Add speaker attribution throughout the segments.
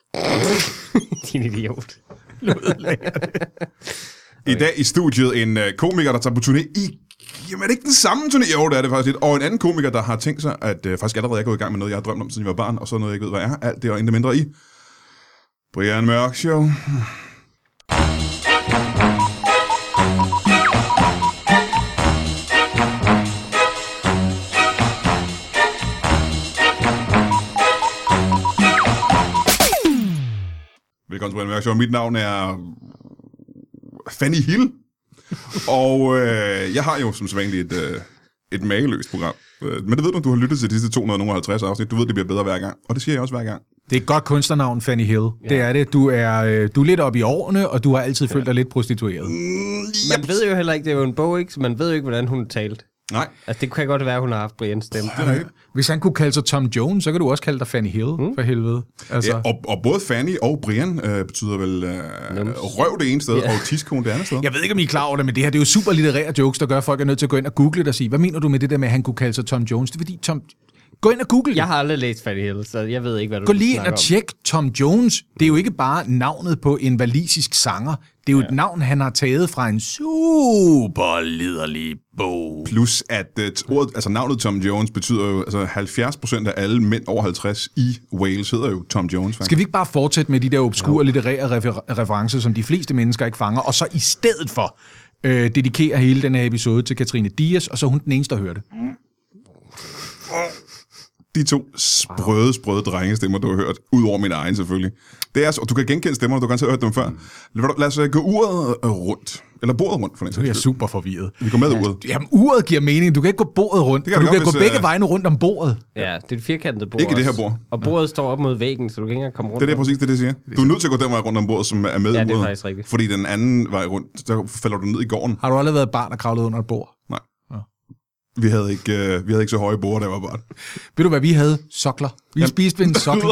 Speaker 1: Din idiot.
Speaker 2: I dag i studiet en øh, komiker, der tager på turné i... Jamen er det ikke den samme turné? Jo, det er det faktisk lidt. Og en anden komiker, der har tænkt sig, at øh, faktisk allerede er gået i gang med noget, jeg har drømt om, siden jeg var barn, og så noget, jeg ikke ved, hvad er. Alt det og intet mindre i. Brian Mørk Show. Velkommen til Brian Mørk Show. Mit navn er Fanny Hill. og øh, jeg har jo som sædvanligt et, øh, et mageløst program. Øh, Men det ved du, du har lyttet til de sidste 250 afsnit. Du ved, det bliver bedre hver gang. Og det siger jeg også hver gang.
Speaker 3: Det er et godt kunstnernavn, Fanny Hill. Ja. Det er det. Du er, øh, du er lidt oppe i årene, og du har altid følt dig lidt prostitueret.
Speaker 1: Man ved jo heller ikke, det er jo en bog, ikke? Så man ved jo ikke, hvordan hun talte.
Speaker 2: Nej,
Speaker 1: Altså, det kan godt være, hun har haft Brians stemme.
Speaker 2: det er rigtigt.
Speaker 3: Hvis han kunne kalde sig Tom Jones, så kan du også kalde dig Fanny Hill, mm. for helvede. Altså,
Speaker 2: Ja, og, og både Fanny og Brian øh, betyder vel øh, røv det ene sted, yeah. og tiskone det andet sted.
Speaker 3: Jeg ved ikke, om I er klar over det, men det her det er jo super litterære jokes, der gør, at folk er nødt til at gå ind og google det og sige, hvad mener du med det der med, at han kunne kalde sig Tom Jones? Det er fordi, Tom... Gå ind og google det.
Speaker 1: Jeg har aldrig læst Fanny Hill, så jeg ved ikke, hvad du
Speaker 3: Gå lige ind
Speaker 1: snakker
Speaker 3: og
Speaker 1: om.
Speaker 3: tjek Tom Jones. Det er jo ikke bare navnet på en valisisk sanger. Det er jo ja. et navn, han har taget fra en super liderlig bog.
Speaker 2: Plus at øh, ordet, altså navnet Tom Jones betyder jo, altså 70% af alle mænd over 50 i Wales hedder jo Tom Jones. Faktisk.
Speaker 3: Skal vi ikke bare fortsætte med de der obskure litterære refer- referencer, som de fleste mennesker ikke fanger, og så i stedet for øh, dedikere hele den her episode til Katrine Dias, og så er hun den eneste, der hører det.
Speaker 2: De to sprøde, sprøde drengestemmer, du har hørt, udover min egen selvfølgelig. Det er, så- og du kan genkende stemmerne, du kan selv hørt dem
Speaker 1: Mm.
Speaker 2: før. Lad, lad os øh, gå uret øh, rundt, eller bordet rundt for den
Speaker 3: Nu er jeg
Speaker 2: sags skyld.
Speaker 3: super forvirret.
Speaker 2: Vi går med uret.
Speaker 3: Jamen, uret giver mening. Du kan ikke gå bordet rundt.
Speaker 2: Det
Speaker 3: Det
Speaker 2: kan
Speaker 3: kan du
Speaker 2: det
Speaker 3: kan
Speaker 2: godt,
Speaker 3: gå
Speaker 2: hvis,
Speaker 3: begge
Speaker 2: øh,
Speaker 3: vejen rundt om bordet.
Speaker 1: Ja, det er et firkantet bord.
Speaker 2: Ikke det her
Speaker 1: også.
Speaker 2: bord.
Speaker 1: Og bordet står op mod væggen, så du kan ikke engang komme rundt.
Speaker 2: Det er det, præcis det, det siger. Du er nødt til at gå den vej rundt om bordet, som er med
Speaker 1: Ja,
Speaker 2: i
Speaker 1: det er
Speaker 2: uret,
Speaker 1: faktisk rigtigt.
Speaker 2: Fordi den anden vej rundt, der falder du ned i gården.
Speaker 3: Har du aldrig været barn og kravlet under et bord?
Speaker 2: Vi havde ikke, øh, vi havde ikke så høje borde, der var bare.
Speaker 3: Ved du, hvad vi havde? Sokler. Vi spiste ved en sokkel.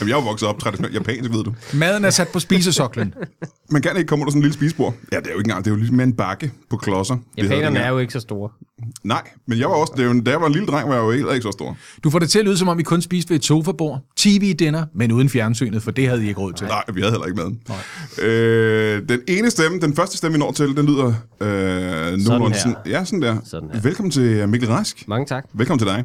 Speaker 2: Jamen, jeg er jo vokset op traditionelt japansk, ved du.
Speaker 3: Maden er sat på spisesoklen.
Speaker 2: Man kan ikke komme under sådan en lille spisebord. Ja, det er jo ikke engang, det er jo ligesom en bakke på klodser. Det havde
Speaker 1: Japanerne
Speaker 2: det
Speaker 1: er
Speaker 2: engang.
Speaker 1: jo ikke så store.
Speaker 2: Nej, men jeg var også, det er jo, da jeg var en lille dreng, var jeg jo heller ikke så stor.
Speaker 3: Du får det til at lyde, som om I kun spiste ved et sofabord, tv-dinner, men uden fjernsynet, for det havde I ikke råd til.
Speaker 2: Nej, vi havde heller ikke maden. Øh, den ene stemme, den første stemme, vi når til, den lyder... Øh, nogenlunde
Speaker 1: her.
Speaker 2: sådan- Ja, sådan der.
Speaker 1: Sådan her.
Speaker 2: Velkommen til øh, Mikkel Rask.
Speaker 1: Mange tak.
Speaker 2: Velkommen til dig.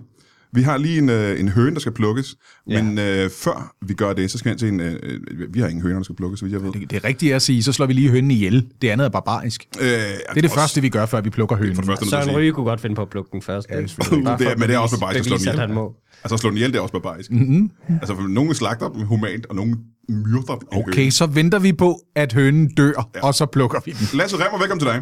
Speaker 2: Vi har lige en, øh, en høne, der skal plukkes,
Speaker 1: Ja.
Speaker 2: men øh, før vi gør det, så skal jeg til en... Øh, øh, vi har ingen høner, der skal plukkes, så vidt jeg ved.
Speaker 3: Det, det er rigtigt at sige, så slår vi lige hønnen ihjel. Det andet er barbarisk. Det
Speaker 2: Øh,
Speaker 3: er det første, vi gør, før vi plukker hønen.
Speaker 2: For det første, er nødt til
Speaker 1: Søren
Speaker 2: at sige.
Speaker 1: Ryge kunne godt finde på at plukke den først. Ja,
Speaker 2: Det er- men det er også barbarisk at slå den
Speaker 1: bevise, at
Speaker 2: ihjel.
Speaker 1: han må.
Speaker 2: Altså at slå den ihjel, det er også barbarisk. Mm-hmm. Altså for nogle slagter dem humant, og nogle myrder dem.
Speaker 3: Okay, så venter vi på, at hønen dør,
Speaker 2: Ja.
Speaker 3: og så plukker vi den.
Speaker 2: Lasse Remmer, velkommen til dig.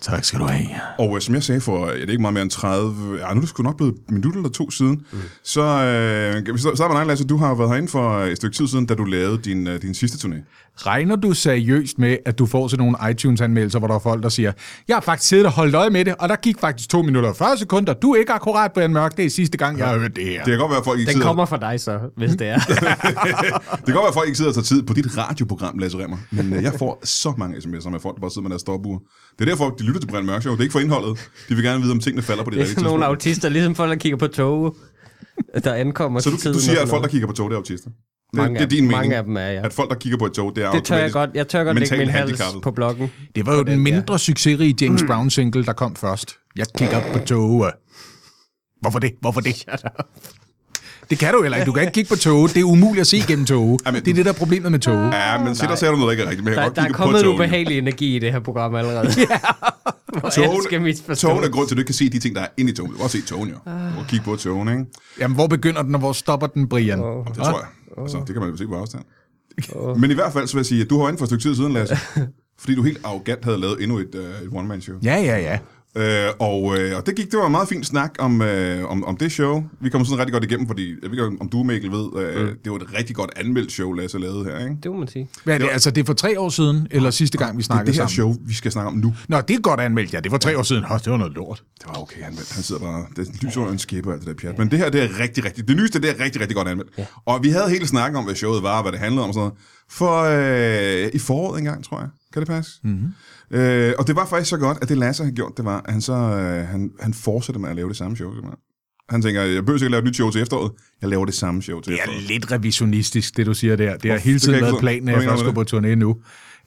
Speaker 3: Tak skal du have.
Speaker 2: Og øh, som jeg sagde for, ja, det er ikke meget mere end 30, ja, nu er det sgu nok blevet et minut eller to siden, mm. så øh, kan vi starte med dig, Lasse. Du har været herinde for et stykke tid siden, da du lavede din, øh, din sidste turné.
Speaker 3: Regner du seriøst med, at du får sådan nogle iTunes-anmeldelser, hvor der er folk, der siger, jeg har faktisk siddet og holdt øje med det, og der gik faktisk 2 minutter og 40 sekunder. Du er ikke akkurat, Brian Mørk. Det er sidste gang, jeg har hørt det her.
Speaker 2: Det kan godt være, at folk ikke,
Speaker 1: Den
Speaker 2: sidder,
Speaker 1: kommer fra dig så, hvis det er.
Speaker 2: det kan godt være, at folk ikke sidder og tager tid på dit radioprogram, Lasse Remmer. Men øh, jeg får så mange sms'er med folk, der bare sidder med deres stopure. Det er derfor, de lytter til Brian Mørk Show. Det er ikke for indholdet. De vil gerne vide, om tingene falder på det,
Speaker 1: Det er sådan nogle autister, ligesom folk, der kigger på tog, der ankommer
Speaker 2: Så
Speaker 1: til
Speaker 2: du,
Speaker 1: tiden
Speaker 2: du
Speaker 1: og
Speaker 2: siger,
Speaker 1: sådan
Speaker 2: at folk, der
Speaker 1: noget.
Speaker 2: kigger på tog, det er autister? Det,
Speaker 1: Mange
Speaker 2: det er
Speaker 1: af
Speaker 2: din
Speaker 1: dem-
Speaker 2: mening.
Speaker 1: mange af dem er, ja.
Speaker 2: At folk, der kigger på et tog, det er
Speaker 1: Det tør jeg
Speaker 2: automatisk
Speaker 1: godt. Jeg tør godt lægge
Speaker 2: mentalt
Speaker 1: min hals
Speaker 2: handicappet.
Speaker 1: på blokken.
Speaker 3: Det var jo den mindre succesrige James
Speaker 2: Mm.
Speaker 3: Brown single, der kom først. Jeg kigger på toge. Hvorfor det? Hvorfor det? Det kan du heller ikke. Du kan ikke kigge på toge. Det er umuligt at se gennem toge.
Speaker 2: Ej, men-
Speaker 3: Det er det, der er problemet med toge.
Speaker 2: Ja, men se, der sagde du noget, der ikke er rigtigt. Men jeg
Speaker 1: Der,
Speaker 2: kan
Speaker 1: der er
Speaker 2: godt
Speaker 1: kommet en
Speaker 2: kigge på togene.
Speaker 1: ubehagelig energi i det her program allerede. ja. Hvor alt skal misforstås.
Speaker 2: Togene er grund til, at du ikke kan se de ting, der er inde i togen. Du kan godt se togen, jo. Du kan kigge på togen, ikke?
Speaker 3: Jamen, hvor begynder den, og hvor stopper den, Brian?
Speaker 2: Jamen, Det tror jeg. Altså, det kan man jo se på afstand. Men i hvert fald, så vil jeg sige, at du har inden for et stykke tid siden, Lasse. Fordi du helt arrogant havde lavet endnu et, øh, et one-man-show.
Speaker 3: Ja, ja, ja.
Speaker 2: Øh, og, øh, og det gik, det var en meget fin snak om, øh, om, om det show. Vi kom sådan rigtig godt igennem, fordi, jeg ved ikke, om du, Mikkel, ved, øh, det var et rigtig godt anmeldt show, Lasse lavede her, ikke?
Speaker 1: Det må man sige.
Speaker 3: Hvad er det? Altså, det er for tre år siden, eller sidste gang, vi
Speaker 2: Det
Speaker 3: snakkede
Speaker 2: her
Speaker 3: sammen?
Speaker 2: show, vi skal snakke om nu,
Speaker 3: Nå, det er godt anmeldt, ja. Det var tre år siden. Hå, det var noget lort.
Speaker 2: det var okay anmeldt. Han sidder bare, det er lys under en skæbe og alt det der pjat. Men det her, det er rigtig, rigtig, det nyeste, det er rigtig, rigtig godt anmeldt. Og vi havde hele snakken om, hvad showet var, og hvad det handlede om og sådan noget. For øh, i foråret engang, tror jeg. Kan det passe? Mm-hmm. Øh, og det var faktisk så godt, at det Lasse har gjort, det var, at han så, øh, han, han fortsatte med at lave det samme show, simpelthen. Han tænker, jeg behøver ikke lave et nyt show til efteråret. Jeg laver det samme show til
Speaker 3: Det
Speaker 2: efteråret.
Speaker 3: er lidt revisionistisk, det du siger der. Det har hele
Speaker 2: det kan jeg
Speaker 3: tiden
Speaker 2: ikke
Speaker 3: været
Speaker 2: forstå.
Speaker 3: planen, at
Speaker 2: Hvad
Speaker 3: jeg
Speaker 2: mener
Speaker 3: først
Speaker 2: du
Speaker 3: skulle på turné nu.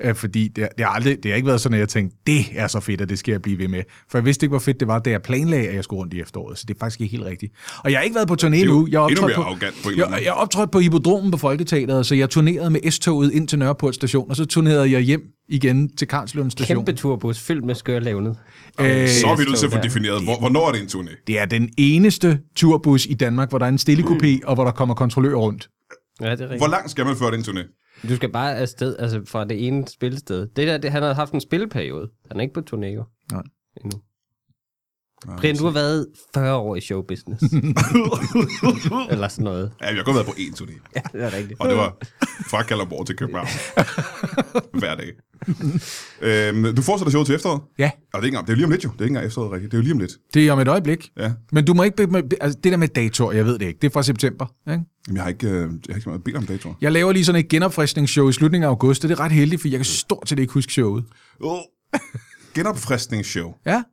Speaker 3: Øh, Fordi det, det, har aldrig, det har ikke været sådan, at jeg tænkte, det er så fedt, at det skal jeg blive ved med. For jeg vidste ikke, hvor fedt det var, da jeg planlagde, at jeg skulle rundt i efteråret. Så det er faktisk ikke helt rigtigt. Og jeg har ikke været på turné
Speaker 2: jo
Speaker 3: nu.
Speaker 2: endnu
Speaker 3: Jeg optrådte
Speaker 2: mere
Speaker 3: på,
Speaker 2: arrogant på en eller anden
Speaker 3: jeg,
Speaker 2: måde.
Speaker 3: jeg optrådte på Hippodromen på Folketeateret, så jeg turnerede med S-toget ind til Nørreport station, og så turnerede jeg hjem igen til Karlslund station.
Speaker 1: Kæmpe turbus fyldt med skørlevnet.
Speaker 3: Øh,
Speaker 2: Så er vi nødt til at få
Speaker 1: Ja.
Speaker 2: defineret, hvor, hvornår er det en turné?
Speaker 3: Det er den eneste turbus i Danmark, hvor der er en stille kopé, og hvor der kommer kontrollører rundt.
Speaker 1: Ja, det er rigtigt.
Speaker 2: Hvor langt skal man før det er en turné?
Speaker 1: Du skal bare afsted altså, fra det ene spillested. Det der, det, han har haft en spilleperiode. Han er ikke på turné, jo.
Speaker 3: Nej.
Speaker 1: Endnu. Brian, du har været 40 år i showbusiness. Eller sådan noget.
Speaker 2: Ja, vi har kun været på én turné.
Speaker 1: Ja, det er rigtigt.
Speaker 2: Og
Speaker 3: Øh.
Speaker 2: det var fra Kalderborg til København. Hver dag. Øhm, du fortsætter showet til efteråret?
Speaker 3: Ja,
Speaker 2: Og det er, ikke engang, det er jo lige om lidt jo. Det er ikke engang efteråret rigtigt. Det er jo lige om lidt.
Speaker 3: det er om et øjeblik.
Speaker 2: Ja.
Speaker 3: Men du må ikke... be- be- Altså, det der med datoer, jeg ved det ikke. Det er fra september. Ikke?
Speaker 2: Jamen, jeg har ikke, øh, jeg har ikke så meget bedt om datoer.
Speaker 3: Jeg laver lige sådan et genopfriskningsshow i slutningen af august, og det er ret heldigt, for jeg kan stort set ikke huske showet.
Speaker 2: Oh. Genopfriskningsshow.
Speaker 3: Ja,
Speaker 2: Ja.
Speaker 3: så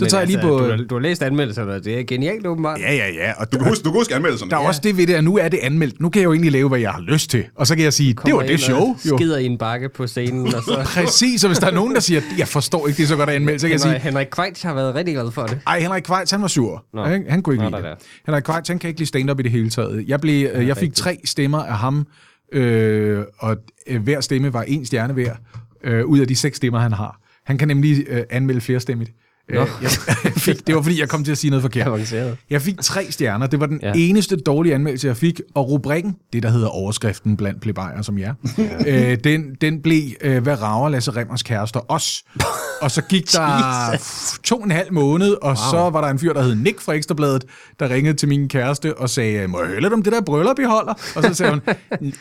Speaker 3: Men tager jeg lige
Speaker 1: altså,
Speaker 3: på...
Speaker 1: Du har, du har læst anmeldelserne, og det er genialt åbenbart.
Speaker 3: Ja, ja, ja. Og
Speaker 2: Du
Speaker 3: der,
Speaker 2: kan huske, du kan huske anmeldelserne.
Speaker 3: der er også det ved det, at nu er det anmeldt. Nu kan jeg jo egentlig lave, hvad jeg har lyst til. Og så kan jeg sige, det var det show. Jo.
Speaker 1: Skider i en bakke på scenen, og så...
Speaker 3: Præcis, og hvis der er nogen, der siger, jeg forstår ikke, det er så godt at anmelde, så kan jeg sige,
Speaker 1: Henrik, Henrik Kvejt har været rigtig glad for det.
Speaker 3: Ej, Henrik Kvejts, han var sur.
Speaker 1: Nå.
Speaker 3: Han, han kunne ikke
Speaker 1: Nå,
Speaker 3: lide
Speaker 1: der er
Speaker 3: det. Henrik Kvejts, han kan ikke lide stand-up i det hele taget. Jeg, blev, øh, jeg fik tre stemmer af ham, øh, og øh, hver stemme var en stjerne hver, øh, ud af de seks stemmer, han har. Han kan nemlig øh, anmelde flerstemmigt. Øh, jeg fik, det var, fordi jeg kom til at sige noget forkert.
Speaker 1: Avanceret.
Speaker 3: Jeg fik tre stjerner. Det var den
Speaker 1: Ja.
Speaker 3: ja. eneste dårlige anmeldelse, jeg fik. Og rubrikken, det der hedder overskriften blandt plebejer som jer, ja. øh, den, den blev, øh, hvad rager Lasse Remmers kærester os. Og så gik der f- to og en halv måned, og wow. så var der en fyr, der hed Nick fra Ekstrabladet, der ringede til min kæreste og sagde, må jeg hælde dig om det der bryllup, I holder? Og så sagde hun,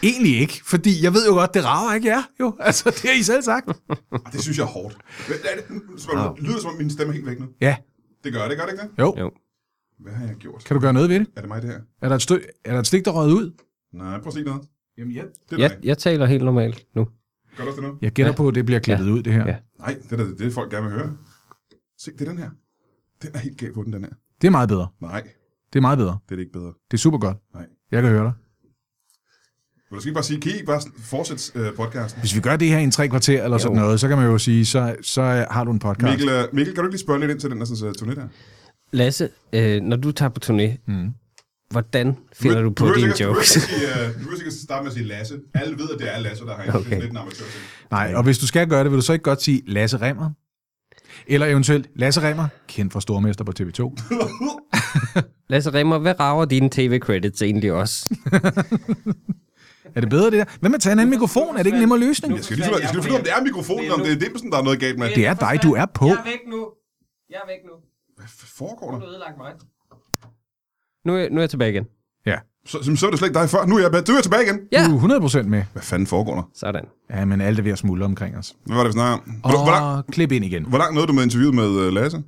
Speaker 3: egentlig ikke, fordi jeg ved jo godt, det rager ikke jer. Jo, altså, det har I selv sagt.
Speaker 2: Ah, Det synes jeg er hårdt. Men er det, spørger du, lyder det, som om min stemme er helt væk nu?
Speaker 3: Ja,
Speaker 2: Det gør det, gør det ikke det?
Speaker 3: jo.
Speaker 1: Jo.
Speaker 2: Hvad har jeg gjort?
Speaker 3: Kan du gøre noget ved det?
Speaker 2: Er det mig, det her?
Speaker 3: Er der et, stø- er der et stik, der røget ud?
Speaker 2: Nej, prøv at se noget.
Speaker 3: Jamen, ja.
Speaker 2: Det er
Speaker 1: Jeg,
Speaker 2: dig.
Speaker 1: jeg taler helt normalt nu.
Speaker 2: Gør du også det nu?
Speaker 3: Jeg gætter på, at det bliver klippet ud, det her.
Speaker 1: Ja.
Speaker 2: Nej, det er da det, folk gerne vil høre. Se, det er den her. Den er helt galt på den, den her.
Speaker 3: Det er meget bedre.
Speaker 2: Nej,
Speaker 3: Det er meget bedre.
Speaker 2: det er det ikke bedre.
Speaker 3: Det er super godt.
Speaker 2: Nej.
Speaker 3: Jeg kan høre dig.
Speaker 2: Vil du skal ikke bare sige, kan I ikke bare fortsætte øh, podcasten?
Speaker 3: Hvis vi gør det her i en tre kvarter eller sådan noget, så kan man jo sige, så, så øh, har du en podcast.
Speaker 2: Mikkel, øh, Mikkel, kan du ikke lige spørge lidt ind til den der sådan, uh, turné der?
Speaker 1: Lasse, øh, når du tager på turné, mm. hvordan finder du på
Speaker 2: behøver
Speaker 1: dine
Speaker 2: sikkert-
Speaker 1: jokes?
Speaker 2: Du behøver sikkert- øh, du behøver sikkert starte med at sige Lasse. Alle ved, at det er Lasse, der har okay.
Speaker 1: Okay.
Speaker 2: lidt en amatør til.
Speaker 3: Nej, og hvis du skal gøre det, vil du så ikke godt sige Lasse Remmer? Eller eventuelt Lasse Remmer, kendt fra Stormester på TV2.
Speaker 1: Lasse Remmer, hvad rager dine tv-credits egentlig også?
Speaker 3: Er det bedre det der? Hvad med at tage en anden mikrofon? Er det ikke nemmere løsning?
Speaker 2: Jeg skal lige, finde- jeg skal lige finde ud af, om det er mikrofonen, om det er dimsen, der er noget galt med.
Speaker 3: Det er dig, du er på.
Speaker 1: væk nu. Jeg er væk nu.
Speaker 2: Hvad f- foregår der?
Speaker 1: ødelagt mig. Nu er, nu er jeg tilbage igen.
Speaker 3: Ja.
Speaker 2: Så, så er det slet ikke dig før. Nu er jeg, du er tilbage igen.
Speaker 1: Ja.
Speaker 3: Du er 100% med.
Speaker 2: Hvad fanden foregår der?
Speaker 1: Sådan.
Speaker 3: Ja, men alt er ved at smuldre omkring os.
Speaker 2: Hvad var det, vi snakker om? Hvor, hvor, langt,
Speaker 3: Og klip ind igen.
Speaker 2: hvor langt nåede du med interviewet med øh, Lasse?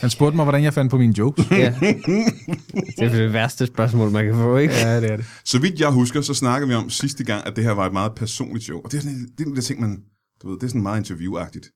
Speaker 3: Han spurgte mig, hvordan jeg fandt på mine jokes.
Speaker 1: Ja. det er det værste spørgsmål, man kan få, ikke?
Speaker 3: Ja, det er det.
Speaker 2: Så vidt jeg husker, så snakkede vi om sidste gang, at det her var et meget personligt show. Og det er sådan en- det, er en af de ting, man... Du ved, det er sådan meget interviewagtigt.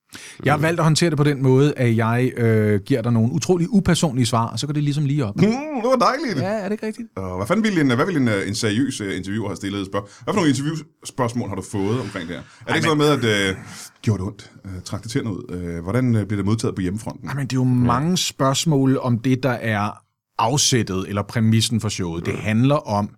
Speaker 3: Jeg har valgt at håndtere det på den måde, at jeg øh, giver dig nogle utrolig upersonlige svar, og så går det ligesom lige op.
Speaker 2: Mm, det var dejligt.
Speaker 3: Ja, er det ikke rigtigt?
Speaker 2: Og hvad fanden ville en, hvad ville en, øh, en seriøs øh, interviewer have stillet et spørg? Hvad for nogle interviewspørgsmål har du fået omkring det her? Er det ikke sådan noget med, at øh, gjorde det ondt? Øh, trak det tænder ud? Øh, hvordan øh, bliver det modtaget på hjemmefronten?
Speaker 3: Jamen, det er jo mange spørgsmål om det, der er afsættet eller præmissen for showet. Det handler om,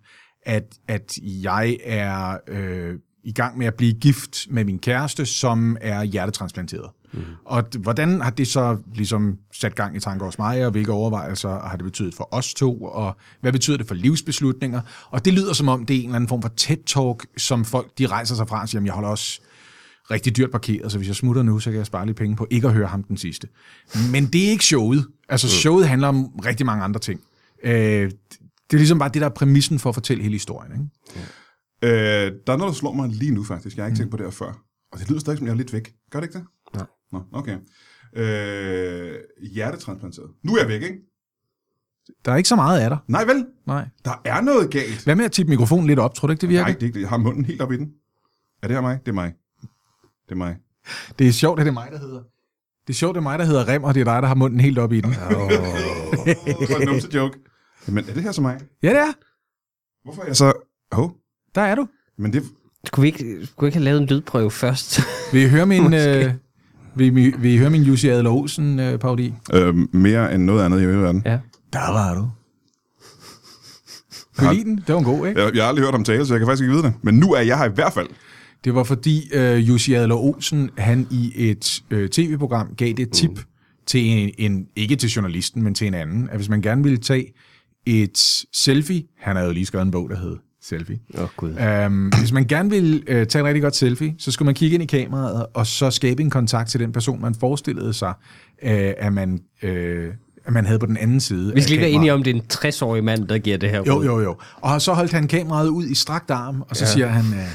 Speaker 3: at, at jeg er øh, i gang med at blive gift med min kæreste, som er hjertetransplanteret. Mm. Og d- hvordan har det så ligesom sat gang i tanker hos mig, og hvilke overvejelser har det betydet for os to, og hvad betyder det for livsbeslutninger? Og det lyder som om, det er en eller anden form for TED-talk, som folk de rejser sig fra og siger, jamen, jeg holder også rigtig dyrt parkeret, så hvis jeg smutter nu, så kan jeg spare lidt penge på ikke at høre ham den sidste. Men det er ikke showet. Altså showet handler om rigtig mange andre ting. Øh, det er ligesom bare det, der er præmissen for at fortælle hele historien. Ikke?
Speaker 2: Øh, der er noget, der slår mig lige nu faktisk. Jeg har ikke tænkt på det her før. Og det lyder stadig, som jeg er lidt væk. Gør det ikke det?
Speaker 1: Nej.
Speaker 2: Nå, okay. Øh, hjertetransplanteret. Nu er jeg væk, ikke?
Speaker 3: Der er ikke så meget af dig.
Speaker 2: Nej vel?
Speaker 3: Nej.
Speaker 2: Der er noget galt.
Speaker 3: Hvad med at tippe mikrofonen lidt op? Tror du ikke, det virker?
Speaker 2: Nej, det er ikke det. Jeg har munden helt op i den. Er det her mig? Det er mig. Det er mig.
Speaker 3: Det er sjovt, at det er mig, der hedder... Det er sjovt, det er mig, der hedder Rem, og det er dig, der har munden helt op i den.
Speaker 1: Oh.
Speaker 2: Det var en numse joke. Men er det her så mig?
Speaker 3: Ja, det er.
Speaker 2: Hvorfor er jeg så... Hov,
Speaker 3: Der er du.
Speaker 2: men det...
Speaker 1: Skulle vi ikke, skulle vi ikke have lavet en lydprøve først?
Speaker 3: Vil I høre min, øh, vil, I- vil I høre min Jussi Adler Olsen øh, parodi?
Speaker 2: Øh, mere end noget andet i hele verden.
Speaker 1: ja.
Speaker 3: Der var du. Kunne I lide den? Det var en god, ikke?
Speaker 2: Jeg, jeg har aldrig hørt om tale, så jeg kan faktisk ikke vide det. Men nu er jeg her i hvert fald.
Speaker 3: Det var fordi øh, Jussi Adler Olsen, han i et øh, tv-program gav det tip mm. til en, en, ikke til journalisten, men til en anden, at hvis man gerne ville tage et selfie, han havde jo lige skrevet en bog, der hed Selfie.
Speaker 1: Åh, oh, gud.
Speaker 3: Øhm, hvis man gerne vil øh, tage et rigtig godt selfie, så skulle man kigge ind i kameraet, og så skabe en kontakt til den person, man forestillede sig, øh, at, man, øh, at man havde på den anden side
Speaker 1: Vi skal lige være enige
Speaker 3: om
Speaker 1: om, det er en 60-årig mand, der giver det her
Speaker 3: Jo,
Speaker 1: råd.
Speaker 3: jo, jo. Og så holdt han kameraet ud i strakt arm, og så ja. siger han, øh,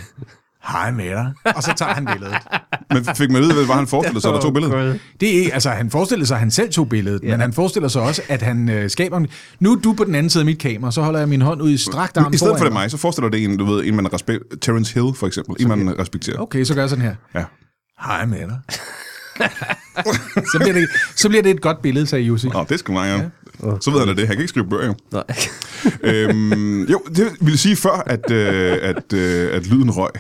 Speaker 3: hej med dig, og så tager han billedet.
Speaker 2: Men fik man at vide, hvad var han forestillede sig, der to billeder?
Speaker 3: Det er, ikke- altså, han forestiller sig, at han selv tog billedet, ja. men han forestiller sig også, at han øh, skaber... en- Nu er du på den anden side af mit kamera, så holder jeg min hånd ud i strakt arm
Speaker 2: I stedet
Speaker 3: foran
Speaker 2: for det mig, så forestiller det en, du ved, en man respekterer. Terence Hill, for eksempel. En, man respekterer.
Speaker 3: Okay, så gør jeg sådan her.
Speaker 2: Ja.
Speaker 3: Hej med dig. så, bliver det, så bliver det et godt billede, sagde Jussi.
Speaker 2: Nå, det skal man gerne. Så ved han da det. Han kan ikke skrive bøger, jo.
Speaker 1: Nej.
Speaker 2: øhm, jo, det ville sige før, at, øh, at, øh, at lyden røg.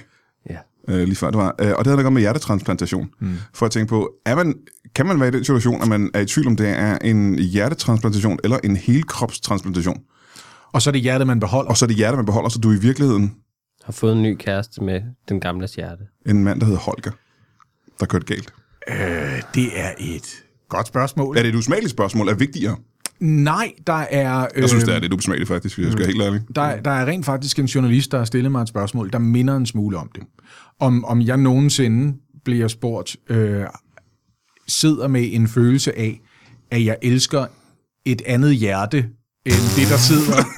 Speaker 1: ja.
Speaker 2: øh, lige før det var. Øh, og det havde noget at gøre med hjertetransplantation. Mm. For at tænke på, er man, kan man være i den situation, at man er i tvivl om, det er en hjertetransplantation eller en helkropstransplantation?
Speaker 3: Og så er det hjertet, man beholder.
Speaker 2: Og så er det hjerte, man beholder, så du er i virkeligheden
Speaker 1: Har fået en ny kæreste med den gamle hjerte.
Speaker 2: en mand, der hedder Holger, der kørte galt.
Speaker 3: Øh, det er et godt spørgsmål.
Speaker 2: Er det et usmageligt spørgsmål? Er vigtigere?
Speaker 3: Nej, der er... Øh,
Speaker 2: Jeg synes, det er lidt usmageligt, faktisk, hvis jeg skal være helt ærlig.
Speaker 3: Der, der er rent faktisk en journalist, der har stillet mig et spørgsmål, der minder en smule om det. Om, om jeg nogensinde bliver spurgt, øh, sidder med en følelse af, at jeg elsker et andet hjerte, end det, der sidder,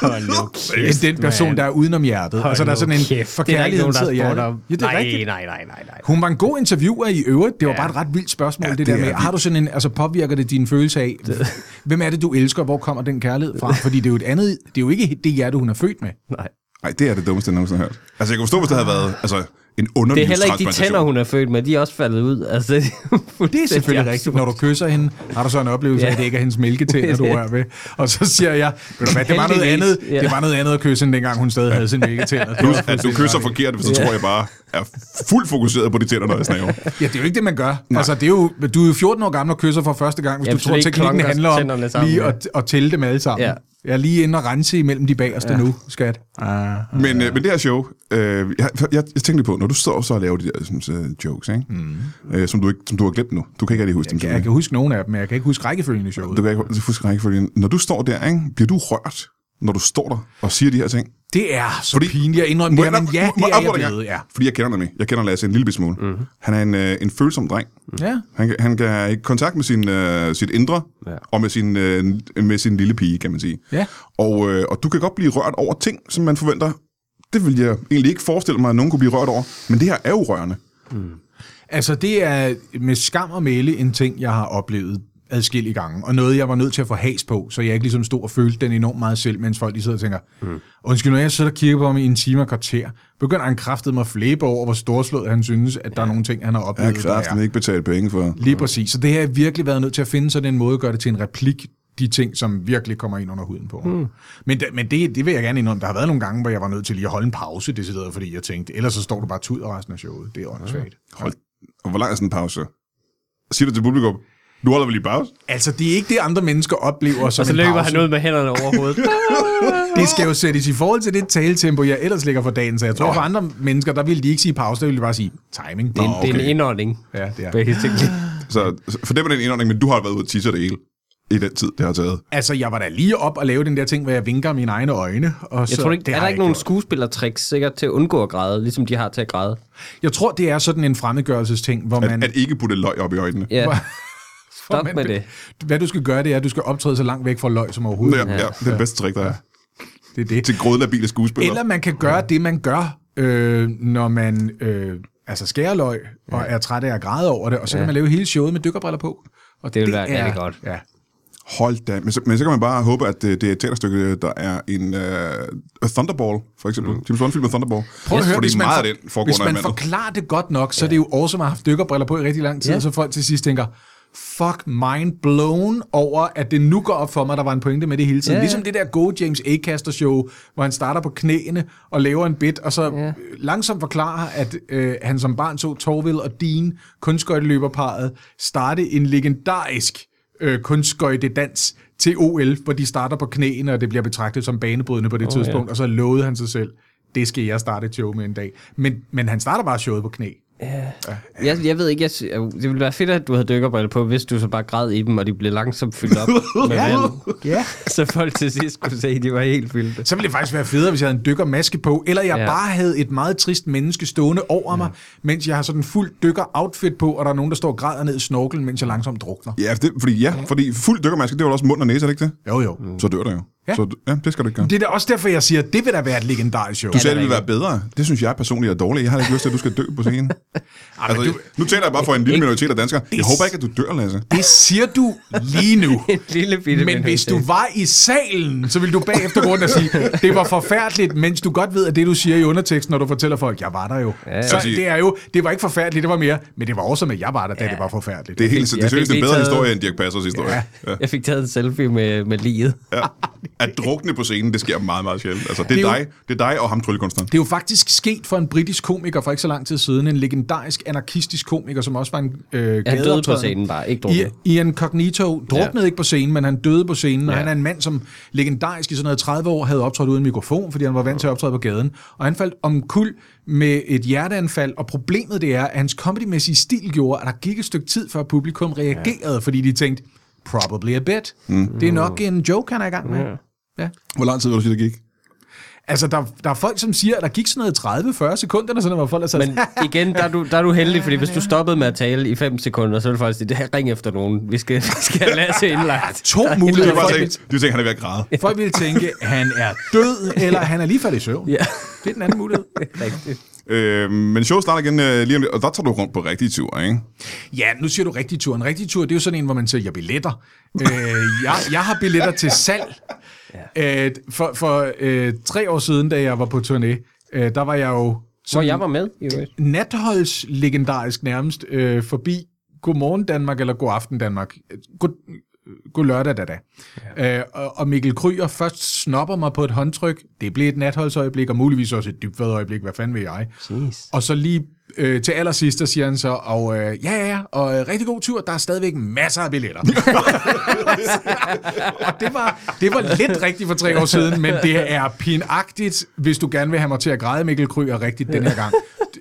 Speaker 1: Hold nu
Speaker 3: end den person, der er udenom hjertet. altså, der er sådan en forkærlighed, sidder hjertet. Ja, det er rigtigt.
Speaker 1: nej, nej, nej, nej, nej.
Speaker 3: Hun var en god interviewer i øvrigt. Det var ja. bare et ret vildt spørgsmål, ja, det, det der
Speaker 2: det er
Speaker 3: med, har du sådan en, altså påvirker det din følelse af, hvem er det, du elsker, hvor kommer den kærlighed fra? Fordi det er jo et andet, det er jo ikke det hjerte, hun er født med.
Speaker 1: nej.
Speaker 2: Nej, det er det dummeste, jeg nogensinde har hørt. Altså, jeg kunne forstå, hvis det havde været altså, en
Speaker 1: Det er heller ikke de tænder,
Speaker 2: underlivstransplantation.
Speaker 1: hun er født med. De er også faldet ud. Altså, det, er
Speaker 3: Det er selvfølgelig rigtigt. Når du kysser hende, har du så en oplevelse af,
Speaker 1: Ja.
Speaker 3: at det ikke er hendes mælketænder, du
Speaker 1: Ja.
Speaker 3: rører ved. Og så siger jeg, ved du hvad, det var noget andet,
Speaker 1: Heldigvis, ja.
Speaker 3: det var noget andet at kysse, end dengang hun stadig havde sin mælketænder. Det var
Speaker 2: Plus, at du
Speaker 3: fuldstændig
Speaker 2: kysser
Speaker 3: ret i.
Speaker 2: forkert, så tror jeg bare, er fuldt fokuseret på de tænder, når jeg snakker.
Speaker 3: Ja, det er jo ikke det, man gør. Altså, det er jo, du er jo 14 år gammel og kysser for første gang, hvis
Speaker 1: Ja,
Speaker 3: du
Speaker 1: hvis du
Speaker 3: tror,
Speaker 1: lige
Speaker 3: teknikken
Speaker 1: klonker
Speaker 3: handler om
Speaker 1: tænderne sammen,
Speaker 3: lige
Speaker 1: ja.
Speaker 3: at, at tælle dem alle sammen. Ja.
Speaker 1: Ja.
Speaker 3: Jeg er lige inde og rense imellem de bagerste ja. nu, skat. Ah.
Speaker 2: Men, øh, men det her show, øh, jeg, jeg, jeg tænkte lige på, når du står så og laver de der sådan, så jokes, ikke? Mm. Øh, som, du ikke, som du har glemt nu. Du kan ikke rigtig huske dem.
Speaker 3: Jeg
Speaker 2: simpelthen.
Speaker 3: kan huske nogle af dem, men jeg kan ikke huske rækkefølgen i showet.
Speaker 2: Du kan ikke huske rækkefølgen. Når du står der, ikke? bliver du rørt, når du står der og siger de her ting?
Speaker 3: Det er så
Speaker 2: Fordi-
Speaker 3: pinligt at indrømme
Speaker 2: Må
Speaker 3: det,
Speaker 2: jeg
Speaker 3: men
Speaker 2: nok-
Speaker 3: ja,
Speaker 2: må-
Speaker 3: det
Speaker 2: må
Speaker 3: er jeg
Speaker 2: opfordre en gang?
Speaker 3: blevet, ja. Mhm.
Speaker 2: Fordi jeg kender nemlig. Jeg kender Lasse en lille bit smule. Mm-hmm. Han er en, øh, en følsom dreng.
Speaker 3: ja.
Speaker 2: Han, kan- han kan ikke kontakt med sin, øh, sit indre ja.
Speaker 1: Ja.
Speaker 2: og med sin, øh, med sin lille pige, kan man sige.
Speaker 3: Ja.
Speaker 2: Og, øh, og du kan godt blive rørt over ting, som man forventer. Det vil jeg egentlig ikke forestille mig, at nogen kunne blive rørt over. Men det her er jo rørende.
Speaker 3: Altså, det er med skam at melde en ting, jeg har oplevet adskillige gange, og noget, jeg var nødt til at få has på, så jeg ikke ligesom stod og følte den enormt meget selv, mens folk lige sidder og tænker, mm. undskyld, når jeg sidder og kigger på ham i en time og kvarter, begynder han kraftet mig flæbe over, hvor storslået han synes, at der er nogle ting, han har
Speaker 2: Jeg
Speaker 3: oplevet.
Speaker 2: har
Speaker 3: der er.
Speaker 2: kraften ikke betalt penge for.
Speaker 3: Lige præcis. Så det har jeg virkelig været nødt til at finde sådan en måde at gøre det til en replik, de ting, som virkelig kommer ind under huden på. Mm. Men, da- men det, det vil jeg gerne indrømme. Der har været nogle gange, hvor jeg var nødt til lige at holde en pause, decideret, fordi jeg tænkte, ellers så står du bare tud resten af showet. Det er åndssvagt.
Speaker 2: Hold. Og hvor lang er sådan en pause? Siger du til publikum, du holder vel lige pause?
Speaker 3: Altså, det er ikke det, andre mennesker oplever som
Speaker 1: Og så
Speaker 3: en
Speaker 1: løber
Speaker 3: pause.
Speaker 1: Altså, han ud med hænderne over hovedet.
Speaker 3: Det skal jo sættes i forhold til det taletempo, jeg ellers lægger for dagen. Så jeg tror, for andre mennesker, der ville de ikke sige pause, der ville de bare sige timing.
Speaker 1: Det er, en,
Speaker 2: Nå,
Speaker 1: det er
Speaker 2: okay.
Speaker 1: en indånding.
Speaker 3: Ja, det er.
Speaker 1: Basically.
Speaker 2: Så for dem er det en indånding, men du har været ude og tisse det hele i den tid, det har taget.
Speaker 3: Altså, jeg var da lige op og lave den der ting, hvor jeg vinker mine egne øjne. Og
Speaker 1: Jeg
Speaker 3: så,
Speaker 1: tror ikke, det er
Speaker 3: har
Speaker 1: der
Speaker 3: jeg
Speaker 1: ikke nogen
Speaker 3: gjort.
Speaker 1: skuespillertricks sikkert til at undgå at græde, ligesom de har til at græde?
Speaker 3: Jeg tror, det er sådan en fremmedgørelsesting, hvor man...
Speaker 2: At ikke putte løg op i øjnene.
Speaker 1: Ja.
Speaker 3: Hvor-
Speaker 1: Stop
Speaker 3: Men
Speaker 1: med det.
Speaker 3: Hvad du skal gøre, det er, at du skal optræde så langt væk fra løg som overhovedet.
Speaker 2: Ja, ja, det er det bedste trick, der er.
Speaker 3: Det er det.
Speaker 2: Til grådlabile skuespillere.
Speaker 3: Eller man kan gøre det, man gør, øh, når man øh, altså skærer løg og er træt af at græde over det, og så kan man lave hele showet med dykkerbriller på. Og
Speaker 1: Det vil
Speaker 3: vil
Speaker 1: være rigtig godt.
Speaker 3: Ja.
Speaker 2: Hold da. Men så, men så kan man bare håbe, at øh, det, det er et teaterstykke, der er en uh, Thunderball, for eksempel. Mm. James Bond-film med Thunderball.
Speaker 3: Prøv at høre,
Speaker 2: Fordi
Speaker 3: hvis man,
Speaker 2: meget
Speaker 3: for-
Speaker 2: af den foregår
Speaker 3: hvis
Speaker 2: under
Speaker 3: man
Speaker 2: vandet.
Speaker 3: forklarer det godt nok, så er det jo awesome at have haft dykkerbriller på i rigtig lang tid, ja.
Speaker 1: Ja.
Speaker 3: og så folk til sidst tænker, fuck mind blown over, at det nu går op for mig, der var en pointe med det hele tiden.
Speaker 1: Ja,
Speaker 3: Yeah.
Speaker 1: ja.
Speaker 3: Ligesom det der Go James Acaster show, hvor han starter på knæene og laver en bit, og så yeah. langsomt forklarer, at øh, han som barn så Torvild og Dean, kunstskøjteløberparet, starte en legendarisk øh, kunstskøjtedans til OL, hvor de starter på knæene, og det bliver betragtet som banebrydende på det oh, tidspunkt, og så lovede han sig selv, det skal jeg starte et show med en dag. Men, men han starter bare showet på knæ.
Speaker 1: Jeg, jeg ved ikke, jeg, sy- øh, det ville være fedt, at du havde dykkerbriller på, hvis du så bare græd i dem, og de blev langsomt fyldt op med vand.
Speaker 3: ja.
Speaker 1: Så folk til sidst kunne se, at de var helt fyldte.
Speaker 3: Så ville det faktisk være federe, hvis jeg havde en dykkermaske på, eller jeg ja.
Speaker 1: Ja.
Speaker 3: bare havde et meget trist menneske stående over ja. mig, mens jeg har sådan fuld dykker-outfit på, og der er nogen, der står og græder ned i snorkelen, mens jeg langsomt drukner.
Speaker 2: Ja, det, fordi, ja, fordi fuld dykkermaske, det var også mund og næse, er det ikke det?
Speaker 3: Jo, jo. Mm.
Speaker 2: Så dør der jo.
Speaker 3: Ja.
Speaker 2: Så ja, det skal du ikke gøre.
Speaker 3: Det er da også derfor, jeg siger, at det vil da være et legendarisk show.
Speaker 2: Du sagde, det ville være bedre. Det synes jeg personligt er dårligt. Jeg har ikke lyst til, at du skal dø på scenen. altså,
Speaker 3: du-
Speaker 2: nu taler jeg bare for en lille minoritet af danskere. Jeg håber ikke, at du dør, Lasse.
Speaker 3: Det siger du lige nu.
Speaker 1: En lille bitte
Speaker 3: Men hvis du var i salen, så ville du bagefter gå rundt og sige, det var forfærdeligt, mens du godt ved, at det du siger i underteksten, når du fortæller folk, jeg var der jo. Ja, så
Speaker 2: Præcis.
Speaker 3: det er jo, det var ikke forfærdeligt, det var mere, men det var også med, jeg var der, da det var forfærdeligt.
Speaker 2: Det er, helt, det er
Speaker 1: Jeg fik
Speaker 2: seriøst en
Speaker 1: lige
Speaker 2: bedre
Speaker 1: taget-
Speaker 2: historie, end Dirk Passers historie. Ja. Ja.
Speaker 1: Jeg fik taget en selfie med, med liget.
Speaker 2: At drukne på scenen, det sker meget, meget sjældent. Altså, det
Speaker 3: Det
Speaker 2: er,
Speaker 3: er jo-
Speaker 2: dig, det er dig og ham tryllekunstneren.
Speaker 3: Det er jo faktisk sket for en britisk komiker for ikke så lang tid siden, en legendarisk anarkistisk komiker, som også var en øh,
Speaker 1: Han døde på
Speaker 3: gadeoptræden.
Speaker 1: scenen bare, ikke
Speaker 3: I,
Speaker 1: drukket.
Speaker 3: Ian Cognito druknede ja.
Speaker 1: Ja.
Speaker 3: ikke på scenen, men han døde på scenen, og
Speaker 1: Ja.
Speaker 3: han er en mand, som legendarisk i sådan noget 30 år havde optrådt uden mikrofon, fordi han var vant til at optræde på gaden, og han faldt omkuld med et hjerteanfald, og problemet det er, at hans comedymæssige stil gjorde, at der gik et stykke tid, før publikum reagerede, ja. fordi de tænkte, probably a bit. Mm. Det er nok en joke, han er i gang med. Ja. Ja.
Speaker 2: Hvor lang tid vil du sige, det gik?
Speaker 3: Altså, der, der er folk, som siger, at der gik sådan noget 30-40 sekunder, og sådan noget, hvor folk er sådan,
Speaker 1: Men igen, der er, du, der er du heldig, fordi hvis du stoppede med at tale i 5 sekunder, så ville folk sige, det her, ring efter nogen. Vi skal, vi skal have Lasse indlagt.
Speaker 3: to
Speaker 2: De
Speaker 3: muligheder.
Speaker 2: har bare
Speaker 3: Folk,
Speaker 2: tænkt, de tænker, han er ved at græde.
Speaker 3: vil- folk ville tænke, han er død, eller han er lige faldet i søvn.
Speaker 1: Ja,
Speaker 3: Det er den anden mulighed.
Speaker 1: rigtigt.
Speaker 2: Øh, men showet starter igen øh, lige om lidt, og der tager du rundt på rigtige ture, ikke?
Speaker 3: Ja, nu siger du rigtig tur. En rigtig tur, det er jo sådan en, hvor man sælger billetter. øh, jeg, jeg har billetter til salg. Ja. Øh, for for øh, tre år siden, da jeg var på turné, øh, der var jeg jo
Speaker 1: Hvor
Speaker 3: sådan
Speaker 1: jeg var med, i øvrigt.
Speaker 3: natholdslegendarisk nærmest øh, forbi Godmorgen Danmark eller God Aften Danmark. Øh, God, god lørdag, da da. Ja. Øh, og, og Mikkel Kryer først snopper mig på et håndtryk. Det blev et natholdsøjeblik, og muligvis også et dybvadøjeblik. Hvad fanden ved jeg?
Speaker 1: Jeez.
Speaker 3: Og så lige øh, til allersidst, der siger han så, og øh, ja, ja, ja, og øh, rigtig god tur, der er stadigvæk masser af billetter. og det var, det var lidt rigtigt for tre år siden, men det er pinagtigt, hvis du gerne vil have mig til at græde, Mikkel Kryer, rigtigt den her gang.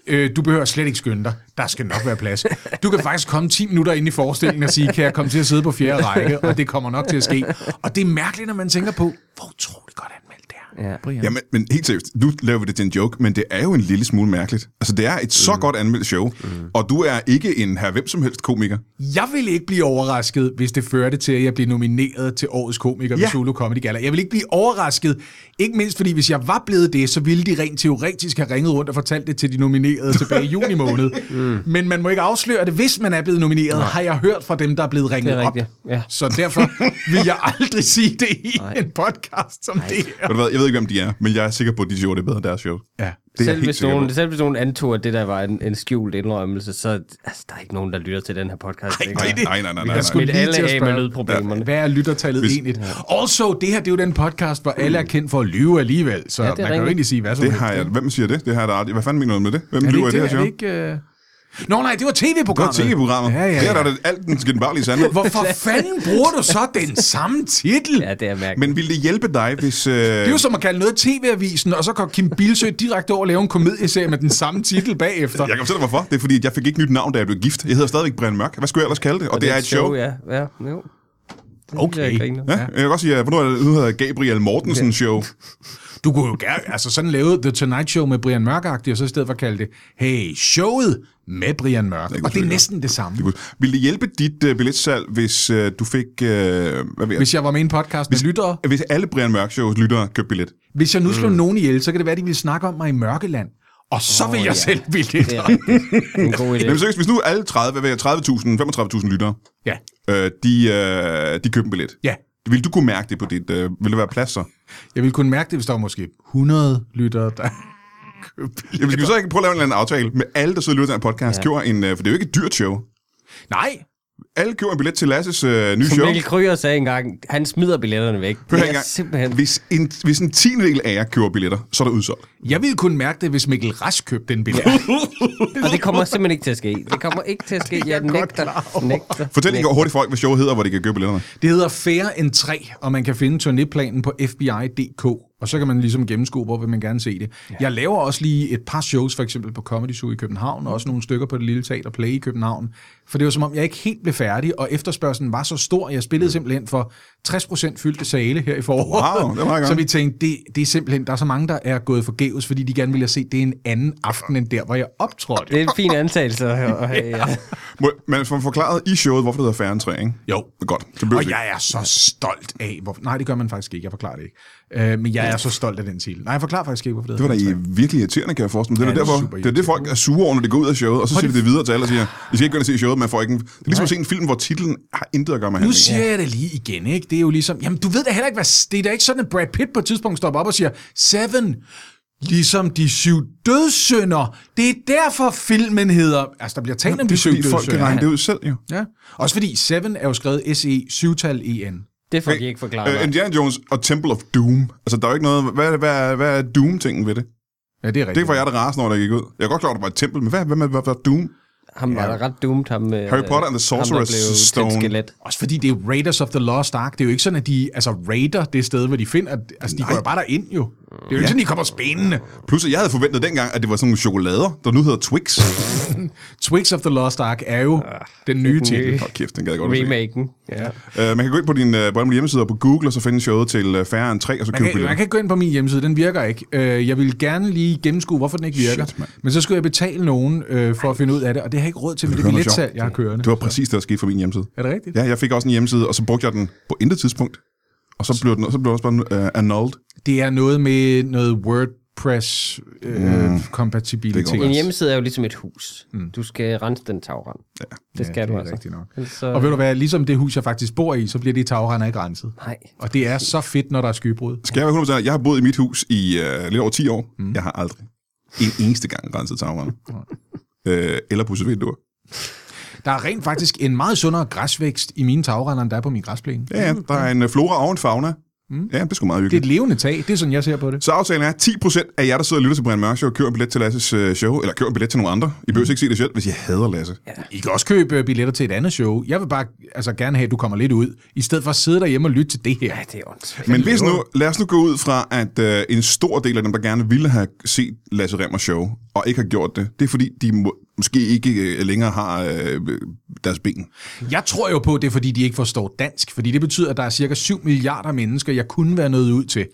Speaker 3: Øh, Du behøver slet ikke skynde dig. Der skal nok være plads. Du kan faktisk komme 10 minutter ind i forestillingen og sige, kan jeg komme til at sidde på fjerde række, og det kommer nok til at ske. Og det er mærkeligt, når man tænker på, hvor utroligt godt anmeldt det er.
Speaker 1: Ja.
Speaker 3: Brian.
Speaker 2: Jamen, men helt seriøst, nu laver vi det til en joke, men det er jo en lille smule mærkeligt. Altså, det er et så
Speaker 3: Mm.
Speaker 2: godt anmeldt show, og du er ikke en her hvem som helst komiker.
Speaker 3: Jeg ville ikke blive overrasket, hvis det førte til, at jeg blev nomineret til Årets Komiker ved
Speaker 2: Ja.
Speaker 3: Zulu Comedy Gala. Jeg ville ikke blive overrasket, ikke mindst fordi, hvis jeg var blevet det, så ville de rent teoretisk have ringet rundt og fortalt det til de nominerede tilbage i juni måned. mm. Men man må ikke afsløre det, hvis man er blevet nomineret, Nej. har jeg hørt fra dem, der er blevet ringet
Speaker 1: Det er
Speaker 3: op.
Speaker 1: rigtigt, ja.
Speaker 3: Så derfor vil jeg aldrig sige det i Nej. en podcast som Nej. det her.
Speaker 2: Ved du hvad, Jeg ved ikke, hvem de er, men jeg er sikker på, at de show det er bedre end deres show.
Speaker 3: Ja.
Speaker 2: Det er jeg
Speaker 1: Selv
Speaker 2: helt
Speaker 1: hvis,
Speaker 2: sikker
Speaker 1: nogen,
Speaker 2: på.
Speaker 1: selv hvis nogen antog, at det der var en, en skjult indrømmelse, så altså, der er ikke nogen, der lytter til den her podcast.
Speaker 2: Nej, nej, nej, nej, nej, nej.
Speaker 3: Jeg skulle
Speaker 1: Men
Speaker 3: lige
Speaker 1: alle
Speaker 3: til at
Speaker 1: af med
Speaker 3: spørge,
Speaker 1: lydproblemerne.
Speaker 3: Hvad er lyttertallet
Speaker 2: Hvis-
Speaker 3: Hvis... egentlig? Also, det her det er jo den podcast, hvor alle er kendt for at lyve alligevel, så ja, man kan jo
Speaker 1: rigtigt.
Speaker 3: egentlig sige hvad som
Speaker 2: Det
Speaker 3: helst.
Speaker 2: har jeg. Hvem siger det? Det har jeg da aldrig. Hvad fanden mener du med det? Hvem
Speaker 3: Er det
Speaker 2: lyver i
Speaker 3: ikke
Speaker 2: det her
Speaker 3: det? Er
Speaker 2: show?
Speaker 3: det ikke... Øh... Nå nej, det var
Speaker 2: Det var
Speaker 3: tv-programmet.
Speaker 2: tv-programmet.
Speaker 3: Ja, ja,
Speaker 2: Det er da
Speaker 3: ja.
Speaker 2: det- alt den genbarlige sandhed.
Speaker 3: Hvorfor fanden bruger du så den samme titel?
Speaker 1: Ja, det er mærkeligt.
Speaker 2: Men ville det hjælpe dig, hvis... Øh...
Speaker 3: Det er jo som at kalde noget TV-avisen, og så går Kim Bilsø direkte over og laver en komedieserie med den samme titel bagefter.
Speaker 2: Jeg kan fortælle dig, hvorfor. Det er fordi, at jeg fik ikke nyt navn, da jeg blev gift. Jeg hedder stadigvæk Brian Mørk. Hvad skulle jeg ellers kalde det? Og, og det, er et show.
Speaker 1: Ja, ja, jo. Det
Speaker 3: Okay.
Speaker 1: Jeg griner.
Speaker 2: Ja, jeg kan også sige, at hvornår er det, det hedder Gabriel Mortensen show.
Speaker 3: Du kunne jo gerne, altså sådan lavede The Tonight Show med Brian Mørk, og så i stedet for kalde det, hey, showet med Brian
Speaker 2: kunne
Speaker 3: Mørk. Og det er
Speaker 2: selvfølgelig
Speaker 3: næsten det samme.
Speaker 2: Ville det hjælpe dit øh, billetsalg, hvis øh, du fik... Øh, hvad ved jeg?
Speaker 3: Hvis jeg var med i en podcast med lyttere,
Speaker 2: Hvis alle Brian Mørk shows lyttere købte billet.
Speaker 3: hvis jeg nu
Speaker 2: Mm.
Speaker 3: slog nogen ihjel, så kan det være, de ville snakke om mig i Mørkeland. Og så vil jeg
Speaker 1: ja.
Speaker 3: selv billetter.
Speaker 1: Det er rigtigt. en god idé.
Speaker 2: Men seriøst, hvis nu alle 30, hvad ved jeg, 30.000, 35.000 lyttere,
Speaker 3: Ja.
Speaker 2: øh, de, øh, de købte en billet.
Speaker 3: Ja.
Speaker 2: Vil du kunne mærke det på dit... Øh, vil der være plads så?
Speaker 3: Jeg ville kunne mærke det, hvis der var måske 100 lyttere, der købte
Speaker 2: Jamen, skal vi så ikke prøve at lave en eller anden aftale med alle, der sidder og lytter til den podcast? Ja. Gjorde en, øh, for det er jo ikke et dyrt show.
Speaker 3: Nej,
Speaker 2: Alle køber en billet til Lasses øh, nye
Speaker 1: Som
Speaker 2: show.
Speaker 1: Mikkel Kryger sagde engang, han smider billetterne væk.
Speaker 2: Hør
Speaker 1: Det
Speaker 2: en
Speaker 1: er
Speaker 2: gang.
Speaker 1: simpelthen...
Speaker 2: Hvis en, hvis en tiendedel af jer køber billetter, så er der udsolgt.
Speaker 3: Jeg ville kun mærke det, hvis Mikkel Rask købte den billet.
Speaker 1: Og det kommer simpelthen ikke til at ske. Det kommer ikke til at ske. Jeg nægter. nægter
Speaker 2: Fortæl ikke hurtigt folk, hvad showet hedder, hvor de kan købe billetterne.
Speaker 3: Det hedder Fair end 3, og man kan finde turnéplanen på FBI.dk, og så kan man ligesom gennemskue, hvor vil man gerne se det. Ja. Jeg laver også lige et par shows, for eksempel på Comedy Zoo i København, og også nogle stykker på det lille teater Play i København, for det var som om, jeg ikke helt blev færdig, og efterspørgselen var så stor, jeg spillede simpelthen for 60% fyldte sale her i foråret.
Speaker 2: Mm. Wow, det er meget godt.
Speaker 3: så vi tænkte, det, det er simpelthen, der er så mange, der er gået forgæves, fordi de gerne ville have set det en anden aften, end der, hvor jeg optrådte.
Speaker 1: Det er en fin antagelse at have. at have, Ja.
Speaker 2: Må- Man får forklaret i showet, hvorfor det hedder Færre end 3, ikke?
Speaker 3: Jo.
Speaker 2: Godt. Det behøver
Speaker 3: Og
Speaker 2: ikke.
Speaker 3: jeg er så stolt af... Hvor... Nej, det gør man faktisk ikke. Jeg forklarer det ikke. Øh, men jeg er så stolt af den titel. Nej, jeg forklarer faktisk ikke, hvorfor det
Speaker 2: Det var da
Speaker 3: hedder
Speaker 2: i- virkelig irriterende, kan jeg forestille mig. Det er,
Speaker 3: Ja,
Speaker 2: ja,
Speaker 3: det
Speaker 2: derfor,
Speaker 3: er super
Speaker 2: det er det, folk er sure over, når de går ud af showet, og så siger de det videre til alle og siger, I skal ikke gå ind og se showet, man får ikke en... Det er ligesom at se en film, hvor titlen har intet at gøre med
Speaker 3: Nu
Speaker 2: handlingen.
Speaker 3: siger jeg det lige igen, ikke? Det er jo ligesom... Jamen, du ved da heller ikke, hvad... s- Det er da ikke sådan, at Brad Pitt på et tidspunkt stopper op og siger, Seven, ligesom de syv dødssynder. Det er derfor, filmen hedder... Altså, der bliver talt om
Speaker 2: Det
Speaker 3: de
Speaker 2: er
Speaker 3: syv
Speaker 2: fordi, folk kan
Speaker 3: dødssynder.
Speaker 2: regne det ud selv, jo.
Speaker 3: Ja. Også fordi Seven er jo skrevet E SE, syvtal EN.
Speaker 1: Det får de ikke forklaret.
Speaker 2: Øh,
Speaker 1: mig.
Speaker 2: Indiana Jones og Temple of Doom. Altså, der er jo ikke noget... Hvad, hvad, hvad er Doom-tingen ved det?
Speaker 3: Ja, det er
Speaker 2: Det
Speaker 3: rigtigt.
Speaker 2: var jeg, der rasende over, der gik ud. Jeg er godt klar, at der var et tempel, men hvad, hvad, med- hvad, var Doom?
Speaker 1: Ham var da ret dumt, ham...
Speaker 2: Harry Potter and the Sorcerer's Stone.
Speaker 1: Skelet.
Speaker 3: Også fordi det er jo Raiders of the Lost Ark. Det er jo ikke sådan, at de altså, raider det sted, hvor de finder... Altså, de går jo bare derind jo. Det er jo ikke sådan, de kommer spændende.
Speaker 2: Plus, at jeg havde forventet dengang, at det var sådan nogle chokolader, der nu hedder Twix.
Speaker 3: Twigs of the Lost Ark er jo
Speaker 2: Ah,
Speaker 3: den nye titel.
Speaker 2: Hold kæft, den gad jeg godt at se.
Speaker 1: Remaken. Ja.
Speaker 2: Uh, man kan gå ind på din uh, Brøndby hjemmeside og på Google, og så finde showet til uh, færre end 3, og så købe
Speaker 3: Man kan,
Speaker 2: billetter.
Speaker 3: man kan gå ind på min hjemmeside, den virker ikke. Øh, jeg vil gerne lige gennemskue, hvorfor den ikke virker.
Speaker 2: Shit, mand.
Speaker 3: men så skulle jeg betale nogen øh, for at finde ud af det, og det har jeg ikke råd til med
Speaker 2: Det
Speaker 3: det
Speaker 2: var noget
Speaker 3: billetsalg,
Speaker 2: sjovt.
Speaker 3: jeg har kørende.
Speaker 2: Det var præcis det, der skete for min hjemmeside.
Speaker 3: Er det rigtigt?
Speaker 2: Ja, jeg fik også en hjemmeside, og så brugte jeg den på intet tidspunkt. Og så blev den, så blev den også bare uh, annulled.
Speaker 3: Det er noget med noget øh,
Speaker 2: Mm.
Speaker 3: WordPress-kompatibilitet.
Speaker 2: Det
Speaker 1: En hjemmeside er jo ligesom et hus.
Speaker 2: Mm.
Speaker 1: Du skal rense den tagrand. Ja. Det skal du
Speaker 3: det er
Speaker 1: altså.
Speaker 3: rigtigt nok.
Speaker 1: Så,
Speaker 3: og ved du hvad, ligesom det hus, jeg faktisk bor i, så bliver de tagrender ikke renset.
Speaker 1: Nej.
Speaker 3: Og det er så fedt, når der er skybrud.
Speaker 2: Skal jeg være 100%? ærlig? Jeg har boet i mit hus i uh, lidt over 10 år. Mm. Jeg har aldrig en eneste gang renset tagrende. uh, eller på vinduer.
Speaker 3: Der er rent faktisk en meget sundere græsvækst i mine tagrender, end der er på min græsplæne.
Speaker 2: Ja, ja, der er en øh, flora og en fauna. Mm. Ja, det er sgu meget
Speaker 3: Det er
Speaker 2: hyggeligt.
Speaker 3: et levende tag, det er sådan, jeg ser på det.
Speaker 2: Så aftalen er, at 10% af jer, der sidder og lytter til Brian Mørk Show, kører en billet til Lasses øh, show, eller kører en billet til nogle andre. I behøver ikke se det selv, hvis I hader Lasse.
Speaker 3: I kan også købe øh, billetter til et andet show. Jeg vil bare altså, gerne have, at du kommer lidt ud, i stedet for at sidde derhjemme og lytte til det her.
Speaker 1: Ja, det er ondt.
Speaker 2: Men hvis nu, lad os nu gå ud fra, at øh, en stor del af dem, der gerne ville have set Lasse Remmers show, og ikke har gjort det, det er fordi, de må, måske ikke øh, længere har øh, deres ben.
Speaker 3: Jeg tror jo på, det er, fordi de ikke forstår dansk, fordi det betyder, at der er cirka 7 milliarder mennesker, jeg kunne være nået ud til.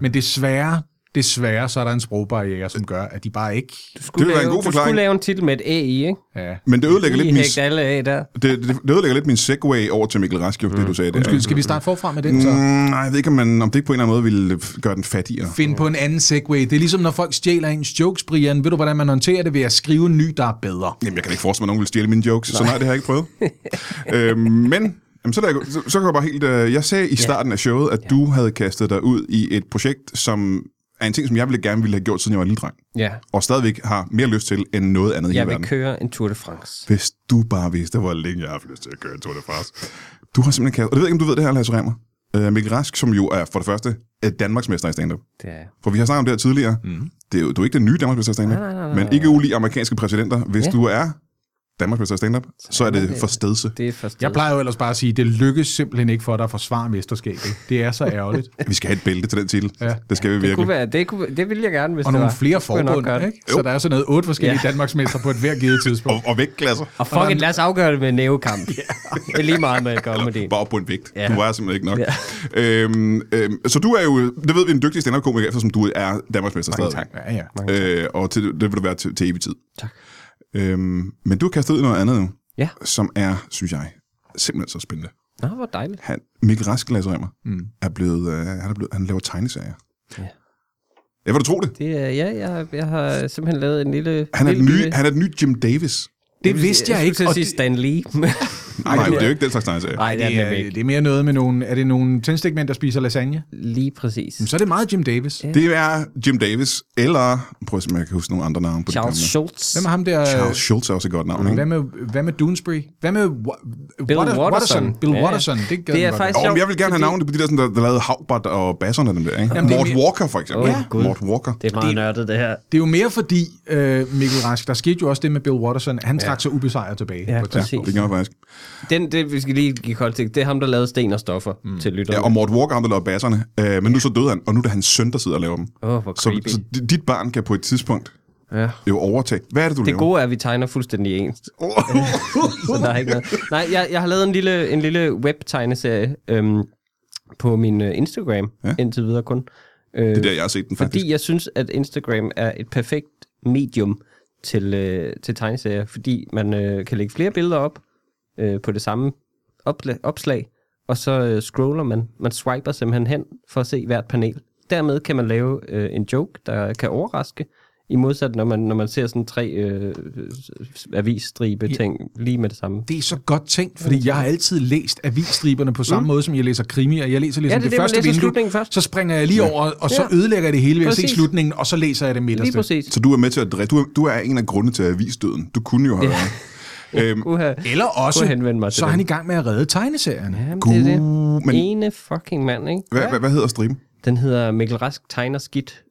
Speaker 3: Men desværre, desværre, så er der en sprogbarriere, som gør, at de bare ikke...
Speaker 1: Skulle
Speaker 2: Det ville være en
Speaker 1: lave-
Speaker 2: god forklaring.
Speaker 1: Du skulle lave en titel med et A i, ikke?
Speaker 3: Ja.
Speaker 2: Men det ødelægger, lidt
Speaker 1: Lige
Speaker 2: min,
Speaker 1: hægt alle af der.
Speaker 2: det, det, det ødelægger lidt min segway over til Mikkel Rask, jo, det du sagde. Der.
Speaker 3: Undskyld, skal vi starte forfra med den så?
Speaker 2: Mm, nej, jeg ved ikke, om, man, om det ikke på en eller anden måde ville f- gøre den fattigere.
Speaker 3: Find på en anden segway. Det er ligesom, når folk stjæler ens jokes, Brian. Ved du, hvordan man håndterer det ved at skrive en ny, der er bedre?
Speaker 2: Jamen, jeg kan da ikke forestille mig, at nogen vil stjæle mine jokes, nej. så nej, det har jeg ikke prøvet. øhm, men jamen, så, lader jeg, så, så kan jeg bare helt... Øh, jeg sagde i starten af showet, at du havde kastet dig ud i et projekt, som er en ting, som jeg ville gerne ville have gjort, siden jeg var lille dreng.
Speaker 1: Ja.
Speaker 2: og stadigvæk har mere lyst til end noget andet i
Speaker 1: Jeg
Speaker 2: hele
Speaker 1: vil
Speaker 2: verden.
Speaker 1: køre en Tour de France.
Speaker 2: Hvis du bare vidste, hvor længe jeg har haft lyst til at køre en Tour de France. Du har simpelthen kastet, og det ved jeg ikke, om du ved det her, Lasse Remmer. Øh, Mikkel Rask, som jo er for det første er Danmarksmester i stand-up.
Speaker 1: Det er jeg.
Speaker 2: For vi har snakket om det her tidligere. Mm.
Speaker 1: Mhm.
Speaker 2: Det er jo, du er ikke den nye Danmarksmester i stand-up,
Speaker 1: nej, nej,
Speaker 2: men ikke ulig amerikanske præsidenter. Hvis
Speaker 1: Ja.
Speaker 2: du er Danmarksmester i stand-up, så er det for stedse.
Speaker 1: Det er første.
Speaker 3: Jeg plejer jo ellers bare at sige, at det lykkes simpelthen ikke for dig at forsvare mesterskabet. Det er så ærgerligt.
Speaker 2: Vi skal have et bælte til den titel.
Speaker 3: Ja.
Speaker 2: Det skal vi
Speaker 1: det,
Speaker 2: virkelig.
Speaker 1: kunne være, det, kunne, det ville jeg gerne, hvis det
Speaker 3: Og nogle
Speaker 1: var.
Speaker 3: flere
Speaker 1: Det kunne jeg nok gøre
Speaker 3: forbund,
Speaker 1: det.
Speaker 3: ikke? Så der er sådan noget otte forskellige
Speaker 1: Ja.
Speaker 3: Danmarksmester på et hver givet tidspunkt.
Speaker 2: Og, og vægtklasser.
Speaker 1: Og fuck it, lad os afgøre det med en nævekamp. Det er lige meget med comedy.
Speaker 2: Bare op på en vægt. Ja.
Speaker 1: Ja.
Speaker 2: Du vejer simpelthen ikke nok. Ja. Øhm, øhm, så du er jo, det ved vi, en dygtig stand-up-komiker, eftersom du er Danmarksmester stadig.
Speaker 3: Ja, ja.
Speaker 2: Øh, og til, det vil du være til, til evig tid.
Speaker 1: Tak.
Speaker 2: Øhm, men du har kastet ud i noget andet nu,
Speaker 1: Ja.
Speaker 2: som er, synes jeg, simpelthen så spændende.
Speaker 1: Nå, hvor dejligt.
Speaker 2: Han, Mikkel Rask, Lasse Remmer, mm. er blevet, øh, han, er blevet, han laver tegneserier.
Speaker 1: Ja.
Speaker 2: Jeg vil du tro det.
Speaker 1: Det er, ja, jeg, har- jeg har simpelthen lavet en lille...
Speaker 2: Han er, den
Speaker 1: lille
Speaker 2: nye, han er den nye Jim Davis.
Speaker 3: Det vidste jeg
Speaker 1: skulle
Speaker 3: ikke.
Speaker 1: til at
Speaker 3: Og
Speaker 1: sige
Speaker 3: det,
Speaker 1: Stan Lee.
Speaker 2: Nej, det, er jo- det er jo ikke den slags tegneserie.
Speaker 1: Nej, det er
Speaker 3: det,
Speaker 1: den
Speaker 3: er,
Speaker 1: ikke.
Speaker 3: det er mere noget med nogle... Er det nogle tændstikmænd, der spiser lasagne?
Speaker 1: Lige præcis.
Speaker 3: Så er det meget Jim Davis.
Speaker 2: Det er Jim Davis, eller... Prøv at se, om jeg kan huske nogle andre navne på de
Speaker 1: Charles
Speaker 2: gamle.
Speaker 1: Schultz.
Speaker 3: Hvem er ham der... øh,
Speaker 2: Charles Schultz er også et godt navn, ikke?
Speaker 3: Hvad med, hvad med Doonesbury? Hvad med Wa-
Speaker 1: Bill
Speaker 3: Water-
Speaker 1: Watterson.
Speaker 3: Bill
Speaker 1: Ja.
Speaker 3: Watterson, det gad
Speaker 1: Det
Speaker 3: den
Speaker 1: er
Speaker 3: godt.
Speaker 1: faktisk-
Speaker 2: Og
Speaker 1: sjovt,
Speaker 2: jeg vil gerne have
Speaker 1: fordi-
Speaker 2: navne på de der, sådan, der, der lavede Havbart og Basserne og dem der, ikke?
Speaker 3: Jamen, det er
Speaker 2: Mort
Speaker 3: mere-
Speaker 2: Walker, for eksempel.
Speaker 1: Åh,
Speaker 2: Ja.
Speaker 1: Gud.
Speaker 2: Mort Walker.
Speaker 1: Det er meget nørdet, det her.
Speaker 3: Det er jo mere fordi, øh, Mikkel Rask, der skete jo også det med Bill Watterson, han trak sig ubesejret tilbage.
Speaker 1: Ja,
Speaker 3: på et tidspunkt.
Speaker 1: præcis.
Speaker 2: Det gør jeg faktisk.
Speaker 1: Den, det, vi skal lige give kontekst. Det er ham, der lavede sten og stoffer mm. til lytterne.
Speaker 2: Ja, og Mort Walker, ham der lavede basserne. Øh, men nu så døde han, og nu er det hans søn, der sidder og laver dem.
Speaker 1: Åh, hvor
Speaker 2: så,
Speaker 1: creepy.
Speaker 2: så di- dit barn kan på et tidspunkt
Speaker 1: ja.
Speaker 2: jo overtage. Hvad er det, du
Speaker 1: Det
Speaker 2: laver?
Speaker 1: gode er, at vi tegner fuldstændig ens. så der er ikke noget. Nej, jeg, jeg har lavet en lille, en lille web-tegneserie øhm, på min øh, Instagram,
Speaker 2: Ja.
Speaker 1: ja. indtil videre kun. Øh,
Speaker 2: Det er der, jeg har set den faktisk.
Speaker 1: fordi jeg synes, at Instagram er et perfekt medium til, øh, til tegneserier, fordi man øh, kan lægge flere billeder op øh, på det samme opla- opslag, og så øh, scroller man. Man swiper simpelthen hen for at se hvert panel. Dermed kan man lave øh, en joke, der kan overraske, i modsat når man, når man ser sådan tre øh, avisstribe ting lige med det samme.
Speaker 3: Det er så godt tænkt, fordi jeg har altid læst avisstriberne på samme mm. måde, som jeg læser krimi, og jeg læser ligesom
Speaker 1: Ja, det er
Speaker 3: det,
Speaker 1: det, man
Speaker 3: første
Speaker 1: læser
Speaker 3: vindue,
Speaker 1: slutningen først.
Speaker 3: så springer jeg lige over, og så
Speaker 1: Ja.
Speaker 3: ødelægger jeg det hele ved at se
Speaker 1: Præcis.
Speaker 3: slutningen, og så læser jeg det
Speaker 1: Lige
Speaker 3: midterste.
Speaker 1: præcis.
Speaker 2: Så du er med til at dræbe. Du er, du er en af grundene til avisdøden. Du kunne jo have været. Øhm,
Speaker 1: Uha.
Speaker 3: Eller også,
Speaker 1: Kunne henvende mig til
Speaker 3: så er han i
Speaker 1: dem.
Speaker 3: gang med at redde tegneserierne. Ja.
Speaker 1: Jamen,
Speaker 2: Gud,
Speaker 1: det er det.
Speaker 2: men-
Speaker 1: Ene fucking mand, ikke?
Speaker 2: hvad, hvad, hvad hedder striben?
Speaker 1: Den hedder Mikkel Rask tegner skidt,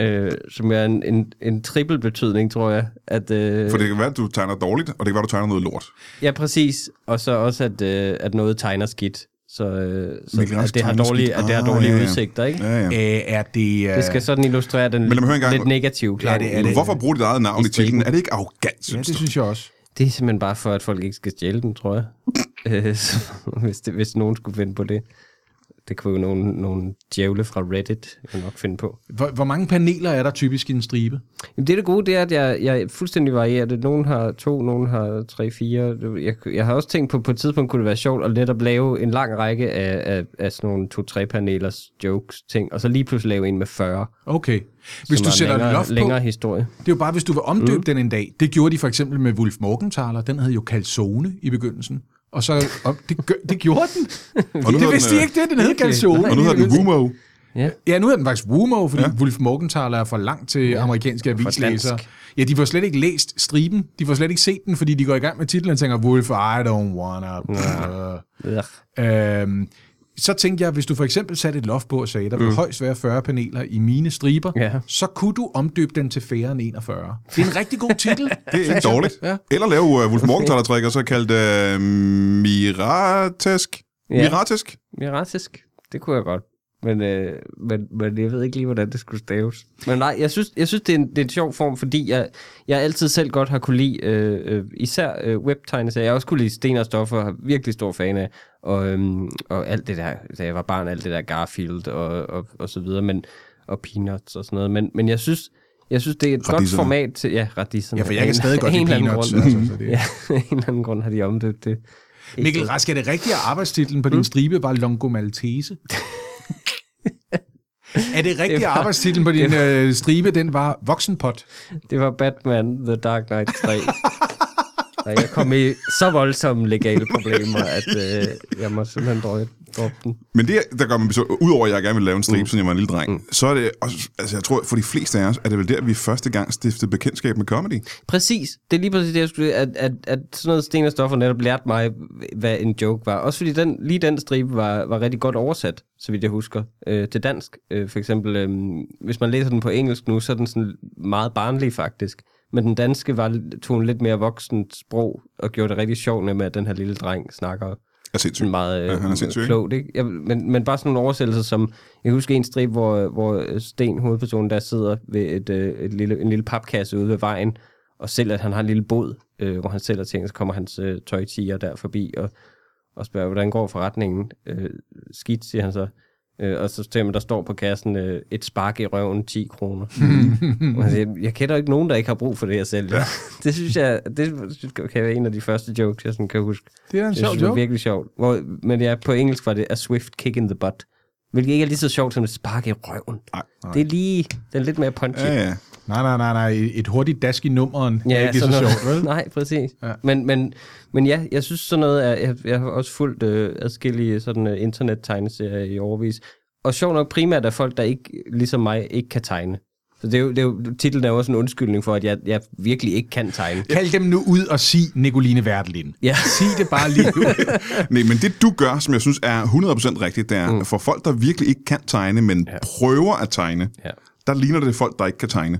Speaker 1: øh, som er en, en, en trippel betydning, tror jeg. At, øh,
Speaker 2: For det kan være, at du tegner dårligt, og det kan være, at du tegner noget lort.
Speaker 1: Ja, præcis. Og så også, at, øh, at noget tegner skidt. Så, øh, så
Speaker 2: Mikkel Rask
Speaker 1: at det har
Speaker 2: tegner
Speaker 1: dårlige,
Speaker 2: skidt.
Speaker 1: at det har
Speaker 2: Ah,
Speaker 1: dårlige
Speaker 2: ja,
Speaker 1: ah,
Speaker 2: ja.
Speaker 1: udsigter, ikke?
Speaker 2: Ja, ja.
Speaker 3: Øh, er det... Øh,
Speaker 1: Det skal sådan illustrere den
Speaker 2: lad mig høre
Speaker 1: lidt,
Speaker 2: engang,
Speaker 1: lidt
Speaker 2: hvor-
Speaker 1: negative klang.
Speaker 3: det er det.
Speaker 2: Hvorfor bruge dit eget navn i titlen? Er det ikke arrogant,
Speaker 3: ja,
Speaker 2: synes
Speaker 3: det
Speaker 2: du?
Speaker 3: synes jeg også.
Speaker 1: det er simpelthen bare for, at folk ikke skal stjæle den, tror jeg. Øh, så, hvis, det, hvis nogen skulle finde på det. Det kunne jo nogen, nogen djævle fra Reddit jo nok finde på.
Speaker 3: Hvor, hvor mange paneler er der typisk i en stribe?
Speaker 1: Jamen, det, er det gode, det er, at jeg, jeg fuldstændig varierer det. Nogen har to, nogen har tre, fire. Det- Jeg, jeg har også tænkt på, på et tidspunkt kunne det være sjovt at netop lave en lang række af, af, af sådan nogle to-tre panelers jokes ting, og så lige pludselig lave en med 40.
Speaker 3: Okay. Hvis
Speaker 1: som
Speaker 3: du
Speaker 1: er en
Speaker 3: sætter
Speaker 1: længere,
Speaker 3: loft
Speaker 1: længere
Speaker 3: på,
Speaker 1: historie.
Speaker 3: det er jo bare, hvis du vil omdøbe mm. den en dag. Det gjorde de for eksempel med Wolf Morgenthaler. Den hed jo Calzone i begyndelsen. Og så, og det, gør, det gjorde den.
Speaker 2: Og nu
Speaker 3: det
Speaker 2: hedder
Speaker 3: vidste de
Speaker 2: den, øh,
Speaker 3: ikke, det. Den hed Calzone.
Speaker 2: Og nu hedder den Wumo.
Speaker 3: Ja, nu er den faktisk Wumo, fordi
Speaker 2: Ja.
Speaker 3: ja. Wolf Morgenthaler er for langt til ja. amerikanske avislæsere.
Speaker 1: dansk.
Speaker 3: Ja, de får slet ikke læst striben. De får slet ikke set den, fordi de går i gang med titlen og tænker, Wolf, I don't wanna...
Speaker 1: Ja.
Speaker 3: Øhm, så tænkte jeg, hvis du for eksempel satte et loft på og sagde, der vil højst være 40 paneler i mine striber,
Speaker 1: Mm. Ja.
Speaker 3: så kunne du omdøbe den til færre end 41. Det er en rigtig god titel.
Speaker 2: Det er ikke dårligt.
Speaker 3: Ja.
Speaker 2: Eller lave uh, Wolf Morgenthaler-træk, og så kaldt uh, Miratesk.
Speaker 1: Ja.
Speaker 2: Miratesk?
Speaker 1: Miratisk. Det kunne jeg godt. Men, øh, men, men jeg ved ikke lige, hvordan det skulle staves. Men nej, jeg synes, jeg synes det, er en, det er en sjov form, fordi jeg, jeg altid selv godt har kunne lide øh, øh, især øh, webtegneserier. Jeg har også kunne lide Sten og Stoffer, og har virkelig stor fan af. Og, øhm, og alt det der, da jeg var barn, alt det der Garfield og, og, og så videre, men, og Peanuts og sådan noget. Men, men jeg synes, jeg synes, det er et godt
Speaker 2: Radiserne.
Speaker 1: format til... Ja, radiserne.
Speaker 3: Ja, for jeg
Speaker 1: Af
Speaker 3: kan
Speaker 1: en-
Speaker 3: stadig godt
Speaker 1: af en
Speaker 3: lide
Speaker 1: eller anden
Speaker 3: Peanuts,
Speaker 1: grund.
Speaker 3: altså, så det-
Speaker 1: Ja, af en eller anden grund har de omdøbt det.
Speaker 3: Mikkel Rask, er det rigtige arbejdstitlen på
Speaker 1: Mm.
Speaker 3: din stribe var Longo Maltese? er det rigtige
Speaker 1: Det
Speaker 3: det
Speaker 1: var-
Speaker 3: arbejdstitlen på din øh, stribe, den var Voksenpot?
Speaker 1: Det var Batman The Dark Knight 3. Og jeg kom i så voldsomme legale problemer, at øh, jeg må simpelthen drøje droppe den.
Speaker 2: Men det, der gør mig besøg, udover at jeg gerne vil lave en stribe, mm. siden jeg var en lille dreng, mm. så er det, også, altså jeg tror, for de fleste af os, er det vel der, vi første gang stiftede bekendtskab med comedy.
Speaker 1: Præcis. Det er lige præcis det, jeg skulle at, at, at sådan noget Sten og Stoffer netop lærte mig, hvad en joke var. Også fordi den, lige den stribe var, var rigtig godt oversat, så vidt jeg husker, øh, til dansk. Øh, for eksempel, øh, hvis man læser den på engelsk nu, så er den sådan meget barnlig faktisk. Men den danske var, tog en lidt mere voksent sprog, og gjorde det rigtig sjovt med, at den her lille dreng snakker
Speaker 2: Er sindssygt.
Speaker 1: sådan meget
Speaker 2: Ja,
Speaker 1: øh,
Speaker 2: han er sindssyg, ikke?
Speaker 1: klogt. Ikke? Jeg, men, men bare sådan nogle oversættelser som, jeg husker en strip, hvor, hvor øh, Sten, hovedpersonen, der sidder ved et, øh, et lille, en lille papkasse ude ved vejen, og sælger, at han har en lille båd, øh, hvor han sælger ting, så kommer hans øh, tøjtiger der forbi og, og spørger, hvordan går forretningen? Øh, skidt, siger han så. Øh, og så ser man, der står på kassen, øh, et spark i røven, 10 kroner. Og han siger, jeg kender ikke nogen, der ikke har brug for det, jeg sælger. Ja. det synes jeg, det synes jeg kan være en af de første jokes, jeg sådan kan huske.
Speaker 3: Det er da en
Speaker 1: Det
Speaker 3: sjov
Speaker 1: synes jeg er
Speaker 3: joke.
Speaker 1: virkelig sjovt. Hvor, men ja, på engelsk var det a swift kick in the butt. Hvilket ikke er lige så sjovt som et spark i røven.
Speaker 2: Nej.
Speaker 1: Det er lige, den er lidt mere punchy.
Speaker 2: Ja, ja.
Speaker 3: Nej, nej, nej, nej. Et hurtigt dask i nummeren ja, er ikke lige så
Speaker 1: sådan noget.
Speaker 3: sjovt, vel?
Speaker 1: Nej, præcis.
Speaker 3: Ja.
Speaker 1: Ja. Men, men, men ja, jeg synes sådan noget, er, jeg, jeg har også fulgt øh, adskillige sådan øh, internet-tegneserier i overvis. Og sjovt nok primært er folk, der ikke, ligesom mig, ikke kan tegne. Så det er jo, det er jo, titlen er jo også en undskyldning for, at jeg, jeg virkelig ikke kan tegne.
Speaker 3: Kald dem nu ud og sig Nicoline Wertelin.
Speaker 1: Ja.
Speaker 3: Sig det bare lige nu.
Speaker 2: Nej, men det du gør, som jeg synes er 100% rigtigt, det er, mm. for folk, der virkelig ikke kan tegne, men ja. prøver at tegne,
Speaker 1: Ja.
Speaker 2: der ligner det folk, der ikke kan tegne.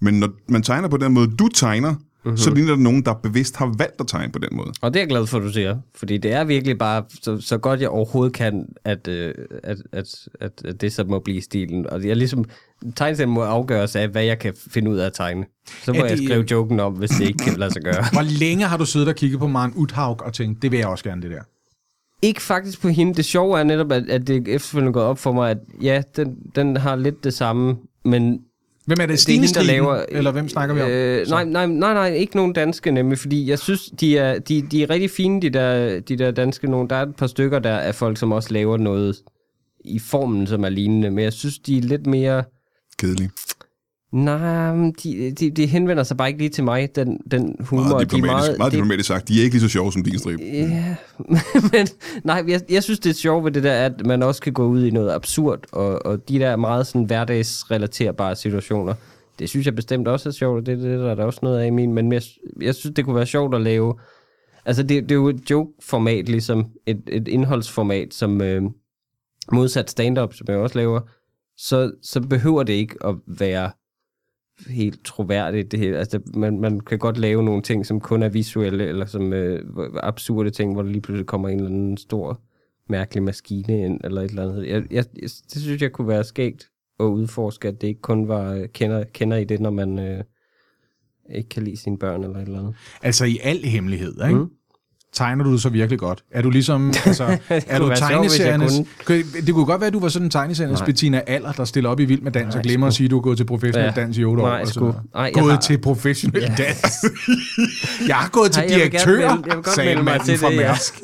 Speaker 2: Men når man tegner på den måde, du tegner, mm-hmm.
Speaker 1: Mhm.
Speaker 2: så ligner det nogen, der bevidst har valgt at tegne på den måde.
Speaker 1: Og det er jeg glad for, at du siger. Fordi det er virkelig bare så, så godt, jeg overhovedet kan, at, øh, at, at, at, at det så må blive stilen. Og jeg ligesom, tegneserien må afgøres af, hvad jeg kan finde ud af at tegne. Så må
Speaker 3: Er
Speaker 1: jeg
Speaker 3: det-
Speaker 1: skrive joken om, hvis det ikke kan lade sig gøre.
Speaker 3: Hvor længe har du siddet og kigget på Maren Uthaug og tænkt, det vil jeg også gerne, det der?
Speaker 1: Ikke faktisk på hende. Det sjove er netop, at, at det efterfølgende er gået op for mig, at ja, den, den har lidt det samme, men
Speaker 3: Hvem er det?
Speaker 1: det er
Speaker 3: Stine
Speaker 1: hende, der laver...
Speaker 3: Eller hvem snakker vi om?
Speaker 1: Øh, nej, nej, nej, nej, ikke nogen danske nemlig, fordi jeg synes, de er, de, de er rigtig fine, de der, de der danske nogen. Der er et par stykker der af folk, som også laver noget i formen, som er lignende, men jeg synes, de er lidt mere...
Speaker 2: Kedeligt.
Speaker 1: Nej, men de, de, de henvender sig bare ikke lige til mig, den, den humor.
Speaker 2: Meget
Speaker 1: de er
Speaker 2: diplomatisk, meget, meget
Speaker 1: det-
Speaker 2: diplomatisk sagt. De er ikke lige så sjove som din stribe.
Speaker 1: Ja, men nej, jeg, jeg synes, det er sjovt ved det der, at man også kan gå ud i noget absurd, og, og de der meget sådan hverdagsrelaterbare situationer, det synes jeg bestemt også er sjovt, og det, er det der er der også noget af i min, men jeg, jeg synes, det kunne være sjovt at lave, altså det, det er jo et joke-format, ligesom et, et indholdsformat, som øh, modsat stand-up, som jeg også laver, så, så behøver det ikke at være helt troværdigt det hele. Altså, der- man, man kan godt lave nogle ting, som kun er visuelle, eller som øh, hvor- absurde ting, hvor der lige pludselig kommer en eller anden stor mærkelig maskine ind, eller et eller andet. Jeg, jeg, jeg- det synes jeg kunne være skægt at udforske, at det ikke kun var, øh, kender, kender I det, når man øh, ikke kan lide sine børn, eller et eller andet.
Speaker 3: Altså i al hemmelighed, ikke? Mm. Tegner du det så virkelig godt? Er du ligesom, altså, er
Speaker 1: kunne
Speaker 3: du
Speaker 1: være sjovt, hvis jeg
Speaker 3: tegneseriernes... Kunne- Det kunne godt være, at du var sådan en tegneseriernes Bettina Aller, der stiller op i Vild med Dans og glemmer at sige, at du er gået til professionel
Speaker 1: Ja.
Speaker 3: dans i 8 år.
Speaker 1: Nej,
Speaker 3: og sådan
Speaker 1: sgu.
Speaker 3: noget.
Speaker 1: Nej, jeg
Speaker 3: gået
Speaker 1: har-
Speaker 3: til professionel dans. jeg har gået til
Speaker 1: Nej, jeg vil gerne
Speaker 3: direktør,
Speaker 1: melde- jeg vil godt
Speaker 3: sagde
Speaker 1: melde mig
Speaker 3: manden
Speaker 1: til
Speaker 3: fra
Speaker 1: det, ja.
Speaker 3: Mærsk.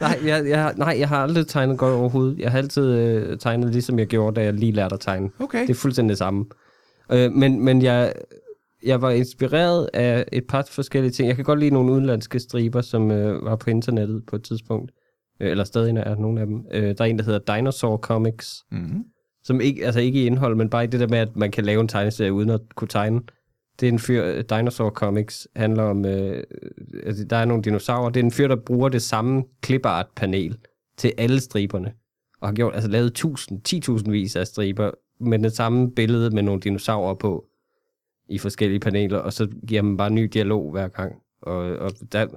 Speaker 1: Nej, jeg, jeg, har- nej, jeg har aldrig tegnet godt overhovedet. Jeg har altid øh, tegnet, ligesom jeg gjorde, da jeg lige lærte at tegne.
Speaker 3: Okay.
Speaker 1: Det er fuldstændig det samme. Øh, men men jeg, jeg var inspireret af et par forskellige ting. Jeg kan godt lide nogle udenlandske striber, som øh, var på internettet på et tidspunkt. Øh, eller stadig er nogle af dem. Øh, der er en, der hedder Dinosaur Comics.
Speaker 3: Mhm.
Speaker 1: Som ikke, altså ikke i indhold, men bare i det der med, at man kan lave en tegneserie uden at kunne tegne. Det er en fyr, øh, Dinosaur Comics handler om, øh, altså, der er nogle dinosaurer. Det er en fyr, der bruger det samme clipart-panel til alle striberne. Og har gjort, altså lavet tusind, 10.000 vis af striber med det samme billede med nogle dinosaurer på i forskellige paneler, og så giver man bare ny dialog hver gang. Og, og der, jamen,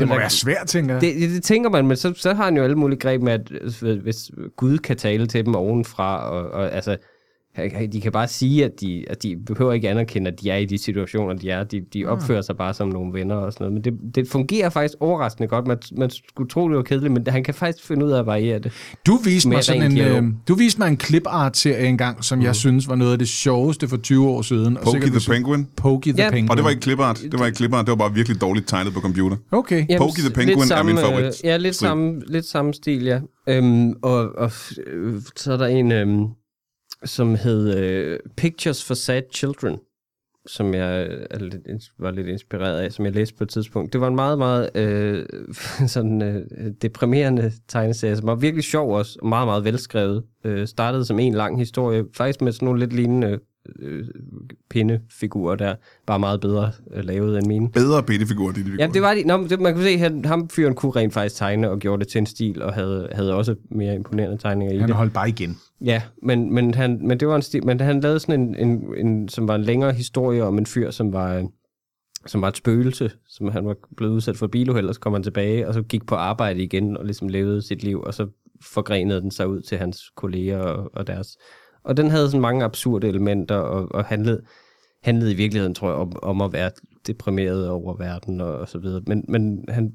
Speaker 3: Det må
Speaker 1: der-
Speaker 3: være svært, tænker jeg.
Speaker 1: det, det, det tænker man, men så, så har han jo alle mulige greb med, at øh, hvis Gud kan tale til dem ovenfra, og, og altså, han- de kan bare sige, at de, at de behøver ikke anerkende, at de er i de situationer, de er. De,
Speaker 3: Mm.
Speaker 1: de opfører sig bare som nogle venner og sådan noget. Men det, det fungerer faktisk overraskende godt. Man, man skulle tro, det var kedeligt, men han kan faktisk finde ud af at variere det.
Speaker 3: Du viste, mig
Speaker 1: Mere
Speaker 3: sådan
Speaker 1: ren
Speaker 3: en,
Speaker 1: dialog. Mhm.
Speaker 3: øh, du viste mig en clipart-serie engang, som mm. jeg synes var noget af det sjoveste for 20 år siden. Og
Speaker 2: Pokey
Speaker 3: sikkert
Speaker 2: the
Speaker 3: vil sige-
Speaker 2: Penguin.
Speaker 3: Pokey the
Speaker 1: Ja.
Speaker 3: Penguin.
Speaker 2: Og det var ikke clipart. Det var ikke clipart. Det var bare virkelig dårligt tegnet på computer.
Speaker 3: Okay. Ja.
Speaker 2: Pokey the Penguin er
Speaker 1: lidt samme,
Speaker 2: min favorit.
Speaker 1: øh, Ja, lidt
Speaker 2: Stil.
Speaker 1: samme, lidt samme stil, ja. Øhm, og, og f- øh, så er der en, øhm, som hed øh, Pictures for Sad Children, som jeg øh, er lidt, ins- var lidt inspireret af, som jeg læste på et tidspunkt. Det var en meget, meget øh, sådan, øh, deprimerende tegneserie, som var virkelig sjov også, og meget, meget velskrevet. Øh, startede som en lang historie, faktisk med sådan nogle lidt lignende øh, pindefigurer, der bare meget bedre øh, lavet end mine.
Speaker 2: Bedre pittefigurer, de, de
Speaker 1: Jamen, det var de. Nå, men det, man kunne se, at han- ham fyren kunne rent faktisk tegne og gjorde det til en stil, og havde, havde også mere imponerende tegninger i
Speaker 3: Han
Speaker 1: det.
Speaker 3: holdt bare igen.
Speaker 1: Ja, men, men, han, men det var en stil, men han lavede sådan en, en, en, som var en længere historie om en fyr, som var, øh, som var et spøgelse, som han var blevet udsat for et biluheld, og så kom han tilbage, og så gik på arbejde igen, og ligesom levede sit liv, og så forgrenede den sig ud til hans kolleger og, og deres. Og den havde sådan mange absurde elementer, og, og handlede, handlede i virkeligheden, tror jeg, om, om at være deprimeret over verden og, og så videre. Men, men han,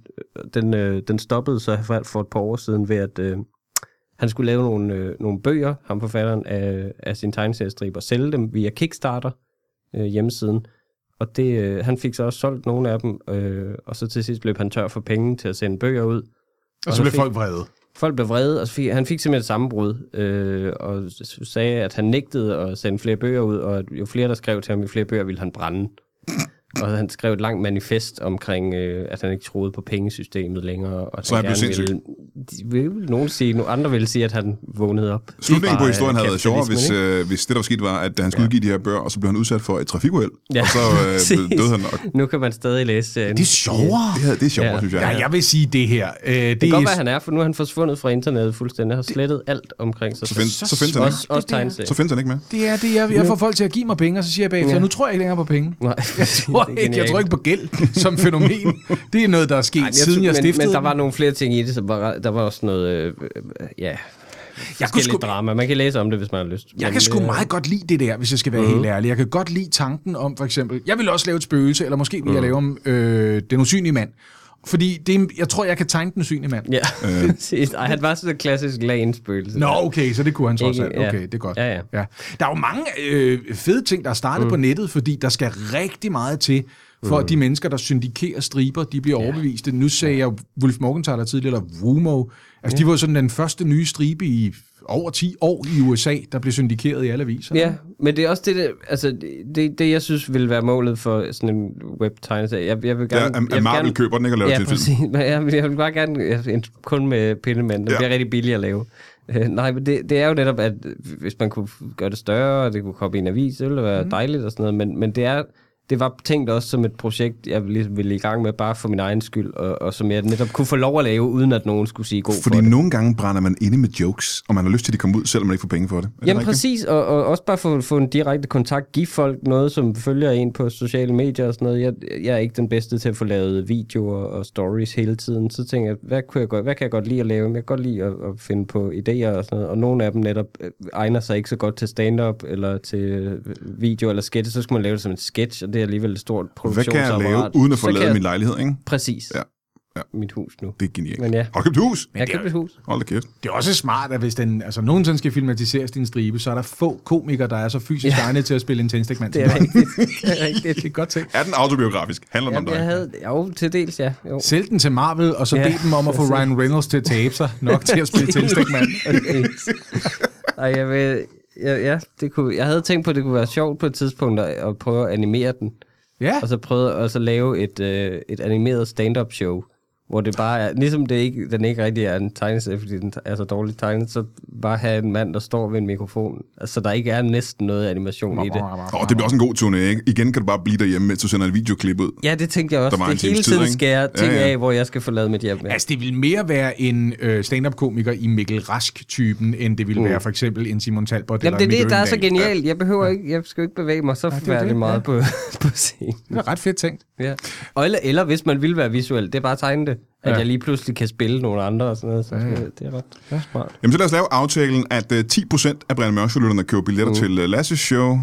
Speaker 1: den, øh, den stoppede så for, for et par år siden ved, at øh, han skulle lave nogle, øh, nogle bøger, ham forfatteren af, af sin tegneseriestrip, og sælge dem via Kickstarter øh, hjemmesiden. Og det, øh, han fik så også solgt nogle af dem, øh, og så til sidst blev han tør for penge til at sende bøger ud.
Speaker 3: Og så
Speaker 1: så
Speaker 3: blev
Speaker 1: fik-
Speaker 3: folk vrede.
Speaker 1: folk blev vrede, og så fik, han fik simpelthen et sammenbrud, øh, og s- sagde, at han nægtede at sende flere bøger ud, og at jo flere, der skrev til ham, jo flere bøger ville han brænde. Og han skrev et langt manifest omkring, øh, at han ikke troede på pengesystemet længere. Og at
Speaker 2: Så han blev
Speaker 1: gerne Ville, de, vil nogen sige, nu andre vil sige, at han vågnede op.
Speaker 2: Slutningen
Speaker 1: Fra,
Speaker 2: på
Speaker 1: øh,
Speaker 2: historien havde været sjovere, hvis,
Speaker 1: kapitalismen,
Speaker 2: øh, hvis det, der var sket, var, at han skulle udgive de her bøger, og så blev han udsat for et trafikuheld,
Speaker 1: Ja,
Speaker 2: og så øh,
Speaker 1: præcis.
Speaker 2: døde han. Og
Speaker 1: ikke? Nu kan man stadig læse serien.
Speaker 3: Det er sjovere.
Speaker 2: det, her, det er sjovere,
Speaker 1: Ja.
Speaker 2: synes jeg.
Speaker 3: Ja, jeg vil sige det her. Øh, det,
Speaker 1: Det kan godt
Speaker 3: er-
Speaker 1: være, han er, for nu er han forsvundet fra internettet fuldstændig. Han har slettet alt omkring sig.
Speaker 2: Så, find, så, findes han
Speaker 1: Også,
Speaker 2: ikke.
Speaker 1: også
Speaker 3: Det er-
Speaker 1: tegneserier.
Speaker 2: så findes han ikke med.
Speaker 3: det er det, jeg, jeg får folk til at give mig penge, og så siger jeg bagefter,
Speaker 1: Ja.
Speaker 3: ja. nu tror jeg ikke længere på penge.
Speaker 1: Nej, jeg
Speaker 3: Tror ikke, jeg tror ikke på gæld som fænomen. Det er noget, der er sket, siden jeg
Speaker 1: men,
Speaker 3: stiftede
Speaker 1: men der var
Speaker 3: den.
Speaker 1: nogle flere ting i det, som var, der var også noget, øh, øh, ja,
Speaker 3: jeg kunne
Speaker 1: forskellige
Speaker 3: sgu,
Speaker 1: drama. Man kan læse om det, hvis man har lyst.
Speaker 3: jeg
Speaker 1: Men,
Speaker 3: kan sgu
Speaker 1: øh, Mhm.
Speaker 3: meget godt lide det der, hvis jeg skal være uh-huh. helt ærlig. Jeg kan godt lide tanken om, for eksempel, jeg vil også lave et spøgelse, eller måske vil
Speaker 1: Mhm.
Speaker 3: uh-huh. jeg lave om øh, den usynlige mand. Fordi det, er- jeg tror, jeg kan tegne den usynlige mand.
Speaker 1: Ja,
Speaker 3: Øh.
Speaker 1: præcis. Ej, han var sådan en klassisk lagindspøgelse.
Speaker 3: Nå, okay, så det kunne han trods
Speaker 1: Ikke-
Speaker 3: alt.
Speaker 1: ja.
Speaker 3: Okay, det er godt.
Speaker 1: Ja, ja.
Speaker 3: Ja. Der er jo mange øh, fede ting, der er startet mm. på nettet, fordi der skal rigtig meget til, for mm. de mennesker, der syndikerer striber, de bliver overbeviste. Nu sagde jeg jo Wolf Morgenthaler tidligere, eller Wumo. Altså,
Speaker 1: Mm.
Speaker 3: de var jo sådan den første nye stribe i over 10 år i USA, der blev syndikeret i alle aviser.
Speaker 1: Ja, men det er også det, der, altså, det- det, det, jeg synes vil være målet for sådan en web-tegneserie. Jeg, jeg vil
Speaker 2: Ja,
Speaker 1: gerne...
Speaker 2: at-
Speaker 1: jeg
Speaker 2: at
Speaker 1: vil
Speaker 2: Marvel
Speaker 1: gerne,
Speaker 2: køber den ikke og laver
Speaker 1: Ja,
Speaker 2: til film.
Speaker 1: præcis. Men Jeg, jeg vil bare gerne ja, en- kun med pindemænd. Det
Speaker 2: Ja.
Speaker 1: bliver rigtig billigt at lave. Øh, nej, men det, det er jo netop, at hvis man kunne gøre det større, og det kunne komme i en avis, det ville være mm. dejligt og sådan noget. Men, men det er det var tænkt også som et projekt, jeg ligesom ville i gang med, bare for min egen skyld, og, og som jeg netop kunne få lov at lave, uden at nogen skulle sige god for
Speaker 2: Fordi
Speaker 1: det.
Speaker 2: nogle gange brænder man inde med jokes, og man har lyst til, at de kommer ud, selvom man ikke får penge for det. Er det
Speaker 1: Jamen
Speaker 2: rigtigt?
Speaker 1: præcis, og, og også bare få, få en direkte kontakt. Giv folk noget, som følger en på sociale medier og sådan noget. Jeg, jeg er ikke den bedste til at få lavet videoer og stories hele tiden. Så tænker jeg, hvad, kunne jeg godt, hvad kan jeg godt lide at lave? Jamen, Jeg kan godt lide at, at finde på idéer og sådan noget. Og nogle af dem netop øh, egner sig ikke så godt til stand-up eller til øh, video eller sketch. Så skulle man lave det som en sketch, og det er alligevel et stort
Speaker 2: Hvad kan jeg
Speaker 1: produktionsapparat.
Speaker 2: lave, uden at
Speaker 1: Så
Speaker 2: få
Speaker 1: kan
Speaker 2: lavet
Speaker 1: jeg-
Speaker 2: min lejlighed, ikke?
Speaker 1: Præcis.
Speaker 2: Ja, ja.
Speaker 1: Mit hus nu.
Speaker 2: Det er genialt.
Speaker 1: Men ja.
Speaker 2: Har du købt hus?
Speaker 1: Jeg købte et hus.
Speaker 2: Hold da kæft.
Speaker 3: Det er også smart, at hvis den altså, nogensinde skal filmatiseres din stribe, så er der få komikere, der er så fysisk ja. egnet til at spille en tændstikmand.
Speaker 1: Det
Speaker 3: som
Speaker 1: er
Speaker 3: dig.
Speaker 1: rigtigt. Det er rigtigt.
Speaker 3: det er godt ting.
Speaker 2: Er den autobiografisk? Handler den om
Speaker 1: Jamen,
Speaker 2: dig?
Speaker 1: jeg havde, jo, til dels ja. Jo.
Speaker 3: Sælg den til Marvel, og så
Speaker 1: Ja.
Speaker 3: ja. bed dem om at få Ryan Reynolds til at tabe sig nok til at spille tændstikmand.
Speaker 1: Og jeg vil... Ja, ja det kunne, jeg havde tænkt på, at det kunne være sjovt på et tidspunkt at, at prøve at animere den.
Speaker 3: Ja.
Speaker 1: Og så prøvede og så lave et, øh, et animeret stand-up show, hvor det bare er, ligesom det ikke, den ikke rigtig er en tegneserie, fordi den er så dårligt tegnet, så bare have en mand, der står ved en mikrofon. Altså, der ikke er næsten noget animation i det.
Speaker 2: Åh, oh, det bliver også en god tune, ikke? Igen kan du bare blive derhjemme, mens du sender et videoklip ud.
Speaker 1: Ja, det tænkte jeg også.
Speaker 2: Der var en
Speaker 1: Det hele
Speaker 2: times tid,
Speaker 1: tiden
Speaker 2: ikke?
Speaker 1: skal jeg
Speaker 2: Ja,
Speaker 1: ting
Speaker 2: ja.
Speaker 1: af, hvor jeg skal få lavet mit hjem. Ja.
Speaker 3: Altså, det ville mere være en øh, stand-up-komiker i Mikkel Rask-typen, end det ville
Speaker 2: Mm.
Speaker 3: være for eksempel en Simon Talbot
Speaker 1: Jamen,
Speaker 3: eller
Speaker 1: det er
Speaker 3: en
Speaker 1: det, der er så
Speaker 3: Mikke Øgendahl.
Speaker 1: genialt. Jeg behøver ikke, jeg skal jo ikke bevæge mig så
Speaker 3: det er jo det,
Speaker 1: forfærdeligt meget på, på scenen.
Speaker 3: Det er ret fedt tænkt.
Speaker 1: Ja. Og eller, eller hvis man vil være visuel, det er bare at tegne det. At ja. jeg lige pludselig kan spille nogle andre og sådan noget. Så ja, ja. Det er ret ja. smart.
Speaker 2: Jamen, så lad os lave aftalen, at uh, 10% af Brian Mørk-lytterne køber billetter mm. til uh, Lasses show, uh,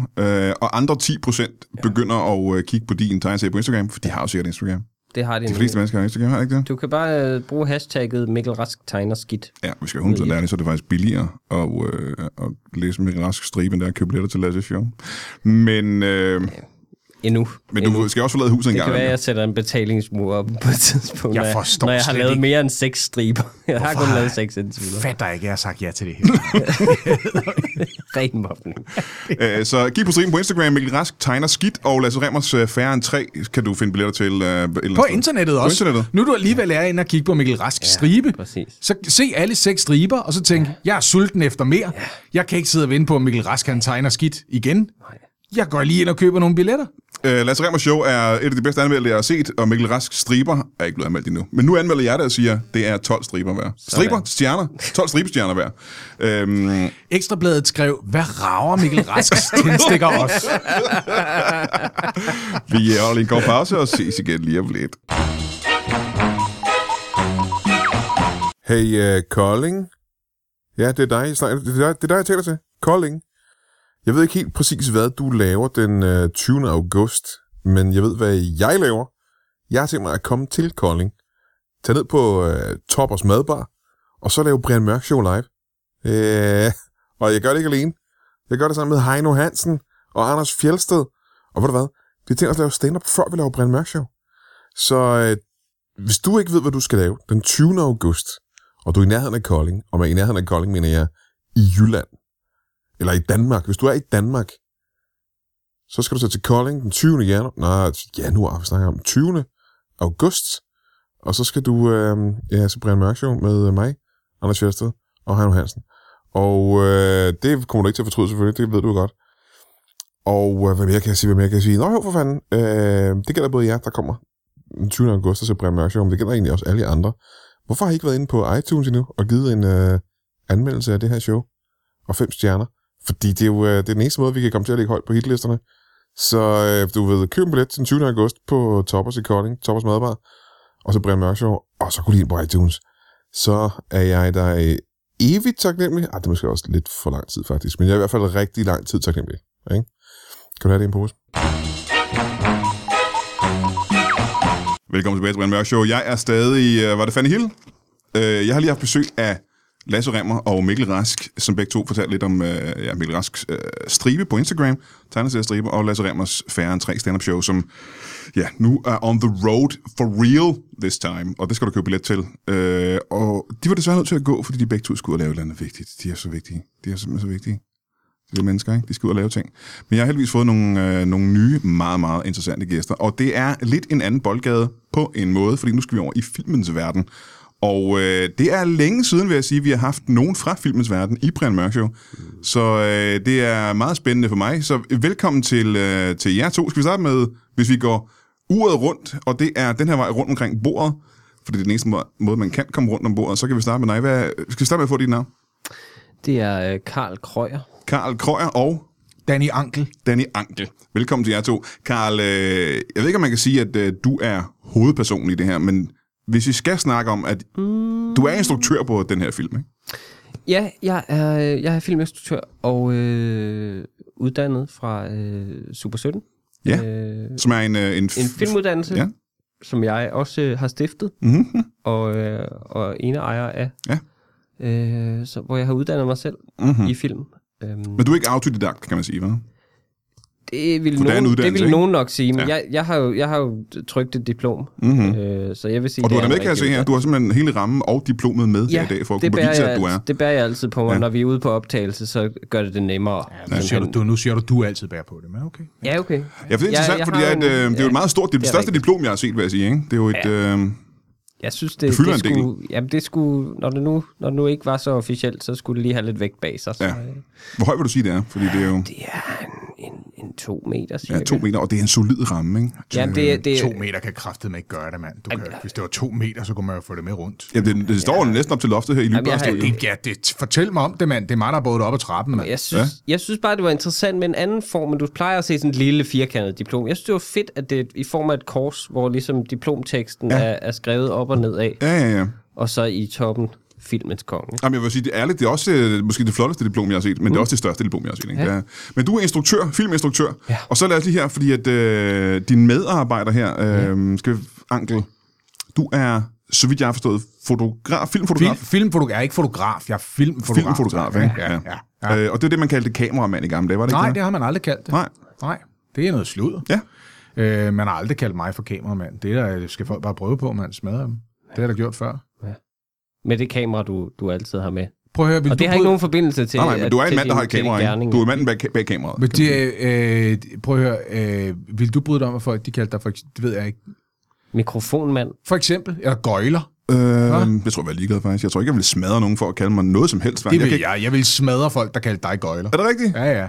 Speaker 2: og andre 10% begynder at uh, kigge på din tegneserie på Instagram, for de har jo sikkert Instagram.
Speaker 1: Det har de,
Speaker 2: De fleste
Speaker 1: nu.
Speaker 2: mennesker har Instagram, har de ikke det?
Speaker 1: Du kan bare øh, bruge hashtagget Mikkel Rask tegner skidt.
Speaker 2: Ja, hvis vi skal have 100% ærlig, så er det faktisk billigere at, øh, at læse med rask stribe, end der at købe billetter til Lasses show. Men, øh,
Speaker 1: Endnu.
Speaker 2: men
Speaker 1: Endnu.
Speaker 2: du skal også forlade huset en
Speaker 1: det kan
Speaker 2: gang.
Speaker 1: være,
Speaker 2: imellem.
Speaker 1: jeg sætter en betalingsmur op på et tidspunkt,
Speaker 3: Jeg
Speaker 1: når
Speaker 3: forstår
Speaker 1: når jeg har
Speaker 3: slet
Speaker 1: lavet
Speaker 3: ikke-
Speaker 1: mere end seks striber. Jeg har kun
Speaker 3: Hvorfor?
Speaker 1: lavet seks indtil videre.
Speaker 3: Fat dig ikke, jeg har sagt ja til det her.
Speaker 1: Ren mobning.
Speaker 2: Øh, så kig på striben på Instagram, Mikkel Rask tegner skidt, og Lasse Remmers øh, færre end 3 kan du finde billetter til. Øh, et eller andet
Speaker 3: På
Speaker 2: sted.
Speaker 3: internettet også.
Speaker 2: På internettet.
Speaker 3: Nu du alligevel er inde og kigge på Mikkel Rask stribe,
Speaker 1: præcis.
Speaker 3: så se alle seks striber, og så tænk, jeg er sulten efter mere. Jeg kan ikke sidde og vente på, at Mikkel Rask han tegner skidt igen. Jeg går lige ind og køber nogle billetter.
Speaker 2: Øh, Lasse Remmers show er et af de bedste anmeldte, jeg har set, og Mikkel Rask striber er ikke blevet anmeldt endnu. Men nu anmelder jeg det og siger, det er 12 striber hver. Striber, stjerner, 12 stribestjerner hver. Øhm,
Speaker 3: Ekstrabladet skrev, hvad rager Mikkel Rasks tændstikker os?
Speaker 2: vi holder lige en kort pause og ses igen lige om lidt.
Speaker 4: Hey, uh, Kolding? Ja, det er dig, jeg snakker, det, er dig, det er dig, jeg taler til. Kolding. Jeg ved ikke helt præcis, hvad du laver den øh, 20. august, men jeg ved, hvad jeg laver. Jeg har tænkt mig at komme til Kolding, tage ned på øh, Toppers Madbar, og så lave Brian Mørk Show live. Øh, og jeg gør det ikke alene. Jeg gør det sammen med Heino Hansen og Anders Fjelsted. Og ved du hvad? Vi tænker os at lave stand-up, før vi laver Brian Mørk Show. Så øh, hvis du ikke ved, hvad du skal lave den 20. august, og du er i nærheden af Kolding, og med i nærheden af Kolding mener jeg i Jylland, eller i Danmark. Hvis du er i Danmark, så skal du så til Kolding den 20. januar, nej, januar, vi snakker om 20. august, og så skal du, øh, ja, så Brian Mørk Show med øh, mig, Anders Fjersted og Heino Hansen. Og øh, det kommer du ikke til at fortryde selvfølgelig, det ved du jo godt. Og øh, hvad mere kan jeg sige, hvad mere kan jeg sige? Nå jo, for fanden, øh, det gælder både jer, der kommer den 20. august og så Brian Mørk Show, men det gælder egentlig også alle jer andre. Hvorfor har I ikke været inde på iTunes endnu og givet en øh, anmeldelse af det her show? Og fem stjerner. Fordi det er jo øh, det er den eneste måde, vi kan komme til at lægge højt på hitlisterne. Så øh, du ved, køb en billet til den 20. august på Toppers i Kolding, Toppers Madbar, og så Brian Mørk Show, og så gå lige ind på iTunes. Så er jeg dig evigt taknemmelig. Ej, det er måske også lidt for lang tid faktisk, men jeg er i hvert fald rigtig lang tid taknemmelig. Ikke? Kan du have det i en pose?
Speaker 2: Velkommen tilbage til Brian Mørk Show. Jeg er stadig... Øh, var det Fanny Hill? Øh, jeg har lige haft besøg af Lasse Remmer og Mikkel Rask, som begge to fortalte lidt om øh, ja, Mikkel Rasks øh, stribe på Instagram, tegneseriestribe, og Lasse Remmers færre end tre stand-up show, som ja, nu er on the road for real this time, og det skal du købe billet til. Øh, og de var desværre nødt til at gå, fordi de begge to skulle ud og lave et eller andet vigtigt. De er så vigtige. De er simpelthen så vigtige. Det er mennesker, ikke? De skal ud og lave ting. Men jeg har heldigvis fået nogle, øh, nogle nye, meget, meget interessante gæster. Og det er lidt en anden boldgade på en måde, fordi nu skal vi over i filmens verden. Og øh, det er længe siden, vil jeg sige, vi har haft nogen fra filmens verden i Brian Mørk Show. Så øh, det er meget spændende for mig. Så velkommen til, øh, til jer to. Skal vi starte med, hvis vi går uret rundt, og det er den her vej rundt omkring bordet, for det er den eneste må- måde, man kan komme rundt om bordet. Så kan vi starte med dig. Hvad, skal vi starte med at få dit navn?
Speaker 1: Det er øh, Karl Krøyer.
Speaker 2: Karl Krøyer og
Speaker 3: Danny Ankel.
Speaker 2: Danny Ankel. Velkommen til jer to. Karl, øh, jeg ved ikke, om man kan sige, at øh, du er hovedpersonen i det her, men hvis vi skal snakke om, at du er instruktør på den her film, ikke?
Speaker 1: Mm, Ja, jeg er, øh, jeg er filminstruktør og øh, uddannet fra øh, Super 17.
Speaker 2: Ja.
Speaker 1: Øh,
Speaker 2: som er en, øh, en,
Speaker 1: en filmuddannelse,
Speaker 2: Ja.
Speaker 1: ja. som jeg også øh, har stiftet
Speaker 2: Mm-hmm.
Speaker 1: og, øh, og ene ejer af.
Speaker 2: Ja.
Speaker 1: Øh, så, hvor jeg har uddannet mig selv
Speaker 2: Mhm.
Speaker 1: mm-hmm. i film. Øhm,
Speaker 2: Men du er ikke autodidakt, kan man sige, hva'?
Speaker 1: det vil,
Speaker 2: For det er en
Speaker 1: nogen, det
Speaker 2: uddannelse,
Speaker 1: vil
Speaker 2: ikke?
Speaker 1: nogen nok sige, men ja.
Speaker 2: Ja.
Speaker 1: jeg, jeg, har jo, jeg har jo trykt et diplom,
Speaker 2: Mhm.
Speaker 1: øh, så jeg vil sige,
Speaker 2: Og du
Speaker 1: det
Speaker 2: er der
Speaker 1: en
Speaker 2: med, kan jeg se
Speaker 1: rigtig
Speaker 2: her. Du har simpelthen hele rammen og diplomet med ja,
Speaker 1: Ja,
Speaker 2: her i dag, for at
Speaker 1: det
Speaker 2: kunne
Speaker 1: bærer,
Speaker 2: bevise,
Speaker 1: jeg,
Speaker 2: at du er.
Speaker 1: alt- det bærer jeg altid på mig.
Speaker 2: Ja.
Speaker 1: Ja. Når vi er ude på optagelse, så gør det det nemmere.
Speaker 3: Ja, nu, siger du,
Speaker 1: Simpelthen.
Speaker 3: du, nu siger du, du altid bærer på det, men okay.
Speaker 1: Ja, okay.
Speaker 2: Ja, for det er interessant,
Speaker 1: jeg
Speaker 2: fordi
Speaker 1: har
Speaker 2: at,
Speaker 1: en-
Speaker 2: øh, det er jo et
Speaker 1: ja,
Speaker 2: meget stort, det, er det
Speaker 1: det er
Speaker 2: største
Speaker 1: rigtigt.
Speaker 2: diplom, jeg har set, vil jeg sige, ikke? Det er jo et... Ja. Øh,
Speaker 1: Jeg synes, det,
Speaker 2: Det
Speaker 1: det,
Speaker 2: fylder
Speaker 1: det,
Speaker 2: en del.
Speaker 1: skulle, jamen, det skulle, når det, nu, når det nu ikke var så officielt, så skulle det lige have lidt vægt bag sig. Så,
Speaker 2: Ja.
Speaker 1: ja. øh,
Speaker 2: hvor høj vil du sige, det er? Fordi det er jo
Speaker 1: det er en, en, en to meter, cirka.
Speaker 2: ja, to meter, og det er en solid ramme, ikke? Øh,
Speaker 1: Ja, det, er- det,
Speaker 3: To
Speaker 1: er-
Speaker 3: meter kan kraftet ikke gøre det, mand. Du kan, jo ikke- hvis det var to meter, så kunne man jo få det med rundt.
Speaker 2: Ja, det, det står ja. næsten op til loftet her i
Speaker 1: jeg
Speaker 2: Lybørn.
Speaker 1: har-
Speaker 2: Ja,
Speaker 3: Det, ja, det, fortæl mig om det, mand. Det er mig, der har båret op ad trappen, mand.
Speaker 1: jeg synes, ja. jeg synes bare, det var interessant med en anden form, men du plejer at se sådan en lille firkantet diplom. Jeg synes, det var fedt, at det er i form af et kors, hvor ligesom diplomteksten ja. er, er skrevet op og ned af,
Speaker 2: ja, ja. ja.
Speaker 1: og så i toppen filmens konge.
Speaker 2: Jamen, jeg vil sige, det er ærligt, det er også øh, måske det flotteste diplom, jeg har set, men
Speaker 3: Mm.
Speaker 2: det er også det største diplom, jeg har set. Ikke? Ja. Men du er instruktør, filminstruktør, ja. og så lad os lige her, fordi at øh, din medarbejder her, øh, skal vi, Ankel, du er, så vidt jeg har forstået, fotograf,
Speaker 3: Fil,
Speaker 2: filmfotograf.
Speaker 3: filmfotograf. Jeg er ikke fotograf, jeg er filmfotograf.
Speaker 2: Filmfotograf, ikke?
Speaker 3: Ja, ja, ja.
Speaker 2: Øh, og det er det, man kaldte kameramand i gamle dage, var det
Speaker 3: Nej,
Speaker 2: ikke
Speaker 3: det har man aldrig kaldt det.
Speaker 2: Nej.
Speaker 3: Nej, det er noget sludder.
Speaker 2: Ja.
Speaker 3: Øh, man har aldrig kaldt mig for kameramand. Det er der skal folk bare prøve på, man smadrer dem. Det har jeg da gjort før.
Speaker 1: Med det kamera, du, du altid har med.
Speaker 3: Prøv at høre, vil
Speaker 1: Og
Speaker 3: du
Speaker 1: det har ikke
Speaker 3: bryde-
Speaker 1: nogen forbindelse til...
Speaker 2: Nej, nej, men
Speaker 1: at-
Speaker 2: du er en
Speaker 1: til
Speaker 2: mand, der
Speaker 1: din-
Speaker 2: har et
Speaker 1: til din
Speaker 2: kamera, ikke?
Speaker 1: gerning.
Speaker 2: Du er manden bag, bag kameraet.
Speaker 3: Men
Speaker 2: kan man sige.
Speaker 3: det, øh, prøv at høre, øh, vil du bryde dig om, at folk de kaldte dig for, det ved jeg ikke,
Speaker 1: Mikrofonmand.
Speaker 3: for eksempel, eller gøjler.
Speaker 2: Øh, jeg tror, jeg var ligeglad, faktisk. Jeg tror ikke, jeg ville smadre nogen for at kalde mig noget som helst.
Speaker 3: Det
Speaker 2: jeg
Speaker 3: vil
Speaker 2: kan ikke...
Speaker 3: jeg. Jeg vil smadre folk, der kaldte dig gøjler.
Speaker 2: Er det rigtigt?
Speaker 3: Ja, ja.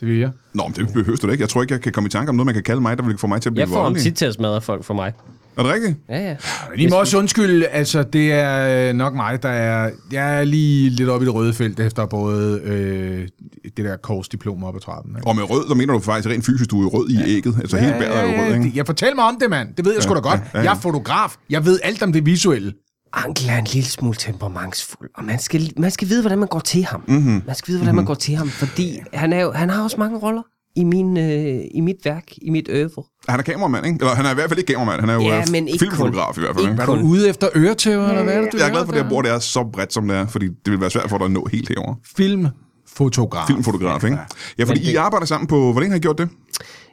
Speaker 3: Det vil jeg.
Speaker 2: Nå, men det behøver du da ikke. Jeg tror ikke, jeg kan komme i tanke om noget, man kan kalde mig, der vil få mig til at blive
Speaker 1: Jeg får ham
Speaker 2: voldelig.
Speaker 1: tit til at smadre folk for mig.
Speaker 2: Er det rigtigt?
Speaker 1: Ja, ja.
Speaker 3: Men I må også undskylde, altså det er øh, nok mig, der er, jeg er lige lidt oppe i det røde felt, efter både øh, det der korsdiplom op ad trappen. Ikke?
Speaker 2: Og med rød, der mener du faktisk rent fysisk, du er rød i ægget. Altså ja, hele bæret er jo rød, ikke?
Speaker 3: det- Jeg fortæl mig om det, mand. Det ved jeg sgu da godt.
Speaker 2: ja, ja.
Speaker 3: Jeg er fotograf. Jeg ved alt om det visuelle.
Speaker 1: Ankel er en lille smule temperamentsfuld, og man skal, man skal vide, hvordan man går til ham. Mm-hmm. Man skal vide, hvordan mm-hmm. man går til ham, fordi han, er jo, han har også mange roller i, min, øh, i mit værk, i mit øvre.
Speaker 2: Han er kameramand, ikke? Eller han er i hvert fald ikke kameramand. Han er jo
Speaker 1: Ja,
Speaker 2: øh,
Speaker 1: men ikke
Speaker 2: filmfotograf i hvert fald,
Speaker 1: Ikke
Speaker 2: ikke?
Speaker 3: Er du
Speaker 1: kun.
Speaker 3: ude efter øretæver, eller hvad er det, du
Speaker 2: Jeg er glad
Speaker 3: ude
Speaker 2: for, at det her
Speaker 3: efter?
Speaker 2: bord det er så bredt, som det er, fordi det vil være svært for dig at nå helt herover.
Speaker 3: Filmfotograf. Ah,
Speaker 2: Filmfotograf, ikke? Ja, fordi
Speaker 1: Men det-
Speaker 2: I arbejder sammen på... Hvor længe har I gjort det?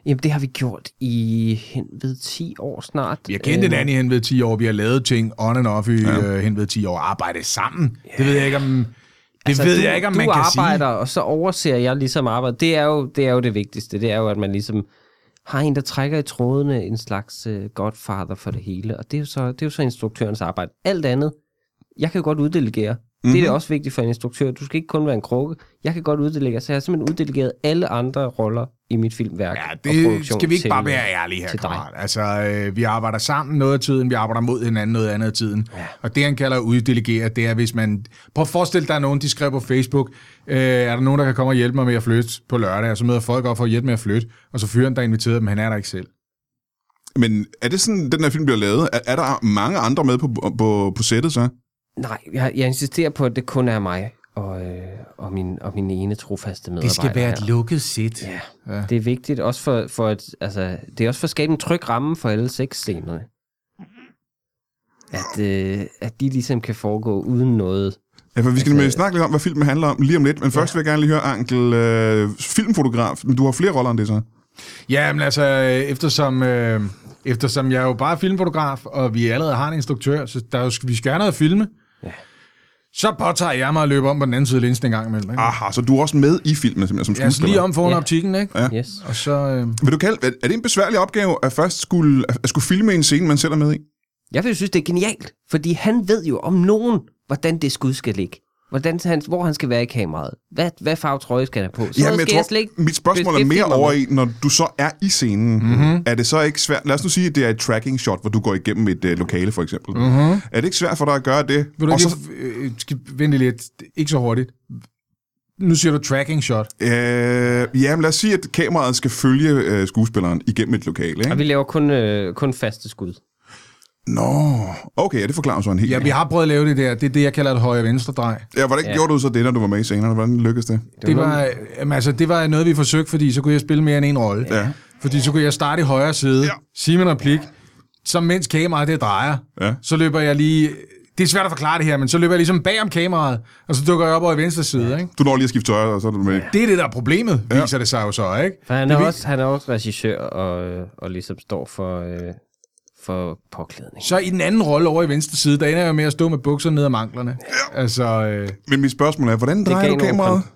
Speaker 1: Jamen, det har vi gjort i hen ved 10 år snart.
Speaker 3: Vi har kendt
Speaker 1: Øh,
Speaker 3: hinanden i hen ved 10 år, vi har lavet ting on and off i ja. hen ved 10 år, arbejdet sammen. Yeah. Det ved jeg ikke om, det altså, ved
Speaker 1: du,
Speaker 3: jeg ikke, om
Speaker 1: du
Speaker 3: man kan
Speaker 1: arbejder, og så overser jeg ligesom arbejde. Det er, jo, det er jo det vigtigste. Det er jo, at man ligesom har en, der trækker i trådene en slags uh, godfather for det hele. Og det er, jo så, det er jo så instruktørens arbejde. Alt andet, jeg kan jo godt uddelegere. Mm-hmm.
Speaker 3: Mhm.
Speaker 1: Det er da også vigtigt for en instruktør. Du skal ikke kun være en krukke. Jeg kan godt uddelegere, så jeg har simpelthen uddelegeret alle andre roller i mit filmværk.
Speaker 3: sige.
Speaker 1: og
Speaker 3: Ja, det
Speaker 1: produktion
Speaker 3: skal vi ikke bare
Speaker 1: til-
Speaker 3: være ærlige her,
Speaker 1: til dig.
Speaker 3: kammerat. Altså, øh, vi arbejder sammen noget af tiden, vi arbejder mod hinanden noget andet af tiden. Ja. Og det, han kalder at uddelegere, det er, hvis man... Prøv at forestille dig, at nogen, de skrev på Facebook, øh, er der nogen, der kan komme og hjælpe mig med at flytte på lørdag, og så møder folk op for at hjælpe med at flytte, og så fyren, der inviterede dem, han er der ikke selv.
Speaker 2: Men er det sådan, den her film bliver lavet? Er, er der mange andre med på, på, på sættet så?
Speaker 1: Nej, jeg, jeg insisterer på, at det kun er mig og, øh, og, min, og min ene trofaste medarbejder. her.
Speaker 3: lukket sæt. Ja.
Speaker 1: Ja. Det er vigtigt også for, for at, altså, det er også for at skabe en tryg ramme for alle sexscenerne. At, øh, at de ligesom kan foregå uden noget.
Speaker 2: Ja, for vi skal nemlig snakke lidt om, hvad filmen handler om lige om lidt. Men først vil jeg gerne lige høre, Ankel, øh, filmfotograf. Men du har flere roller end det så.
Speaker 3: Ja, men altså, øh, eftersom, øh, eftersom jeg jo bare er filmfotograf, og vi allerede har en instruktør, så der er jo, vi skal have noget at filme,
Speaker 1: Ja.
Speaker 3: så påtager jeg mig at løbe om på den anden side af linsen en gang imellem. Ikke?
Speaker 2: Aha, så du er også med i filmen simpelthen, som
Speaker 3: jeg er
Speaker 2: skuespiller.
Speaker 3: lige om foran
Speaker 1: Ja.
Speaker 3: ja. optikken, ikke?
Speaker 2: Ja.
Speaker 1: Yes.
Speaker 3: Og så... Øh,
Speaker 2: Vil du kalde, er er det en besværlig opgave, at først skulle, at skulle filme en scene, man selv er med i?
Speaker 1: Jeg vil jo synes, det er genialt, fordi han ved jo om nogen, hvordan det skud skal ligge. Hvordan han, hvor han skal være i kameraet. Hvad, hvad farve trøje skal han have på? Så
Speaker 2: Jamen,
Speaker 1: skal
Speaker 2: jeg tror,
Speaker 1: jeg slet ikke
Speaker 2: mit spørgsmål er
Speaker 1: beskæftige
Speaker 2: mere
Speaker 1: mig
Speaker 2: over
Speaker 1: med.
Speaker 2: i, når du så er i scenen, mm-hmm. er det så ikke svært, lad os nu sige, at det er et tracking shot, hvor du går igennem et uh, lokale for eksempel. Mm-hmm. Er det ikke svært for dig at gøre det?
Speaker 3: vil du
Speaker 2: Og
Speaker 3: lige,
Speaker 2: så,
Speaker 3: øh, skal, vente lidt, ikke så hurtigt. Nu siger du tracking shot.
Speaker 2: øh, jamen lad os sige, at kameraet skal følge øh, skuespilleren igennem et lokale.
Speaker 1: Og
Speaker 2: Ikke?
Speaker 1: vi laver kun, øh, kun faste skud.
Speaker 2: Nå, okay, ja, det forklarer så en hel
Speaker 3: Ja, vi har prøvet at lave det der. Det er det, jeg kalder et højre-venstre drej.
Speaker 2: Ja, hvordan
Speaker 1: Ja.
Speaker 2: ja. gjorde du så det, når du var med i scenerne? Hvordan lykkedes det?
Speaker 3: Det var, jamen, altså, det var noget, vi forsøgte, fordi så kunne jeg spille mere end en rolle.
Speaker 2: Ja.
Speaker 3: Fordi så kunne jeg starte i højre side,
Speaker 2: Ja.
Speaker 3: ja. sige min replik, så mens kameraet det drejer,
Speaker 2: Ja.
Speaker 3: så løber jeg lige... Det er svært at forklare det her, men så løber jeg ligesom bag om kameraet, og så dukker jeg op over i venstre side, ikke?
Speaker 2: Du når lige at skifte tøj, og så er du med. Ja.
Speaker 3: Det er det, der er problemet, ja. viser det sig jo så, ikke?
Speaker 1: For han
Speaker 3: Det
Speaker 1: er,
Speaker 3: vi-
Speaker 1: også, han er også regissør og, øh, og ligesom står for, øh, for påklædning.
Speaker 3: Så i den anden rolle over i venstre side, der ender jeg med at stå med bukserne ned ad manglerne. Ja. Altså, øh,
Speaker 2: Men mit spørgsmål er, hvordan drejer
Speaker 1: gav
Speaker 2: du
Speaker 1: en
Speaker 2: kameraet?
Speaker 1: overprint.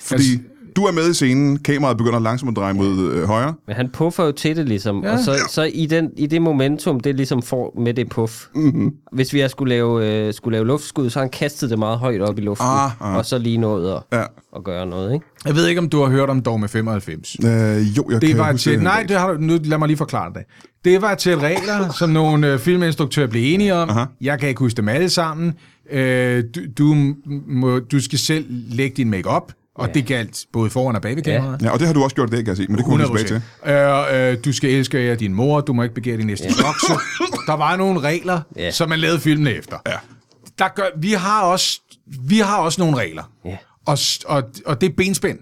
Speaker 2: Fordi
Speaker 3: Altså-
Speaker 2: du er med i scenen, kameraet begynder langsomt at dreje mod øh, højre.
Speaker 1: Men han puffer jo til det ligesom, ja. og så, så i, den, i det momentum, det ligesom får med det puff. Mm-hmm. Hvis vi har skulle lave, øh, skulle lave luftskud, så har han kastet det meget højt op i luften,
Speaker 2: Ah, ah.
Speaker 1: og så lige nået at,
Speaker 2: Ja.
Speaker 1: at gøre noget, ikke?
Speaker 3: jeg ved ikke, om du har hørt om Dogme 95.
Speaker 2: Øh, jo, jeg
Speaker 3: Det
Speaker 2: kan
Speaker 3: var
Speaker 2: huske
Speaker 3: til,
Speaker 2: her
Speaker 3: nej,
Speaker 2: dag.
Speaker 3: det har du, nu lad mig lige forklare det. Det var til regler, som nogle øh, filminstruktører blev enige om. Aha. Jeg kan ikke huske dem alle sammen. Øh, du, du, må, du skal selv lægge din makeup, og ja. det galt både foran og bag ved
Speaker 1: Ja.
Speaker 3: kameraet.
Speaker 2: Ja, og det har du også gjort, det kan jeg se, men det kommer vi tilbage til.
Speaker 3: 100%. Øh, øh, du skal elske af din mor, du må ikke begære din næste bokse. Der var nogle regler,
Speaker 1: Ja.
Speaker 3: yeah. som man lavede filmene efter.
Speaker 2: Ja.
Speaker 3: Der gør, vi, har også, vi har også nogle regler,
Speaker 1: Ja.
Speaker 3: og, s- og, og det er benspænd.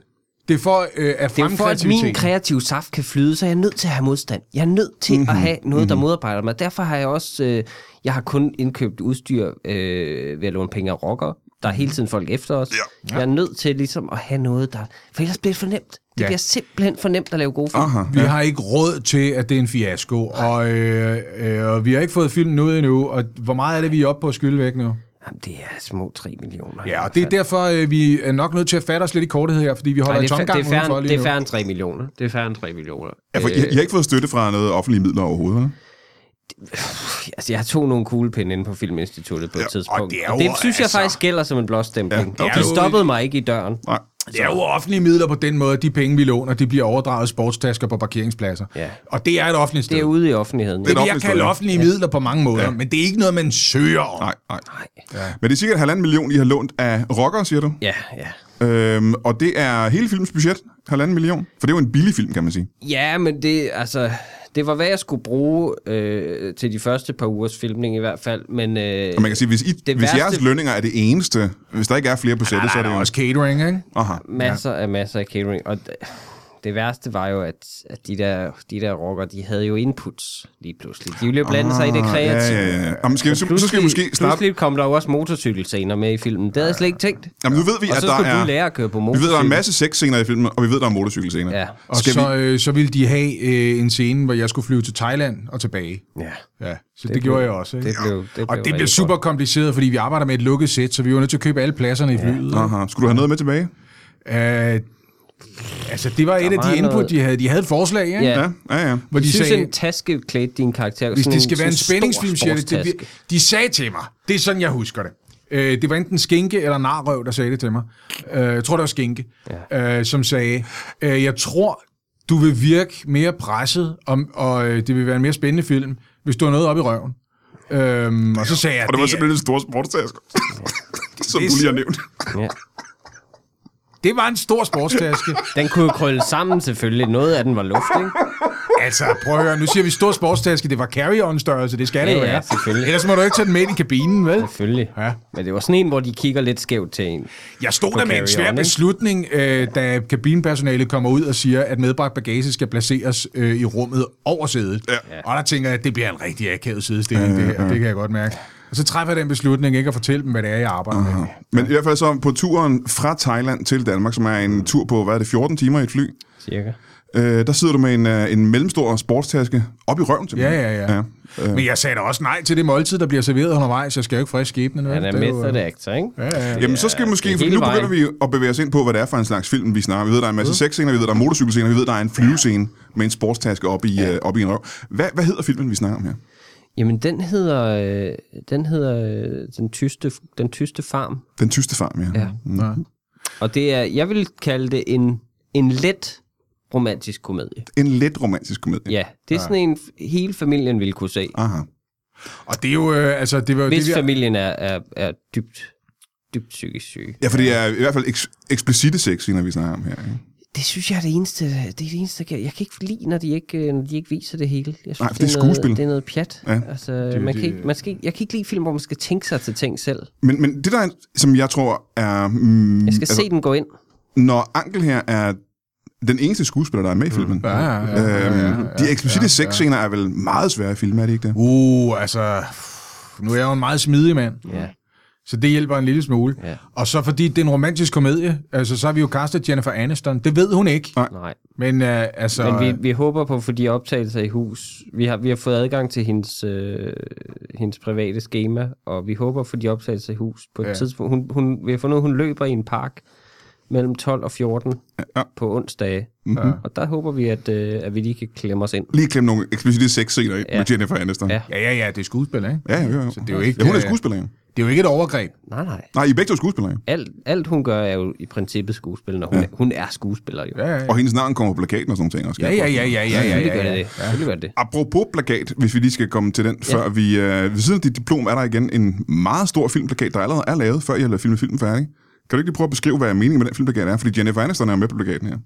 Speaker 3: Det er for øh, at
Speaker 1: Det er
Speaker 3: fremme
Speaker 1: jo for, at min
Speaker 3: kreativiteten.
Speaker 1: kreative saft kan flyde, så er jeg nødt til at have modstand. Jeg er nødt til mm-hmm. at have noget, der modarbejder mig. Derfor har jeg også... Øh, jeg har kun indkøbt udstyr øh, ved at låne penge af rocker. Der er hele tiden folk efter os. Mm-hmm. Ja. Jeg er nødt til ligesom at have noget, der... For ellers bliver det for nemt. Det ja. Ah,
Speaker 3: Ja.
Speaker 1: bliver simpelthen for nemt at lave gode film.
Speaker 2: Aha.
Speaker 3: Vi har ikke råd til, at det er en fiasko, og, øh, øh, og vi har ikke fået filmen ud endnu, og hvor meget er det, vi er oppe på at skylde væk nu?
Speaker 1: Jamen, det er små 3 millioner.
Speaker 3: Ja, og det er derfor, øh, vi er nok nødt til at fatte os lidt i korthed her, fordi vi holder
Speaker 1: Nej,
Speaker 3: i
Speaker 1: det, er, fa-
Speaker 3: tomgang
Speaker 1: det, er færre,
Speaker 3: udenfor
Speaker 1: end- det
Speaker 3: lige
Speaker 1: er
Speaker 3: nu.
Speaker 1: færre end 3 millioner. Det er færre end 3 millioner.
Speaker 2: Ja, for I, I har
Speaker 3: Øh,
Speaker 2: ikke fået støtte fra noget offentlige midler overhovedet, eller?
Speaker 1: Altså, jeg tog nogle kuglepinde inde på Filminstituttet på ja, et tidspunkt. Og
Speaker 3: det
Speaker 1: det,
Speaker 3: er
Speaker 1: og det
Speaker 3: jo,
Speaker 1: synes jeg
Speaker 3: altså-
Speaker 1: faktisk gælder som en blåstempling.
Speaker 2: Ja,
Speaker 1: Ja,
Speaker 2: okay.
Speaker 1: okay. De stoppede mig ikke i døren.
Speaker 2: Nej.
Speaker 3: Det er jo offentlige midler på den måde, at de penge, vi låner, de bliver overdraget sportstasker på parkeringspladser.
Speaker 1: Ja.
Speaker 3: Og det er et offentligt sted.
Speaker 1: Det er
Speaker 3: Det
Speaker 1: ude i offentligheden.
Speaker 2: Det er
Speaker 1: Det
Speaker 2: et
Speaker 3: vil jeg
Speaker 2: offentligt
Speaker 3: kalde
Speaker 2: sted, ja.
Speaker 3: offentlige midler på mange måder, men det er ikke noget, man søger om.
Speaker 2: Nej, nej. Ja. Men det er cirka en halvanden million, I har lånt af rockere, siger du?
Speaker 1: ja, ja.
Speaker 2: Øhm, og det er hele filmens budget, halvanden million. For det er jo en billig film, kan man sige.
Speaker 1: Ja, men det, altså, det var, hvad jeg skulle bruge øh, til de første par ugers filmning i hvert fald. Men, øh,
Speaker 2: Og man kan sige, hvis, I, hvis
Speaker 1: værste-
Speaker 2: jeres lønninger er det eneste, hvis der ikke er flere på
Speaker 3: Nej,
Speaker 2: sættet, så
Speaker 3: nej,
Speaker 2: er
Speaker 3: der
Speaker 2: det
Speaker 3: er
Speaker 2: jo...
Speaker 3: også catering, ikke?
Speaker 2: Aha.
Speaker 1: masser ja. af masser af catering. Og det, det værste var jo, at, at de der, de der rocker, de havde jo inputs lige pludselig. De ville jo blande ah, sig i det kreative.
Speaker 2: Ja, ja, ja. Jamen, skal vi, så, så skal vi måske starte...
Speaker 1: pludselig kom der jo også motorcykelscener med i filmen. Det havde jeg slet ikke tænkt.
Speaker 2: Jamen, nu ved vi,
Speaker 1: og
Speaker 2: at
Speaker 1: så
Speaker 2: der
Speaker 1: skulle
Speaker 2: er...
Speaker 1: du lære at køre på
Speaker 2: Vi ved,
Speaker 1: motorcykel.
Speaker 2: der er en masse sexscener i filmen, og vi ved, der er motorcykelscener.
Speaker 1: Ja.
Speaker 3: Og
Speaker 2: Skal
Speaker 3: så, øh, så ville de have øh, en scene, hvor jeg skulle flyve til Thailand og tilbage.
Speaker 1: ja.
Speaker 3: Ja, så det, det gjorde jeg også. Ikke?
Speaker 1: Det blev, det blev
Speaker 3: og det blev
Speaker 1: rigtig
Speaker 3: super
Speaker 1: godt.
Speaker 3: kompliceret, fordi vi arbejder med et lukket sæt, så vi var nødt til at købe alle pladserne i flyet. Ja.
Speaker 2: Aha. Skulle du have noget med tilbage?
Speaker 3: Øh, altså, det var et af
Speaker 1: var
Speaker 3: de input,
Speaker 1: noget-
Speaker 3: de havde. De havde et forslag, ikke?
Speaker 1: Ja.
Speaker 2: Ja, ja, ja.
Speaker 3: hvor de
Speaker 1: Jeg synes,
Speaker 3: sagde,
Speaker 1: en taske klædte din karakter.
Speaker 3: hvis
Speaker 1: sådan
Speaker 3: det skal være en
Speaker 1: sådan
Speaker 3: spændingsfilm,
Speaker 1: stor
Speaker 3: siger det, det,
Speaker 1: sportstaske.
Speaker 3: de sagde til mig, det er sådan, jeg husker det. Øh, det var enten Skinke eller Narrøv, der sagde det til mig. Øh, jeg tror, det var Skinke, ja. øh, som sagde, øh, jeg tror, du vil virke mere presset, og, og øh, det vil være en mere spændende film, hvis du har noget op i røven. Øhm, og så sagde jeg,
Speaker 2: Og det var
Speaker 3: det, er-
Speaker 2: simpelthen en stor sportstaske, som
Speaker 3: Det er
Speaker 2: du lige har nævnt.
Speaker 1: Ja.
Speaker 3: det var en stor sportstaske.
Speaker 1: Den kunne jo krølle sammen selvfølgelig. Noget af den var luft, ikke?
Speaker 3: Altså, prøv at høre, nu siger vi stor sportstaske, det var carry-on-størrelse, det skal det
Speaker 1: Ja,
Speaker 3: jo
Speaker 1: ja,
Speaker 3: være.
Speaker 1: selvfølgelig.
Speaker 3: Ellers må du ikke tage den med ind i kabinen, vel?
Speaker 1: Selvfølgelig.
Speaker 3: Ja.
Speaker 1: Men det var sådan en, hvor de kigger lidt skævt til en.
Speaker 3: Jeg stod der med en
Speaker 1: carry-on,
Speaker 3: svær
Speaker 1: ikke?
Speaker 3: beslutning, øh, da kabinpersonalet kommer ud og siger, at medbragt bagage skal placeres øh, i rummet over sædet. Ja. Og der tænker jeg, at det bliver en rigtig akavet sædestilling, det her. Det kan jeg godt mærke. Og så træffer jeg den beslutning, ikke at fortælle dem, hvad det er, jeg arbejder med.
Speaker 2: Men i hvert fald så på turen fra Thailand til Danmark, som er en tur på, hvad er det, 14 timer i et fly,
Speaker 1: Cirka.
Speaker 2: øh, der sidder du med en, øh, en mellemstor sportstaske op i røven til
Speaker 3: Ja, ja, ja.
Speaker 2: ja.
Speaker 3: Øh. Men jeg sagde da også nej til det måltid, der bliver serveret undervejs. Jeg skal jo ikke frisk skæbnen. vel?
Speaker 1: Han er
Speaker 3: Det jo, øh,
Speaker 1: method actor, ikke?
Speaker 3: Ja, ja.
Speaker 2: Jamen, så skal vi måske,
Speaker 1: det er
Speaker 2: for nu
Speaker 1: hele
Speaker 2: begynder vi at bevæge os ind på, hvad det er for en slags film, vi snakker. Vi ved, der er en masse sexscener, vi ved, der er motorcykelscener, vi ved, der er en flyvescene med en sportstaske op i, øh, op i en røv. Hvad, hvad hedder filmen, vi snakker om her?
Speaker 1: Jamen, den hedder, øh, den, hedder øh, den, tyste, den tyste farm.
Speaker 2: Den tyste Mm. farm, ja.
Speaker 1: Ja. Og det er, jeg vil kalde det en, en let romantisk komedie.
Speaker 2: En let romantisk komedie.
Speaker 1: Ja, det er sådan en, f- hele familien vil kunne se.
Speaker 2: Aha.
Speaker 3: Og det er jo, øh, altså, det var jo det,
Speaker 1: Hvis
Speaker 3: vi...
Speaker 1: familien er, er, er dybt, dybt psykisk syg.
Speaker 2: Ja, for det er i hvert fald eks- eksplicite sexscener, vi snakker om her. Ikke?
Speaker 1: Det synes jeg er det eneste, det er det eneste, jeg kan, jeg kan ikke lide, når de ikke, øh, når de ikke viser det hele. Jeg synes,
Speaker 2: Nej, for det er skuespil.
Speaker 1: Noget, det er noget pjat.
Speaker 2: Ja.
Speaker 1: Ja. Altså, man kan ikke, man skal, ikke- jeg kan ikke lide film, hvor man skal tænke sig til ting selv.
Speaker 2: Men, men det der, er- som jeg tror er... Mm,
Speaker 1: Jeg skal altså, se den gå ind.
Speaker 2: Når Ankel her er den eneste skuespiller, der er med i filmen.
Speaker 3: Ja, ja, ja, ja,
Speaker 2: Øhm,
Speaker 3: ja,
Speaker 2: de eksplicite sexscener er vel meget svære i film, er det ikke det?
Speaker 3: Uh, altså... pff, Nu er jeg jo en meget smidig mand.
Speaker 1: Ja.
Speaker 3: Så det hjælper en lille smule.
Speaker 1: Ja.
Speaker 3: Og så fordi det er en romantisk komedie, altså så har vi jo castet Jennifer Aniston. Det ved hun ikke.
Speaker 2: Nej.
Speaker 1: Nej.
Speaker 3: Men øh, altså...
Speaker 1: Men vi, vi håber på, for de optagelser i hus, vi har, vi har fået adgang til hendes, øh, hendes private schema, og vi håber for de optagelser i hus på et
Speaker 3: Ja.
Speaker 1: ja. tidspunkt. Hun, hun, vi har fundet, ud, hun løber i en park mellem 12 og 14
Speaker 2: Ja.
Speaker 1: ja. på onsdage.
Speaker 3: Mhm.
Speaker 1: Mm-hmm. Og der håber vi, at, øh, at vi lige kan klemme os ind.
Speaker 2: Lige klemme nogle eksplicite sexscener ja.
Speaker 1: Ja.
Speaker 2: med Jennifer Aniston.
Speaker 1: Ja.
Speaker 3: Ja, ja, ja, det er skuespil, ikke?
Speaker 2: Ja, jo, jo.
Speaker 3: Så det er jo ikke,
Speaker 2: ja, hun er
Speaker 3: øh,
Speaker 2: skuespiller, jo.
Speaker 3: Det er jo ikke et overgreb.
Speaker 1: Nej, nej.
Speaker 2: Nej, I er begge to skuespillere. jo.
Speaker 1: Alt, alt hun gør er jo i princippet skuespil, når hun, ja. hun er skuespiller jo.
Speaker 3: Ja, ja,
Speaker 2: Og hendes navn kommer på plakaten og sådan nogle ting. Også,
Speaker 3: ja, ja, ja, ja, ja, ja,
Speaker 1: Selvfølgelig
Speaker 3: ja,
Speaker 1: gør det
Speaker 3: ja.
Speaker 1: det. Selvfølgelig gør det det.
Speaker 2: Apropos plakat, hvis vi lige skal komme til den, før vi... Øh, ved siden af dit diplom er der igen en meget stor filmplakat, der allerede er lavet, før jeg har filmet filmen færdig. Kan du ikke lige prøve at beskrive, hvad meningen med den filmplakat er? Fordi Jennifer Aniston er med på plakaten her.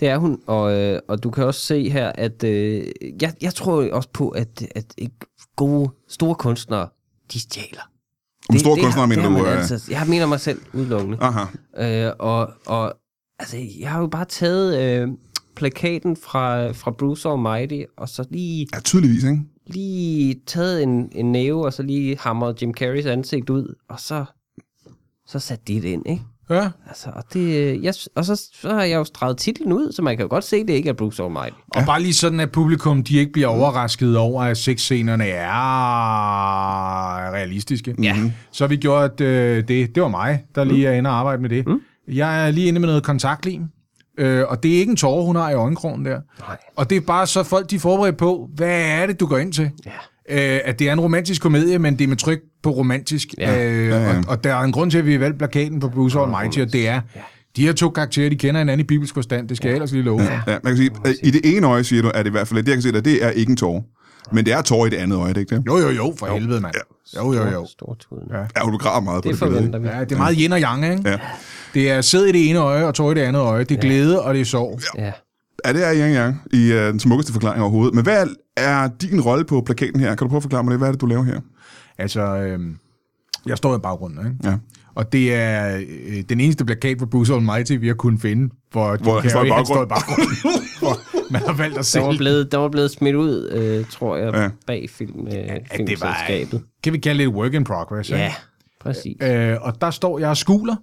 Speaker 1: Det er hun, og, øh, og du kan også se her, at øh, jeg, jeg tror jo også på, at, at ikke gode, store kunstnere, de stjæler.
Speaker 2: Om store
Speaker 1: det har-
Speaker 2: kunstnere mener
Speaker 1: det har
Speaker 2: du...
Speaker 1: man
Speaker 2: øh,
Speaker 1: Altså, jeg mener mig selv udelukkende.
Speaker 2: Aha.
Speaker 1: Øh, og, og altså, jeg har jo bare taget øh, plakaten fra, fra Bruce Almighty, og så lige,
Speaker 2: Ja, tydeligvis, ikke?
Speaker 1: lige taget en, en næve, og så lige hamret Jim Carreys ansigt ud, og så, så sat det ind, ikke?
Speaker 3: ja.
Speaker 1: Altså, og, det, øh, jeg, og så, så har jeg jo streget titlen ud, så man kan jo godt se, det ikke er Bruce Almighty.
Speaker 3: Og bare lige sådan, at publikum, de ikke bliver overrasket over, at sexscenerne er realistiske.
Speaker 1: Ja.
Speaker 3: Så har vi gjort øh, det. Det var mig, der lige er inde og arbejde med det. Mm. Jeg er lige inde med noget kontaktlim. Øh, og det er ikke en tårer, hun har i øjenkrogen der.
Speaker 1: Nej.
Speaker 3: Og det er bare så folk, de er forberedt på, hvad er det, du går ind til? Ja. Øh, at det er en romantisk komedie, men det er med tryk på romantisk.
Speaker 1: Ja.
Speaker 3: Øh,
Speaker 2: ja.
Speaker 3: Og, og der er en grund til, at vi har valgt plakaten på Bruce Almighty, og det er, de her to karakterer, de kender hinanden i bibelsk forstand. Det skal jeg ellers lige love. Ja.
Speaker 2: Ja, man kan sige, at i det ene øje siger du, at det i hvert fald, det jeg kan se, at det er ikke en tårer. Men det er tårer i det andet øje, er det ikke det?
Speaker 3: Jo, jo, jo, for helvede, mand. Jo, jo, jo.
Speaker 1: Stortuden.
Speaker 3: Ja.
Speaker 1: Ja.
Speaker 2: Ja, du græder meget på det,
Speaker 1: Det
Speaker 2: billede, ikke?
Speaker 1: forventer vi.
Speaker 3: Ja, det er meget yin og yang, ikke?
Speaker 2: Ja.
Speaker 3: Det er sæd i det ene øje og tår i det andet øje. Det er glæde, og det er sorg.
Speaker 1: Ja.
Speaker 2: Ja, det er Yang Yang i øh, den smukkeste forklaring overhovedet. Men hvad er din rolle på plakaten her? Kan du prøve at forklare mig det? Hvad er det, du laver her?
Speaker 3: Altså, øhm, Jeg står i baggrunden, ikke?
Speaker 2: Ja.
Speaker 3: Og det er øh, den eneste plakat for Bruce Almighty, vi har kunnet finde, hvor,
Speaker 2: Hvor han står i
Speaker 3: han står i
Speaker 2: baggrunden.
Speaker 3: baggrunden. Hvor man har valgt at
Speaker 1: Der var
Speaker 3: sælge
Speaker 1: blevet, der var blevet smidt ud, øh, tror jeg,
Speaker 2: Ja.
Speaker 1: ja. bag film, øh,
Speaker 3: var-
Speaker 1: filmselskabet.
Speaker 3: Kan vi kalde det et work in progress?
Speaker 1: Ja, præcis.
Speaker 3: ikke? Øh, og der står jeg og skuler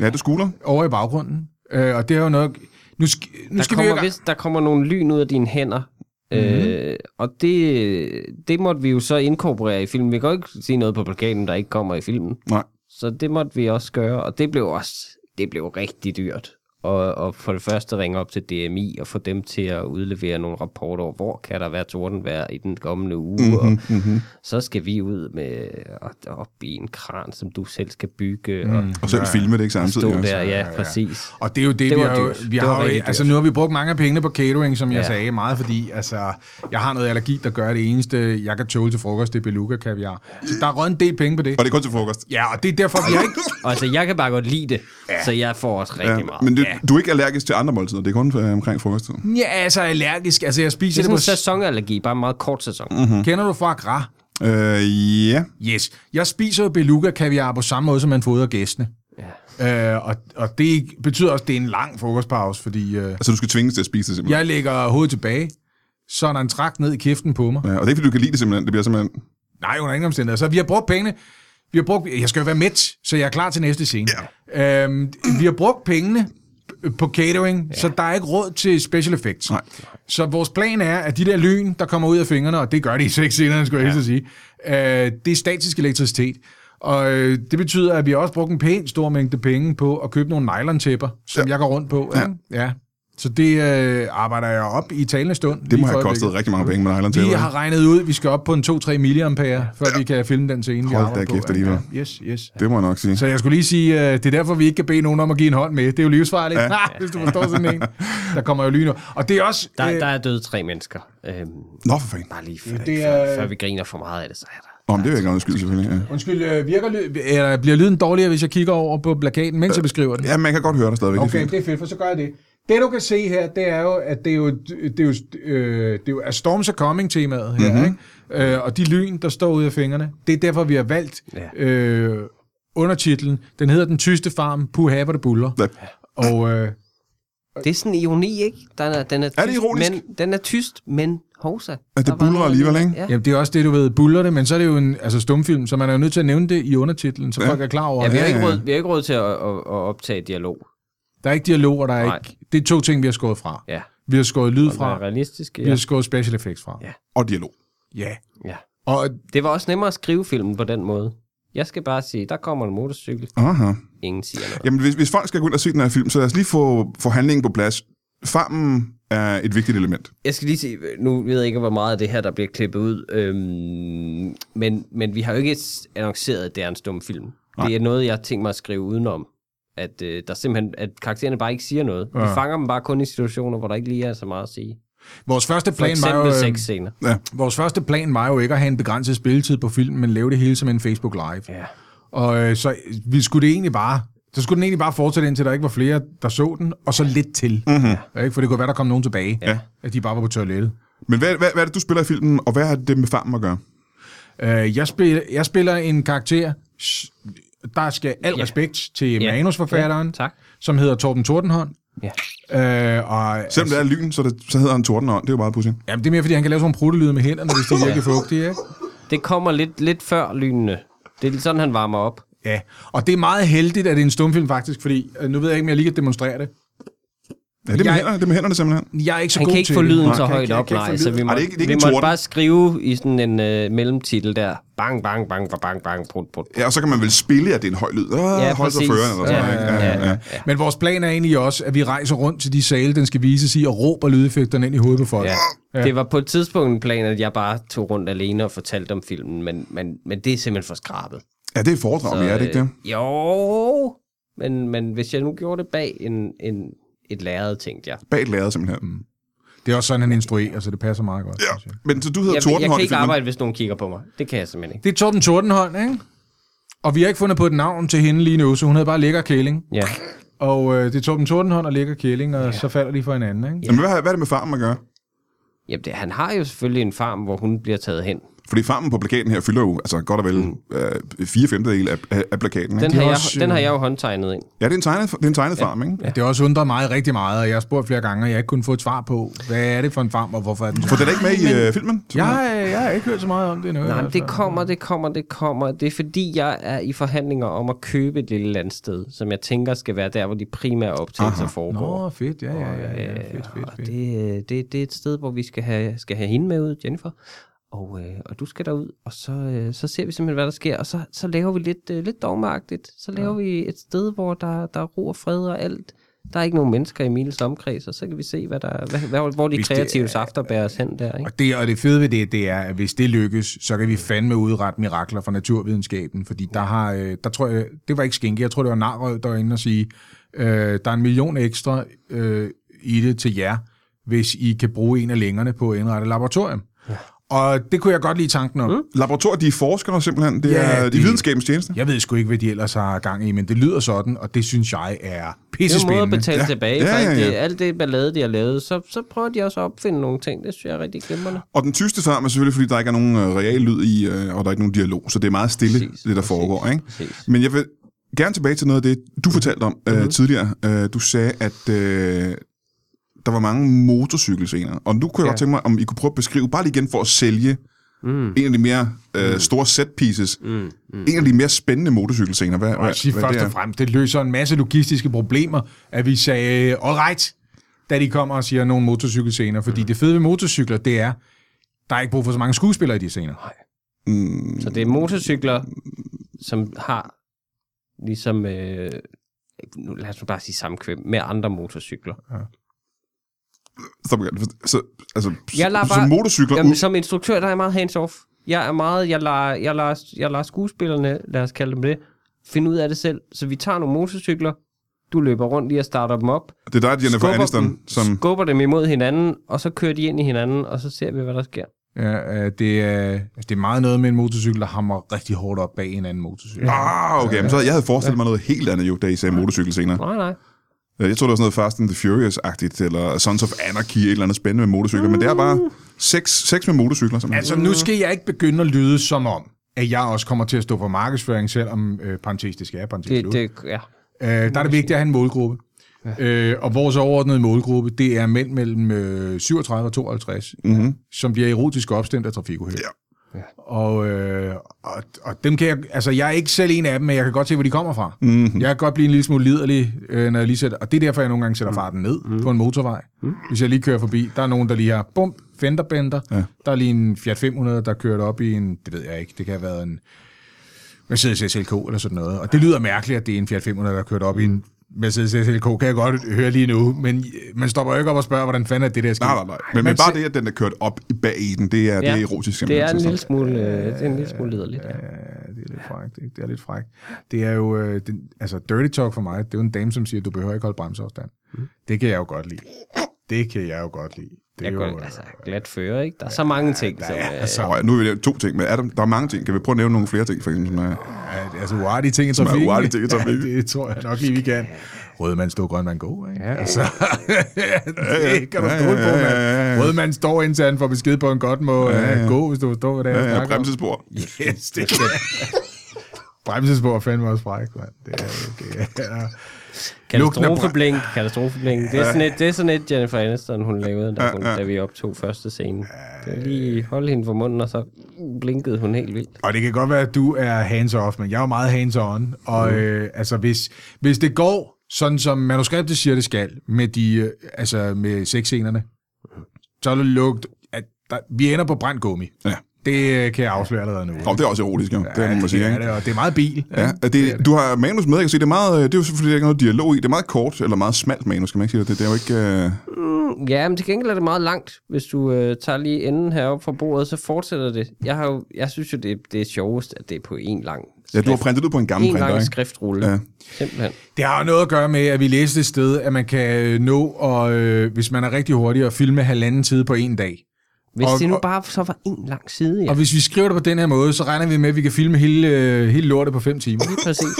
Speaker 2: Ja, det skuler.
Speaker 3: over i baggrunden. Øh, og det er jo nok... Nu, sk- nu
Speaker 1: Der
Speaker 3: skal vi jo
Speaker 1: kommer,
Speaker 3: ikke...
Speaker 1: vist, der kommer nogle lyn ud af dine hænder. Mm-hmm. Øh, og det, det måtte vi jo så inkorporere i filmen. Vi kan jo ikke sige noget på plakaten, der ikke kommer i filmen.
Speaker 2: Nej.
Speaker 1: Så det måtte vi også gøre, og det blev også det blev rigtig dyrt. Og, og for det første ringe op til DMI og få dem til at udlevere nogle rapporter over, hvor kan der være tordenvejr i den kommende uge, mm-hmm, og mm-hmm. så skal vi ud med og op i en kran, som du selv skal bygge, mm. og
Speaker 2: Og selv filme det ikke samtidig. altså.
Speaker 1: stå
Speaker 2: også.
Speaker 1: der, ja, præcis.
Speaker 3: Og det er jo det,
Speaker 1: Det
Speaker 3: vi
Speaker 1: var
Speaker 3: har, jo,
Speaker 1: dyrt.
Speaker 3: vi
Speaker 1: Det var
Speaker 3: har jo,
Speaker 1: rigtig
Speaker 3: altså
Speaker 1: dyrt.
Speaker 3: nu har vi brugt mange af pengene på catering, som jeg
Speaker 1: Ja.
Speaker 3: sagde, meget fordi, altså, jeg har noget allergi, der gør at det eneste, jeg kan tåle til frokost, det er beluga kaviar. Så der er røget en del penge på det.
Speaker 2: Og det er kun til frokost.
Speaker 3: Ja, og det er derfor, vi har ikke...
Speaker 1: Og altså, jeg kan bare godt lide det, ja. så jeg får også rigtig meget.
Speaker 2: Men det, du er ikke allergisk til andre måltider. Det er kun øh, omkring frokosttiden.
Speaker 3: Ja, altså allergisk. Altså, jeg
Speaker 1: Det er
Speaker 3: spiser det,
Speaker 1: sådan en
Speaker 3: det
Speaker 1: sæsonallergi, bare en meget kort sæson. Mm-hmm.
Speaker 3: på... Kender du fra gras?
Speaker 2: Øh, ja.
Speaker 3: Yes. Jeg spiser jo beluga kaviar på samme måde, som man fodrer gæstene. Ja. Øh, og, og det betyder også, at det er en lang frokostpause, fordi øh,
Speaker 2: Altså, du skal tvinges til at spise det simpelthen.
Speaker 3: jeg lægger hovedet tilbage, så er der en trak ned i kæften på mig.
Speaker 2: Ja. Og det er ikke, fordi du kan lide det simpelthen. Det bliver simpelthen...
Speaker 3: Nej, under ingen omstændigheder. Så vi har brugt pengene. Vi har brugt, jeg skal jo være mæt, så jeg er klar til næste scene. Ja. Øhm, vi har brugt pengene på catering, ja. så der er ikke råd til special effects.
Speaker 2: Nej.
Speaker 3: Så vores plan er, at de der lyn, der kommer ud af fingrene, og det gør de i seks scener, skulle jeg ja. sige, øh, det er statisk elektricitet. Og øh, det betyder, at vi har også brugt en pæn stor mængde penge på at købe nogle nylon-tæpper, som ja. jeg går rundt på. Ja. ja. Så det øh, arbejder jeg op i talende stund.
Speaker 2: Det
Speaker 3: lige
Speaker 2: må
Speaker 3: for
Speaker 2: have
Speaker 3: øjeblikket.
Speaker 2: kostet rigtig mange penge med Island
Speaker 3: Vi har regnet ud, at vi skal op på en 2-3 milliampere, før ja. vi kan filme den scene, vi
Speaker 2: Hold
Speaker 3: arbejder
Speaker 2: da kæft
Speaker 3: på.
Speaker 2: alligevel.
Speaker 3: Ja, Yes, yes.
Speaker 2: Det må jeg nok sige.
Speaker 3: Så jeg skulle lige sige, øh, det er derfor, vi ikke kan bede nogen om at give en hånd med. Det er jo livsfarligt, ja. hvis du forstår sådan en. Der kommer jo lyn. Og det er også...
Speaker 1: Der,
Speaker 3: øh,
Speaker 1: der er døde tre mennesker. Øhm,
Speaker 2: Nå, for fanden.
Speaker 1: bare lige før,
Speaker 3: det
Speaker 1: det er...
Speaker 3: er-
Speaker 1: før, før vi griner for meget af det, så er der.
Speaker 2: Nå, men det vil jeg gerne undskylde, selvfølgelig. Ja.
Speaker 3: Undskyld, øh, virker ly- eller bliver lyden dårligere, hvis jeg kigger over på plakaten, mens jeg beskriver den?
Speaker 2: ja, man kan godt høre dig stadigvæk. Det er
Speaker 3: Okay,
Speaker 2: fint.
Speaker 3: det er fedt, for så gør jeg det. Det, du kan se her, det er jo, at det er jo, det er jo, øh, det er jo er Storms are Coming-temaet her, mm-hmm. ikke? Øh, og de lyn, der står ud af fingrene. Det er derfor, vi har valgt
Speaker 1: Ja.
Speaker 3: øh, undertitlen. Den hedder Den tyste farm, puha, hvor det buller.
Speaker 2: Ja.
Speaker 3: Og øh,
Speaker 1: Det er sådan en ironi, ikke? Den er, den er, tyst,
Speaker 2: det ironisk?
Speaker 1: Men, den er tyst, men hovsa.
Speaker 2: det
Speaker 1: Der var
Speaker 2: buldrer
Speaker 1: noget-
Speaker 2: alligevel, ikke?
Speaker 1: Ja.
Speaker 3: jamen, det er også det, du ved, buller det, men så er det jo en altså, stumfilm, så man er jo nødt til at nævne det i undertitlen, så ja. folk er klar over,
Speaker 1: Ja,
Speaker 3: at
Speaker 1: vi har ikke
Speaker 2: ja, ja.
Speaker 1: råd, vi har ikke råd til at, at, at optage dialog.
Speaker 3: der er ikke dialog, og der er
Speaker 1: Nej.
Speaker 3: ikke... Det er to ting, vi har skåret fra.
Speaker 1: Ja.
Speaker 3: Vi har skåret lyd
Speaker 1: Fra
Speaker 3: fra,
Speaker 1: realistiske.
Speaker 3: vi
Speaker 1: Ja.
Speaker 3: har skåret special effects fra.
Speaker 1: Ja.
Speaker 2: Og dialog.
Speaker 3: ja.
Speaker 1: ja.
Speaker 3: Og
Speaker 1: Det var også nemmere at skrive filmen på den måde. Jeg skal bare sige, der kommer en motorcykel.
Speaker 2: Aha.
Speaker 1: Ingen siger noget.
Speaker 2: Jamen, hvis, hvis folk skal gå ind og se den her film, så lad os lige få, få handlingen på plads. Farmen er et vigtigt element.
Speaker 1: Jeg skal lige se, nu ved jeg ikke, hvor meget af det her, der bliver klippet ud, øhm, men, men vi har jo ikke s- annonceret, at det er en stum film. Nej. Det er noget, jeg har tænkt mig at skrive udenom. At, øh, der simpelthen, at karaktererne bare ikke siger noget. Ja. Vi fanger dem bare kun i situationer, hvor der ikke lige er så meget at sige.
Speaker 3: vores første
Speaker 1: For
Speaker 3: plan var jo...
Speaker 1: eksempel
Speaker 3: øh,
Speaker 1: seks scener.
Speaker 3: Vores første plan var jo ikke at have en begrænset spilletid på filmen, men lave det hele som en Facebook Live.
Speaker 1: Ja.
Speaker 3: Og øh, så vi skulle det egentlig bare... Så skulle den egentlig bare fortsætte indtil der ikke var flere, der så den, og så lidt til. Mm-hmm. Ikke? For det kunne være, der kom nogen tilbage, ja. at de bare var på toilettet.
Speaker 2: Men hvad, hvad, hvad er det, du spiller i filmen, og hvad har det med farmen at gøre?
Speaker 3: Øh, jeg, spiller, jeg spiller en karakter, s- der skal al ja. respekt til
Speaker 1: Ja.
Speaker 3: ja. manusforfatteren, ja.
Speaker 1: Tak.
Speaker 3: som hedder Torben Tordenhånd.
Speaker 1: Ja.
Speaker 3: Øh, og,
Speaker 1: Altså-
Speaker 2: Selvom det er lyn, så, er det, så hedder han Tordenhånd. Det er jo meget pudsigt.
Speaker 3: jamen, det er mere, fordi han kan lave sådan nogle pruttelyde med hænderne, hvis det er virkelig fugtigt. Ikke?
Speaker 1: Det kommer lidt, lidt før lynene. Det er sådan, han varmer op.
Speaker 3: Ja, og det er meget heldigt, at det er en stumfilm faktisk, fordi øh, nu ved jeg ikke, om jeg lige kan demonstrere det.
Speaker 2: Ja, det er med,
Speaker 3: Jeg-
Speaker 2: hænderne, det er med hænderne simpelthen.
Speaker 3: Jeg er ikke så
Speaker 1: Han
Speaker 3: god
Speaker 1: kan ikke
Speaker 3: til
Speaker 1: få
Speaker 3: det.
Speaker 1: lyden
Speaker 3: Nej,
Speaker 1: så
Speaker 3: kan-
Speaker 1: højt
Speaker 3: kan-
Speaker 1: op,
Speaker 3: kan ikke få
Speaker 1: nej, så
Speaker 3: lyden.
Speaker 1: vi, må,
Speaker 2: Ej, det er ikke- det er ikke
Speaker 1: vi
Speaker 2: en
Speaker 1: måtte
Speaker 2: torden.
Speaker 1: bare skrive i sådan en øh, mellemtitel der. Bang, bang, bang, bang, bang, bang, brut, brut.
Speaker 2: Ja, og så kan man vel spille, at det er en høj lyd. Ah, ja, hold sig
Speaker 1: præcis.
Speaker 2: føreren, eller sådan
Speaker 1: Ja,
Speaker 2: noget. ikke?
Speaker 1: ja, ja.
Speaker 3: Men vores plan er egentlig også, at vi rejser rundt til de sale, den skal vises i, og råber lydeffekterne ind i hovedet på folk.
Speaker 1: Ja. Det var på et tidspunkt en plan, at jeg bare tog rundt alene og fortalte om filmen, men, men, men det er simpelthen for skrabet.
Speaker 2: ja, det er et foredrag, vi er det ikke det?
Speaker 1: Øh, jo, men, men hvis jeg nu gjorde det bag en, en, et lærred, tænkte jeg.
Speaker 2: Bag et lærred simpelthen.
Speaker 1: Mm.
Speaker 3: Det er også sådan, han instruerer, så det passer meget godt.
Speaker 2: Ja.
Speaker 3: synes jeg.
Speaker 2: Men så du hedder
Speaker 1: Jeg, jeg
Speaker 2: Tordenhånd
Speaker 1: kan
Speaker 2: i
Speaker 1: ikke
Speaker 2: filmen?
Speaker 1: arbejde, hvis nogen kigger på mig. Det kan jeg simpelthen ikke.
Speaker 3: Det er Torben Tordenholm, ikke? Og vi har ikke fundet på et navn til hende lige nu, så hun hedder bare Lækker Kæling.
Speaker 1: Ja.
Speaker 3: Og øh, det er Torben Tordenholm og Lækker Kæling, og ja. så falder de for hinanden, ikke?
Speaker 2: Jamen, hvad, har- hvad er det med farmen at gøre?
Speaker 1: Jamen, det, han har jo selvfølgelig en farm, hvor hun bliver taget hen.
Speaker 2: Fordi farmen på plakaten her fylder jo altså godt og vel øh, fire femtedel af, af, af plakaten. Ikke?
Speaker 1: Mm. Den,
Speaker 3: det er
Speaker 1: har jeg,
Speaker 3: også,
Speaker 1: den har
Speaker 3: øh,
Speaker 1: jeg jo håndtegnet ind.
Speaker 2: Ja, det er en tegnet, det er en tegnet farm, ikke?
Speaker 3: Det har også undret mig rigtig meget, og jeg har spurgt flere gange, og jeg har ikke kunnet få et svar på, hvad er det for en farm, og hvorfor er den
Speaker 2: For den er ikke med i øh, filmen? som
Speaker 3: Jeg,
Speaker 2: er-
Speaker 3: jeg har ikke hørt så meget om det nu.
Speaker 1: Nej, men det kommer, det kommer, det kommer. Det er fordi, jeg er i forhandlinger om at købe et lille landsted, som jeg tænker skal være der, hvor de primære optagelser foregår.
Speaker 3: Nå, fedt, ja, ja, ja, ja. fedt, fedt,
Speaker 1: Øh, Og
Speaker 3: fedt.
Speaker 1: det, øh, det, det er et sted, hvor vi skal have, skal have hende med ud, Jennifer. Og, øh, og du skal derud, og så, øh, så ser vi simpelthen, hvad der sker. Og så, så laver vi lidt, øh, lidt dogmagtigt. Så laver ja. vi et sted, hvor der, der er ro og fred og alt. Der er ikke nogen mennesker i Emils omkreds, og så kan vi se, hvad der, hvad, hvad, hvor de
Speaker 3: Hvis det
Speaker 1: kreative
Speaker 3: er-
Speaker 1: safter bærer os hen der. Ikke?
Speaker 3: Og det, og det fede ved det, det er, at hvis det lykkes, så kan vi fandme udrette mirakler fra naturvidenskaben, fordi der har, øh, der tror jeg, det var ikke skænke, jeg tror det var Narød, der var inde og sige, øh, der er en million ekstra øh, i det til jer, hvis I kan bruge en af længerne på at indrette et laboratorium. Ja. Og det kunne jeg godt lide tanken om. Mm.
Speaker 2: Laboratorier, de er forskere simpelthen. Det
Speaker 3: Ja,
Speaker 2: er de,
Speaker 3: de-
Speaker 2: videnskabens tjeneste.
Speaker 3: Jeg ved sgu ikke, hvad de ellers har gang i, men det lyder sådan, og det synes jeg er
Speaker 1: Det er jo en måde at
Speaker 3: pissespændende.
Speaker 1: betale
Speaker 2: Ja.
Speaker 1: ja. tilbage
Speaker 2: Ja,
Speaker 1: for
Speaker 2: ja,
Speaker 1: alt det,
Speaker 2: ja.
Speaker 1: alt det ballade, de har lavet. Så, så prøver de også at opfinde nogle ting. Det synes jeg er rigtig glimrende.
Speaker 2: Og den tyste farm er selvfølgelig, fordi der ikke er nogen øh, real lyd i, øh, og der er ikke nogen dialog, så det er meget stille, præcis,
Speaker 1: Præcis,
Speaker 2: det der
Speaker 1: præcis,
Speaker 2: foregår. Ikke?
Speaker 1: præcis.
Speaker 2: Men jeg vil gerne tilbage til noget af det, du fortalte om øh, tidligere. Øh, du sagde, at øh, der var mange motorcykelscener, og nu kunne jeg ja. godt tænke mig, om I kunne prøve at beskrive, bare lige igen for at sælge mm. en af de mere øh, store set pieces, mm. Mm. en af de mere spændende motorcykelscener. Hvad,
Speaker 3: Og jeg
Speaker 2: hvad,
Speaker 3: siger
Speaker 2: hvad
Speaker 3: først
Speaker 2: det
Speaker 3: og
Speaker 2: er?
Speaker 3: fremmest, det løser en masse logistiske problemer, at vi sagde, all right, da de kommer og siger nogle motorcykelscener. Fordi det fede ved motorcykler, det er, der er ikke brug for så mange skuespillere i de scener.
Speaker 1: Så det er motorcykler, som har ligesom, øh, nu lad os nu bare sige samkvem, med andre motorcykler.
Speaker 2: Stop igen. Så, altså,
Speaker 1: Jeg lader
Speaker 2: så, så
Speaker 1: bare-
Speaker 2: motorcykler
Speaker 1: Jamen,
Speaker 2: ud,
Speaker 1: som instruktør, der er jeg meget hands-off. Jeg er meget, jeg lader, jeg, lader, jeg lader skuespillerne, lad os kalde dem det, finde ud af det selv. Så vi tager nogle motorcykler, du løber rundt lige og starter dem op,
Speaker 2: det er dig, Jennifer Aniston,
Speaker 1: dem,
Speaker 2: som...
Speaker 1: skubber dem imod hinanden, og så kører de ind i hinanden, og så ser vi, hvad der sker.
Speaker 3: Ja, øh, det, er, altså, det er meget noget med en motorcykel, der hammer rigtig hårdt op bag en anden motorcykel.
Speaker 2: Ah, okay. Men så jeg havde forestillet mig noget helt andet jo, da I sagde motorcykel senere.
Speaker 1: Nej, nej.
Speaker 2: Øh, Jeg tror, det var sådan noget Fast and the Furious-agtigt, eller Sons of Anarchy, et eller andet spændende med motorcykler, men det er bare seks, seks med motorcykler. Som
Speaker 3: Altså, nu skal jeg ikke begynde at lyde som om, at jeg også kommer til at stå for markedsføring, selvom øh, parentes, det skal jeg parentes
Speaker 1: Det,
Speaker 3: slut.
Speaker 1: det, ja.
Speaker 3: Øh, der er det vigtigt at have en målgruppe. Ja. Øh, og vores overordnede målgruppe, det er mænd mellem øh, 37 og 52, mm-hmm. som bliver erotisk opstemt af trafikuheld.
Speaker 2: Ja.
Speaker 3: Og, øh, og, og dem kan jeg, altså jeg er ikke selv en af dem, men jeg kan godt se, hvor de kommer fra.
Speaker 2: Mhm.
Speaker 3: Mm-hmm. Jeg kan godt blive en lille smule liderlig, øh, når jeg lige sætter, og det er derfor, jeg nogle gange sætter
Speaker 2: Mhm.
Speaker 3: farten ned mm-hmm. på en motorvej. Mm-hmm. Hvis jeg lige kører forbi, der er nogen, der lige har bum, fenderbender, ja. der er lige en Fiat 500, der kørt op i en, det ved jeg ikke, det kan have været en Mercedes SLK eller sådan noget. Og det lyder mærkeligt, at det er en Fiat 500, der er kørt op i
Speaker 2: Mhm.
Speaker 3: en Mercedes SLK, kan jeg godt høre lige nu, men øh, man stopper jo ikke op og spørger, hvordan fanden er det der sket.
Speaker 2: Nej, nej, nej. Men, men bare det, at den er kørt op i- bag i den, det er, det er erotisk
Speaker 1: det er en
Speaker 2: simpelthen.
Speaker 1: lille
Speaker 2: synes
Speaker 1: smule, øh, det er en lille smule lederligt. Ja.
Speaker 3: Ja, det er lidt frækt. Ikke? Det er lidt frækt. Det er jo, øh, den, altså dirty talk for mig, det er jo en dame, som siger, du behøver ikke holde bremseafstand. Mm. Det kan jeg jo godt lide. Det kan jeg jo godt lide. Det er
Speaker 1: Jeg
Speaker 3: jo,
Speaker 1: går,
Speaker 3: øh, altså,
Speaker 1: altså, glat fører, ikke? Der er så mange ting, som...
Speaker 3: ja,
Speaker 1: Øh,
Speaker 2: jeg. Nå, ja, nu er vi nævnt to ting, men er der, der er mange ting. Kan vi prøve at nævne nogle flere ting, for eksempel? Som er,
Speaker 3: ja, altså uartige ting i
Speaker 2: er
Speaker 3: trafikken.
Speaker 2: uartige ting i trafikken.
Speaker 3: Ja, det tror jeg nok lige, vi kan. Rød mand står, grøn mand går. Ikke? Ja, altså, det kan du
Speaker 2: Ja, ja,
Speaker 3: stole på,
Speaker 2: ja, ja, ja.
Speaker 3: mand. Rød mand står indtil han får besked på, at han godt må ja, ja. gå, hvis du forstår, hvad det er, jeg
Speaker 2: ja, ja,
Speaker 3: snakker om.
Speaker 2: bremsespor.
Speaker 3: Yes, det kan Bremsespor er fandme også frækt, mand. Det er, det er, Lugten af bræ-
Speaker 1: øh, Katastrofeblink, katastrofeblink. Det er, sådan et, det er sådan et Jennifer Aniston, hun lavede, da, hun, da vi optog første scene. Det var lige holde hende for munden, og så blinkede hun helt vildt.
Speaker 3: Og det kan godt være, at du er hands-off, men jeg er jo meget hands-on. Og mm. øh, altså, hvis, hvis det går sådan, som manuskriptet siger, det skal, med, de, øh, altså, med sexscenerne, så er det lugt, at der, vi ender på brændt gummi.
Speaker 2: Ja.
Speaker 3: Det øh, kan jeg afsløre allerede nu.
Speaker 2: Og det er også erotisk, jo. Det må man sige,
Speaker 3: det, er
Speaker 2: ikke?
Speaker 3: det, og det er meget bil.
Speaker 2: Ja, og det, du har manus med, jeg kan sige, det er, meget, øh, det er jo selvfølgelig ikke noget dialog i. Det er meget kort, eller meget smalt manus, kan man ikke sige det. Det, det er jo ikke... Øh,
Speaker 1: Ja, men til gengæld er det meget langt. Hvis du øh, tager lige enden heroppe fra bordet, så fortsætter det. Jeg, har jo, jeg synes jo, det, det er sjovest, at det er på en lang
Speaker 2: ja, du har printet ud på en gammel
Speaker 1: en
Speaker 2: printer,
Speaker 1: lang
Speaker 2: ikke?
Speaker 1: skriftrulle.
Speaker 2: Ja.
Speaker 1: Ja. Simpelthen.
Speaker 3: Det har jo noget at gøre med, at vi læste et sted, at man kan øh, nå, og, øh, hvis man er rigtig hurtig, at filme halvanden tid på en dag.
Speaker 1: Hvis
Speaker 3: Og-
Speaker 1: det nu
Speaker 3: og-
Speaker 1: bare så var en lang side,
Speaker 3: Ja.
Speaker 1: ja.
Speaker 3: Og hvis vi skriver det på den her måde, så regner vi med, at vi kan filme hele, øh, hele lortet på fem timer.
Speaker 1: Lige præcis.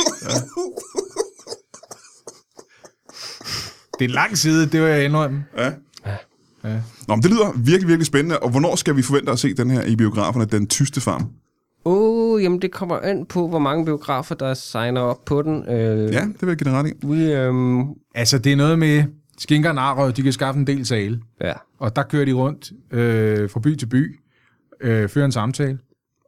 Speaker 3: Det er en lang side, det vil jeg indrømme.
Speaker 2: Ja.
Speaker 3: Ja.
Speaker 2: Nå, men det lyder virkelig, virkelig spændende, og hvornår skal vi forvente at se den her i biograferne, Den Tyste Farm?
Speaker 1: Åh, oh, jamen det kommer an på, hvor mange biografer, der signer op på den. Øh,
Speaker 2: Ja, det vil jeg give dig ret i.
Speaker 1: Vi, øhm,
Speaker 3: Altså, det er noget med skinker og narrød, de kan skaffe en del sale.
Speaker 1: ja.
Speaker 3: Og der kører de rundt øh, fra by til by, øh, fører en samtale,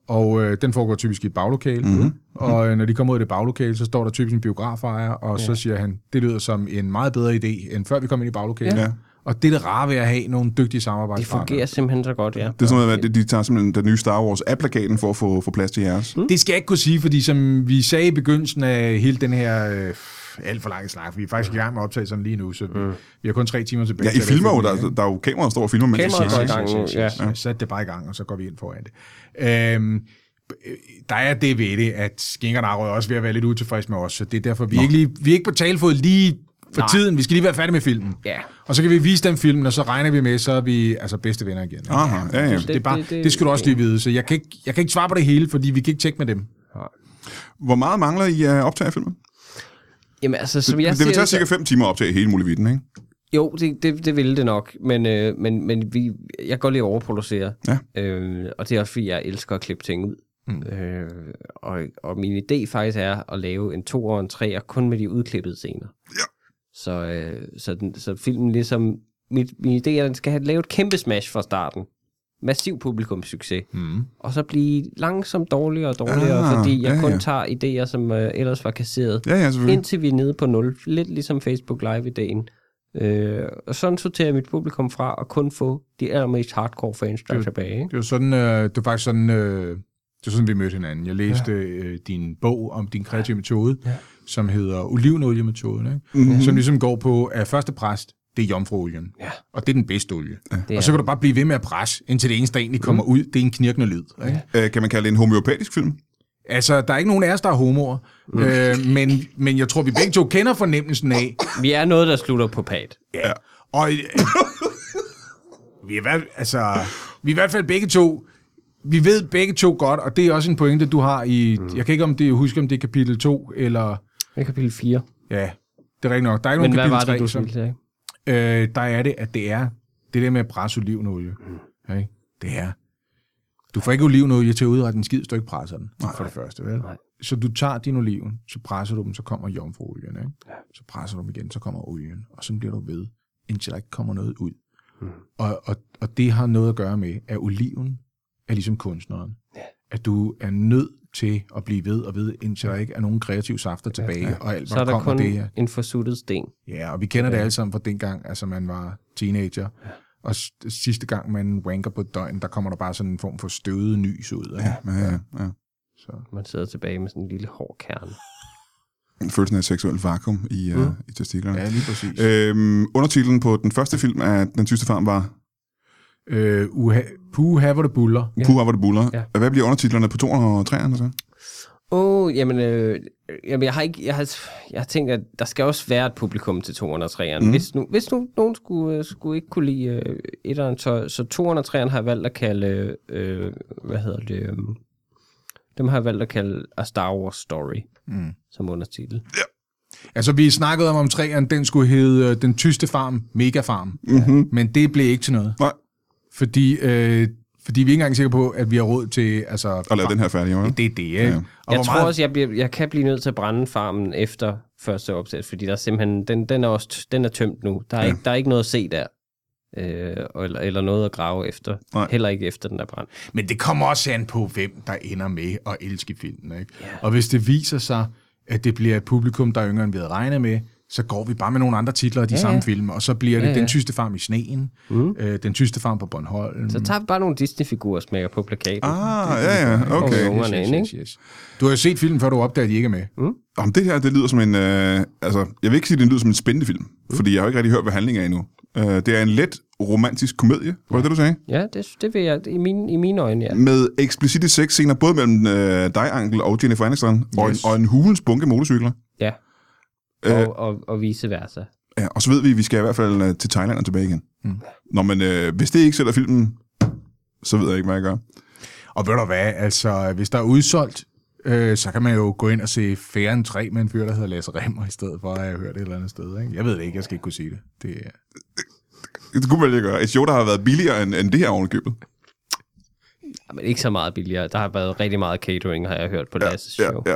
Speaker 3: og øh, den foregår typisk i et baglokale.
Speaker 2: Mhm.
Speaker 3: Mm-hmm. Og øh, når de kommer ud af det baglokale, så står der typisk en biograferejer, og ja. så siger han, det lyder som en meget bedre idé, end før vi kom ind i baglokalet.
Speaker 2: Ja.
Speaker 3: Og det er det rare ved at have nogle dygtige
Speaker 1: Det
Speaker 3: samarbejdspartnere.
Speaker 1: fungerer simpelthen så godt, ja.
Speaker 2: Det er sådan noget, at de tager simpelthen den nye Star Wars af plakaten for at få, få plads til jeres.
Speaker 3: Det skal jeg ikke kunne sige, fordi som vi sagde i begyndelsen af hele den her øh, alt for lange snak, vi er faktisk i gang med optagelserne lige nu, så vi, mm. vi har kun tre timer tilbage.
Speaker 2: Ja, I
Speaker 3: til at
Speaker 2: filmer jo,
Speaker 3: lave den
Speaker 2: der,
Speaker 3: her, ikke?
Speaker 2: der er jo kameraer, der står og filmer, mens I
Speaker 1: Kameraet
Speaker 2: siger
Speaker 1: går i
Speaker 2: det.
Speaker 1: gang nu, ja.
Speaker 3: ja. Sæt det bare i gang, og så går vi ind foran det. Øhm, der er det ved det, at Skinker Narød er også ved at være lidt utilfreds med os, så det er derfor, vi, er ikke lige, vi er ikke på talefod lige for Nej. tiden. Vi skal lige være færdige med filmen.
Speaker 1: Ja.
Speaker 3: Og så kan vi vise den film, og så regner vi med, så er vi altså bedste venner igen. ikke?
Speaker 2: Aha, ja, ja.
Speaker 3: Det, er bare, det, det, det skal du også lige vide, så jeg kan, ikke, jeg kan ikke svare på det hele, fordi vi kan ikke tjekke med dem.
Speaker 2: Hvor meget mangler I at optage filmen?
Speaker 1: Jamen altså, som jeg
Speaker 2: det
Speaker 1: ser
Speaker 2: vil tage
Speaker 1: så-
Speaker 2: cirka 5 timer at optage hele muligheden, ikke?
Speaker 1: Jo, det, det, det ville det nok, men, øh, men, men vi, jeg kan godt lide at overproducere,
Speaker 2: Ja.
Speaker 1: øh, og det er også fordi, jeg elsker at klippe ting ud. Mm. Øh, og, og min idé faktisk er at lave en to og en tre, og kun med de udklippede scener.
Speaker 2: Ja.
Speaker 1: Så, øh, så, den, så filmen ligesom, mit, min idé er, at den skal have lavet et kæmpe smash fra starten. Massiv publikumssucces. Mm. Og så blive langsomt dårligere og dårligere,
Speaker 2: Ah,
Speaker 1: ah, fordi jeg
Speaker 2: ja,
Speaker 1: ja, kun
Speaker 2: ja.
Speaker 1: tager idéer, som øh, ellers var kasseret.
Speaker 2: Ja, ja,
Speaker 3: Mm.
Speaker 2: selvfølgelig.
Speaker 1: Indtil vi er nede på 0. Lidt ligesom Facebook Live-ideen. Øh, og sådan sorterer jeg mit publikum fra og kun få de allermest hardcore fans, der er
Speaker 3: Det-
Speaker 1: tilbage. Ikke?
Speaker 3: Det var sådan, øh, det var faktisk sådan, øh, det var sådan, vi mødte hinanden. Jeg læste ja. øh, din bog om din kreative metode, ja. som hedder olivenoliemetoden, ikke? Mm-hmm. som ligesom går på, at første præst, det er jomfruolien. Ja. Og det er den bedste olie. Ja. Og så kan du bare blive ved med at presse, indtil det eneste, der egentlig kommer mm. ud, det er en knirkende lyd. Ikke? Ja.
Speaker 2: Øh, kan man kalde det en homeopatisk film?
Speaker 3: Altså, der er ikke nogen af os, der er homoer, mm. øh, men, men jeg tror, vi begge to kender fornemmelsen af,
Speaker 1: Vi er noget, der slutter på pat.
Speaker 3: Ja. Og øh, vi, er, i hvert- altså, vi er i hvert fald begge to, vi ved begge to godt, og det er også en pointe, du har i, mm. jeg kan ikke om det, huske, om det er kapitel 2, eller,
Speaker 1: Det er kapitel 4.
Speaker 3: ja, det er rigtigt nok. Der er ikke
Speaker 1: Men hvad
Speaker 3: nogen
Speaker 1: var
Speaker 3: kapitel
Speaker 1: det,
Speaker 3: 3,
Speaker 1: du
Speaker 3: som,
Speaker 1: ville sige?
Speaker 3: øh, der er det, at det er, det der med at presse olivenolie, mm. okay? det er, du får ikke olivenolie til at udrette en skid, hvis du ikke presser den, Nej. for det første, vel?
Speaker 1: Nej.
Speaker 3: Så du tager din oliven, så presser du dem, så kommer jomfruolien, ikke? Ja. så presser du dem igen, så kommer olien, og så bliver du ved, indtil der ikke kommer noget ud. Mm. Og, og, og det har noget at gøre med, at oliven er ligesom kunstneren. Ja. At du er nødt til at blive ved og ved, indtil der ikke er nogen kreative safter tilbage, ja, ja. og alt,
Speaker 1: Så er
Speaker 3: hvad der
Speaker 1: der
Speaker 3: kommer,
Speaker 1: kun
Speaker 3: det er
Speaker 1: en forsuttet sten.
Speaker 3: Ja, og vi kender det alle sammen fra dengang, altså man var teenager. Og s- sidste gang, man wanker på et døgn, der kommer der bare sådan en form for støvet nys ud. Ikke?
Speaker 2: Ja, ja, ja.
Speaker 1: Man sidder tilbage med sådan en lille hård kerne.
Speaker 2: Følelsen af et seksuelt vakuum i, mm. uh, i testiklerne.
Speaker 3: ja lige præcis. Øh,
Speaker 2: Øhm, undertitlen på den første film af Den Tyste Farm var
Speaker 3: øh, uha- puha, hvor det buller.
Speaker 2: ja. Pura var det buller. Ja.
Speaker 1: Ja.
Speaker 2: Hvad bliver undertitlerne på 2 og 3'erne så?
Speaker 1: Åh, oh, jamen, øh, jamen, jeg har ikke, jeg har, jeg har tænkt, at der skal også være et publikum til 203'eren. Mm. Hvis, nu, hvis nu nogen skulle, øh, skulle ikke kunne lide øh, etteren, så, så 203'eren har jeg valgt at kalde, øh, hvad hedder det, øh, dem har jeg valgt at kalde A Star Wars Story, mm. som undertitel.
Speaker 3: Altså, vi snakkede om, om træerne, den skulle hedde øh, Den Tyste Farm, Mega Farm. Mm-hmm. Men det blev ikke til noget.
Speaker 2: Nej,
Speaker 3: Fordi, øh, fordi vi er ikke engang sikre på, at vi har råd til... Altså,
Speaker 2: og lave den her færdig. Jo.
Speaker 3: Det er det, ikke? Ja. Og hvor
Speaker 1: Jeg tror
Speaker 3: meget-
Speaker 1: også, jeg, bliver, jeg kan blive nødt til at brænde farmen efter første opsæt, fordi der er simpelthen, den, den, er, også, t- den er tømt nu. Der er, ja. ikke, der er ikke noget at se der. Øh, eller, eller noget at grave efter.
Speaker 2: Nej.
Speaker 1: Heller ikke efter den er brændt.
Speaker 3: Men det kommer også an på, hvem der ender med at elske filmen. Ikke? Yeah. Og hvis det viser sig, at det bliver et publikum, der er yngre end vi havde regnet med, så går vi bare med nogle andre titler af de ja, samme ja. film, og så bliver det ja, ja. Den tyste farm i sneen, mm. øh, Den tyste farm på Bornholm.
Speaker 1: Så tager vi bare nogle Disney-figurer og smækker på plakaten. Ah,
Speaker 2: Ah, ja, ja, okay.
Speaker 1: Og ungerne ind, ikke?
Speaker 3: yes. Du har jo set filmen, før du opdager, at de ikke er med. Mm.
Speaker 2: Om det her, det lyder som en... Øh, altså, jeg vil ikke sige, at det lyder som en spændende film, fordi jeg har jo ikke rigtig hørt, hvad handlingen er endnu. Øh, det er en let romantisk komedie, var det det, du sagde?
Speaker 1: Ja, det, det vil jeg, i mine, i mine øjne, ja.
Speaker 2: Med eksplicite sexscener, både mellem øh, dig, Ankel, og Jennifer Aniston, yes. og, en,
Speaker 3: Yes.
Speaker 2: og en hulens bunke motorcykler.
Speaker 1: ja. Og, og, og vice versa.
Speaker 2: Ja, og så ved vi, at vi skal i hvert fald øh, til Thailand og tilbage igen. Mm. Nå, men øh, hvis det ikke sælger filmen, så ved jeg ikke, hvad jeg gør.
Speaker 3: Og ved du hvad, altså, hvis der er udsolgt, øh, så kan man jo gå ind og se Færen 3 med en fyr, der hedder Lasse Remmer, i stedet for at jeg har hørt det et eller andet sted. Ikke? Jeg ved det ikke, jeg skal ikke kunne sige det. Det er...
Speaker 2: Det kunne man ikke gøre. Et show, der har været billigere end, end det her ovenikøbet.
Speaker 1: Men ikke så meget billigere. Der har været rigtig meget catering, har jeg hørt på ja, Lasses
Speaker 2: Ja,
Speaker 1: show.
Speaker 2: ja.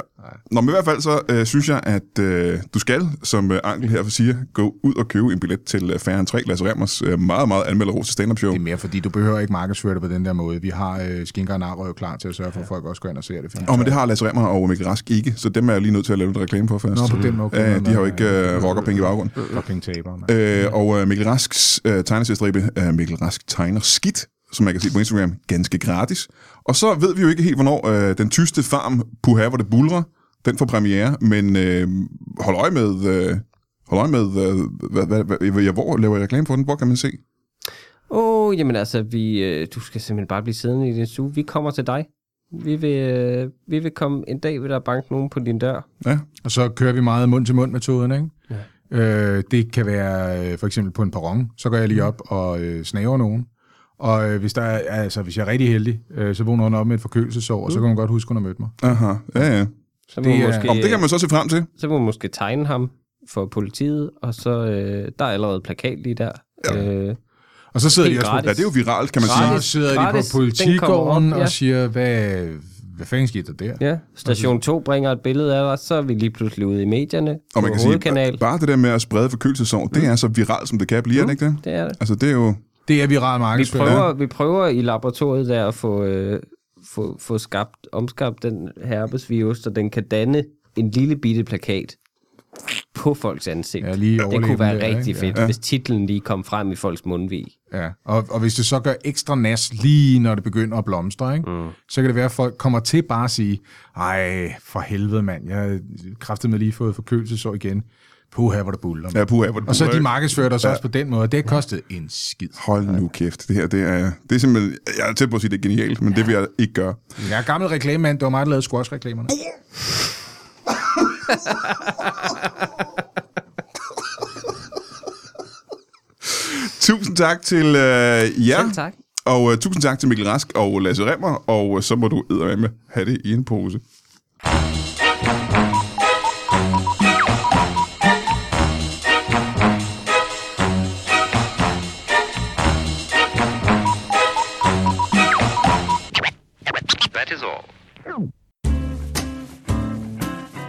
Speaker 2: Nå, men i hvert fald så øh, synes jeg, at øh, du skal, som øh, Ankel her siger, gå ud og købe en billet til øh, Færre end 3, Lasse Remmers øh, meget, meget anmelderose stand-up show.
Speaker 3: Det er mere, fordi du behøver ikke markedsføre det på den der måde. Vi har øh, skinker og narrøv klar til at sørge for, at folk også går ind og ser det.
Speaker 2: Og men det har Lasse Remmer og Mikkel Rask ikke, så dem er jeg lige nødt til at lave lidt reklame for først.
Speaker 3: Nå, på den måde. Okay,
Speaker 2: Ja,
Speaker 3: nå,
Speaker 2: de har jo
Speaker 3: nå,
Speaker 2: ikke
Speaker 3: ja.
Speaker 2: øh, rockerpenge i baggrunden.
Speaker 3: Fucking taber, mand.
Speaker 2: Øh, og øh, Mikkel Rasks øh, tegneseriestribe er Mikkel Rask tegner skidt, som man kan se på Instagram, ganske gratis. Og så ved vi jo ikke helt, hvornår øh, den tyste farm, Puha, hvor det bulrer, den får premiere, men øh, hold øje med... Øh, Hold øje med, øh, hvad, hvad, hvad, ja, hvor laver jeg reklame for den? Hvor kan man se?
Speaker 1: Åh, oh, jamen altså, vi, øh, du skal simpelthen bare blive siddende i din stue. Vi kommer til dig. Vi vil, øh, vi vil komme en dag, vil der banke nogen på din dør.
Speaker 2: Ja,
Speaker 3: Og så kører vi meget mund-til-mund-metoden, ikke? Ja. Øh, det kan være øh, for eksempel på en perron, så går jeg lige op og øh, snaver nogen. Og øh, hvis, der er, altså, hvis jeg er rigtig heldig, øh, så vågner hun op med et forkølelsesår,
Speaker 1: Mm.
Speaker 3: og så kan hun godt huske, hun har mødt mig.
Speaker 2: aha, ja, ja.
Speaker 1: Så må,
Speaker 3: Det
Speaker 1: det,
Speaker 3: er-
Speaker 1: måske,
Speaker 2: Om det kan man så se frem til.
Speaker 1: så må man måske tegne ham for politiet, og så øh, der er allerede plakat lige der. Ja. Øh,
Speaker 3: Og så sidder
Speaker 1: Helt
Speaker 3: de også
Speaker 1: gratis.
Speaker 2: Ja, det er jo viralt, kan man sige.
Speaker 3: på,
Speaker 1: Gratis.
Speaker 3: så sidder
Speaker 1: Gratis.
Speaker 3: de på
Speaker 1: Den kommer op,
Speaker 3: politigården op,
Speaker 1: ja.
Speaker 3: ja. og siger, hvad, hvad fanden skete der der?
Speaker 1: ja. Station 2 bringer et billede af os, så er vi lige pludselig ude i medierne på
Speaker 2: Og man kan
Speaker 1: hovedkanal.
Speaker 2: sige, bare det der med at sprede forkølelsesår,
Speaker 3: Mm.
Speaker 2: det er så viralt, som det kan blive, er det ikke det?
Speaker 1: det er det.
Speaker 2: Altså, det er jo...
Speaker 3: Det er viral
Speaker 1: Vi
Speaker 3: markedsføring.
Speaker 1: prøver, vi prøver i laboratoriet der at få, øh, få, få skabt, omskabt den herpesvirus, så den kan danne en lille bitte plakat på folks ansigt.
Speaker 3: Ja, lige
Speaker 1: det kunne
Speaker 3: overleben
Speaker 1: være
Speaker 3: der, ikke?
Speaker 1: rigtig
Speaker 3: Ja.
Speaker 1: fedt, ja. hvis titlen lige kom frem i folks mundvig.
Speaker 3: Ja, og, og hvis det så gør ekstra nas lige når det begynder at blomstre, ikke? Mm. så kan det være, at folk kommer til bare at sige, ej, for helvede mand, jeg kræftede med lige fået forkølelsesår igen. Puha, hvor der buller. Ja.
Speaker 2: Ja, puha, hvor det
Speaker 3: Og så er
Speaker 2: buller,
Speaker 3: de
Speaker 2: ikke?
Speaker 3: markedsført os ja. også på den måde, og det har kostet en skid.
Speaker 2: Hold nu kæft, det her, det er, det er simpelthen, jeg er tæt på at sige, det er genialt, men det vil jeg ikke gøre.
Speaker 3: Jeg er gammel reklamemand, det var mig, der lavede squash-reklamerne.
Speaker 2: Tusind tak til øh, jer,
Speaker 1: Selv tak.
Speaker 2: og øh, tusind tak til Mikkel Rask og Lasse Remmer, og øh, så må du med have det i en pose.
Speaker 5: That is all.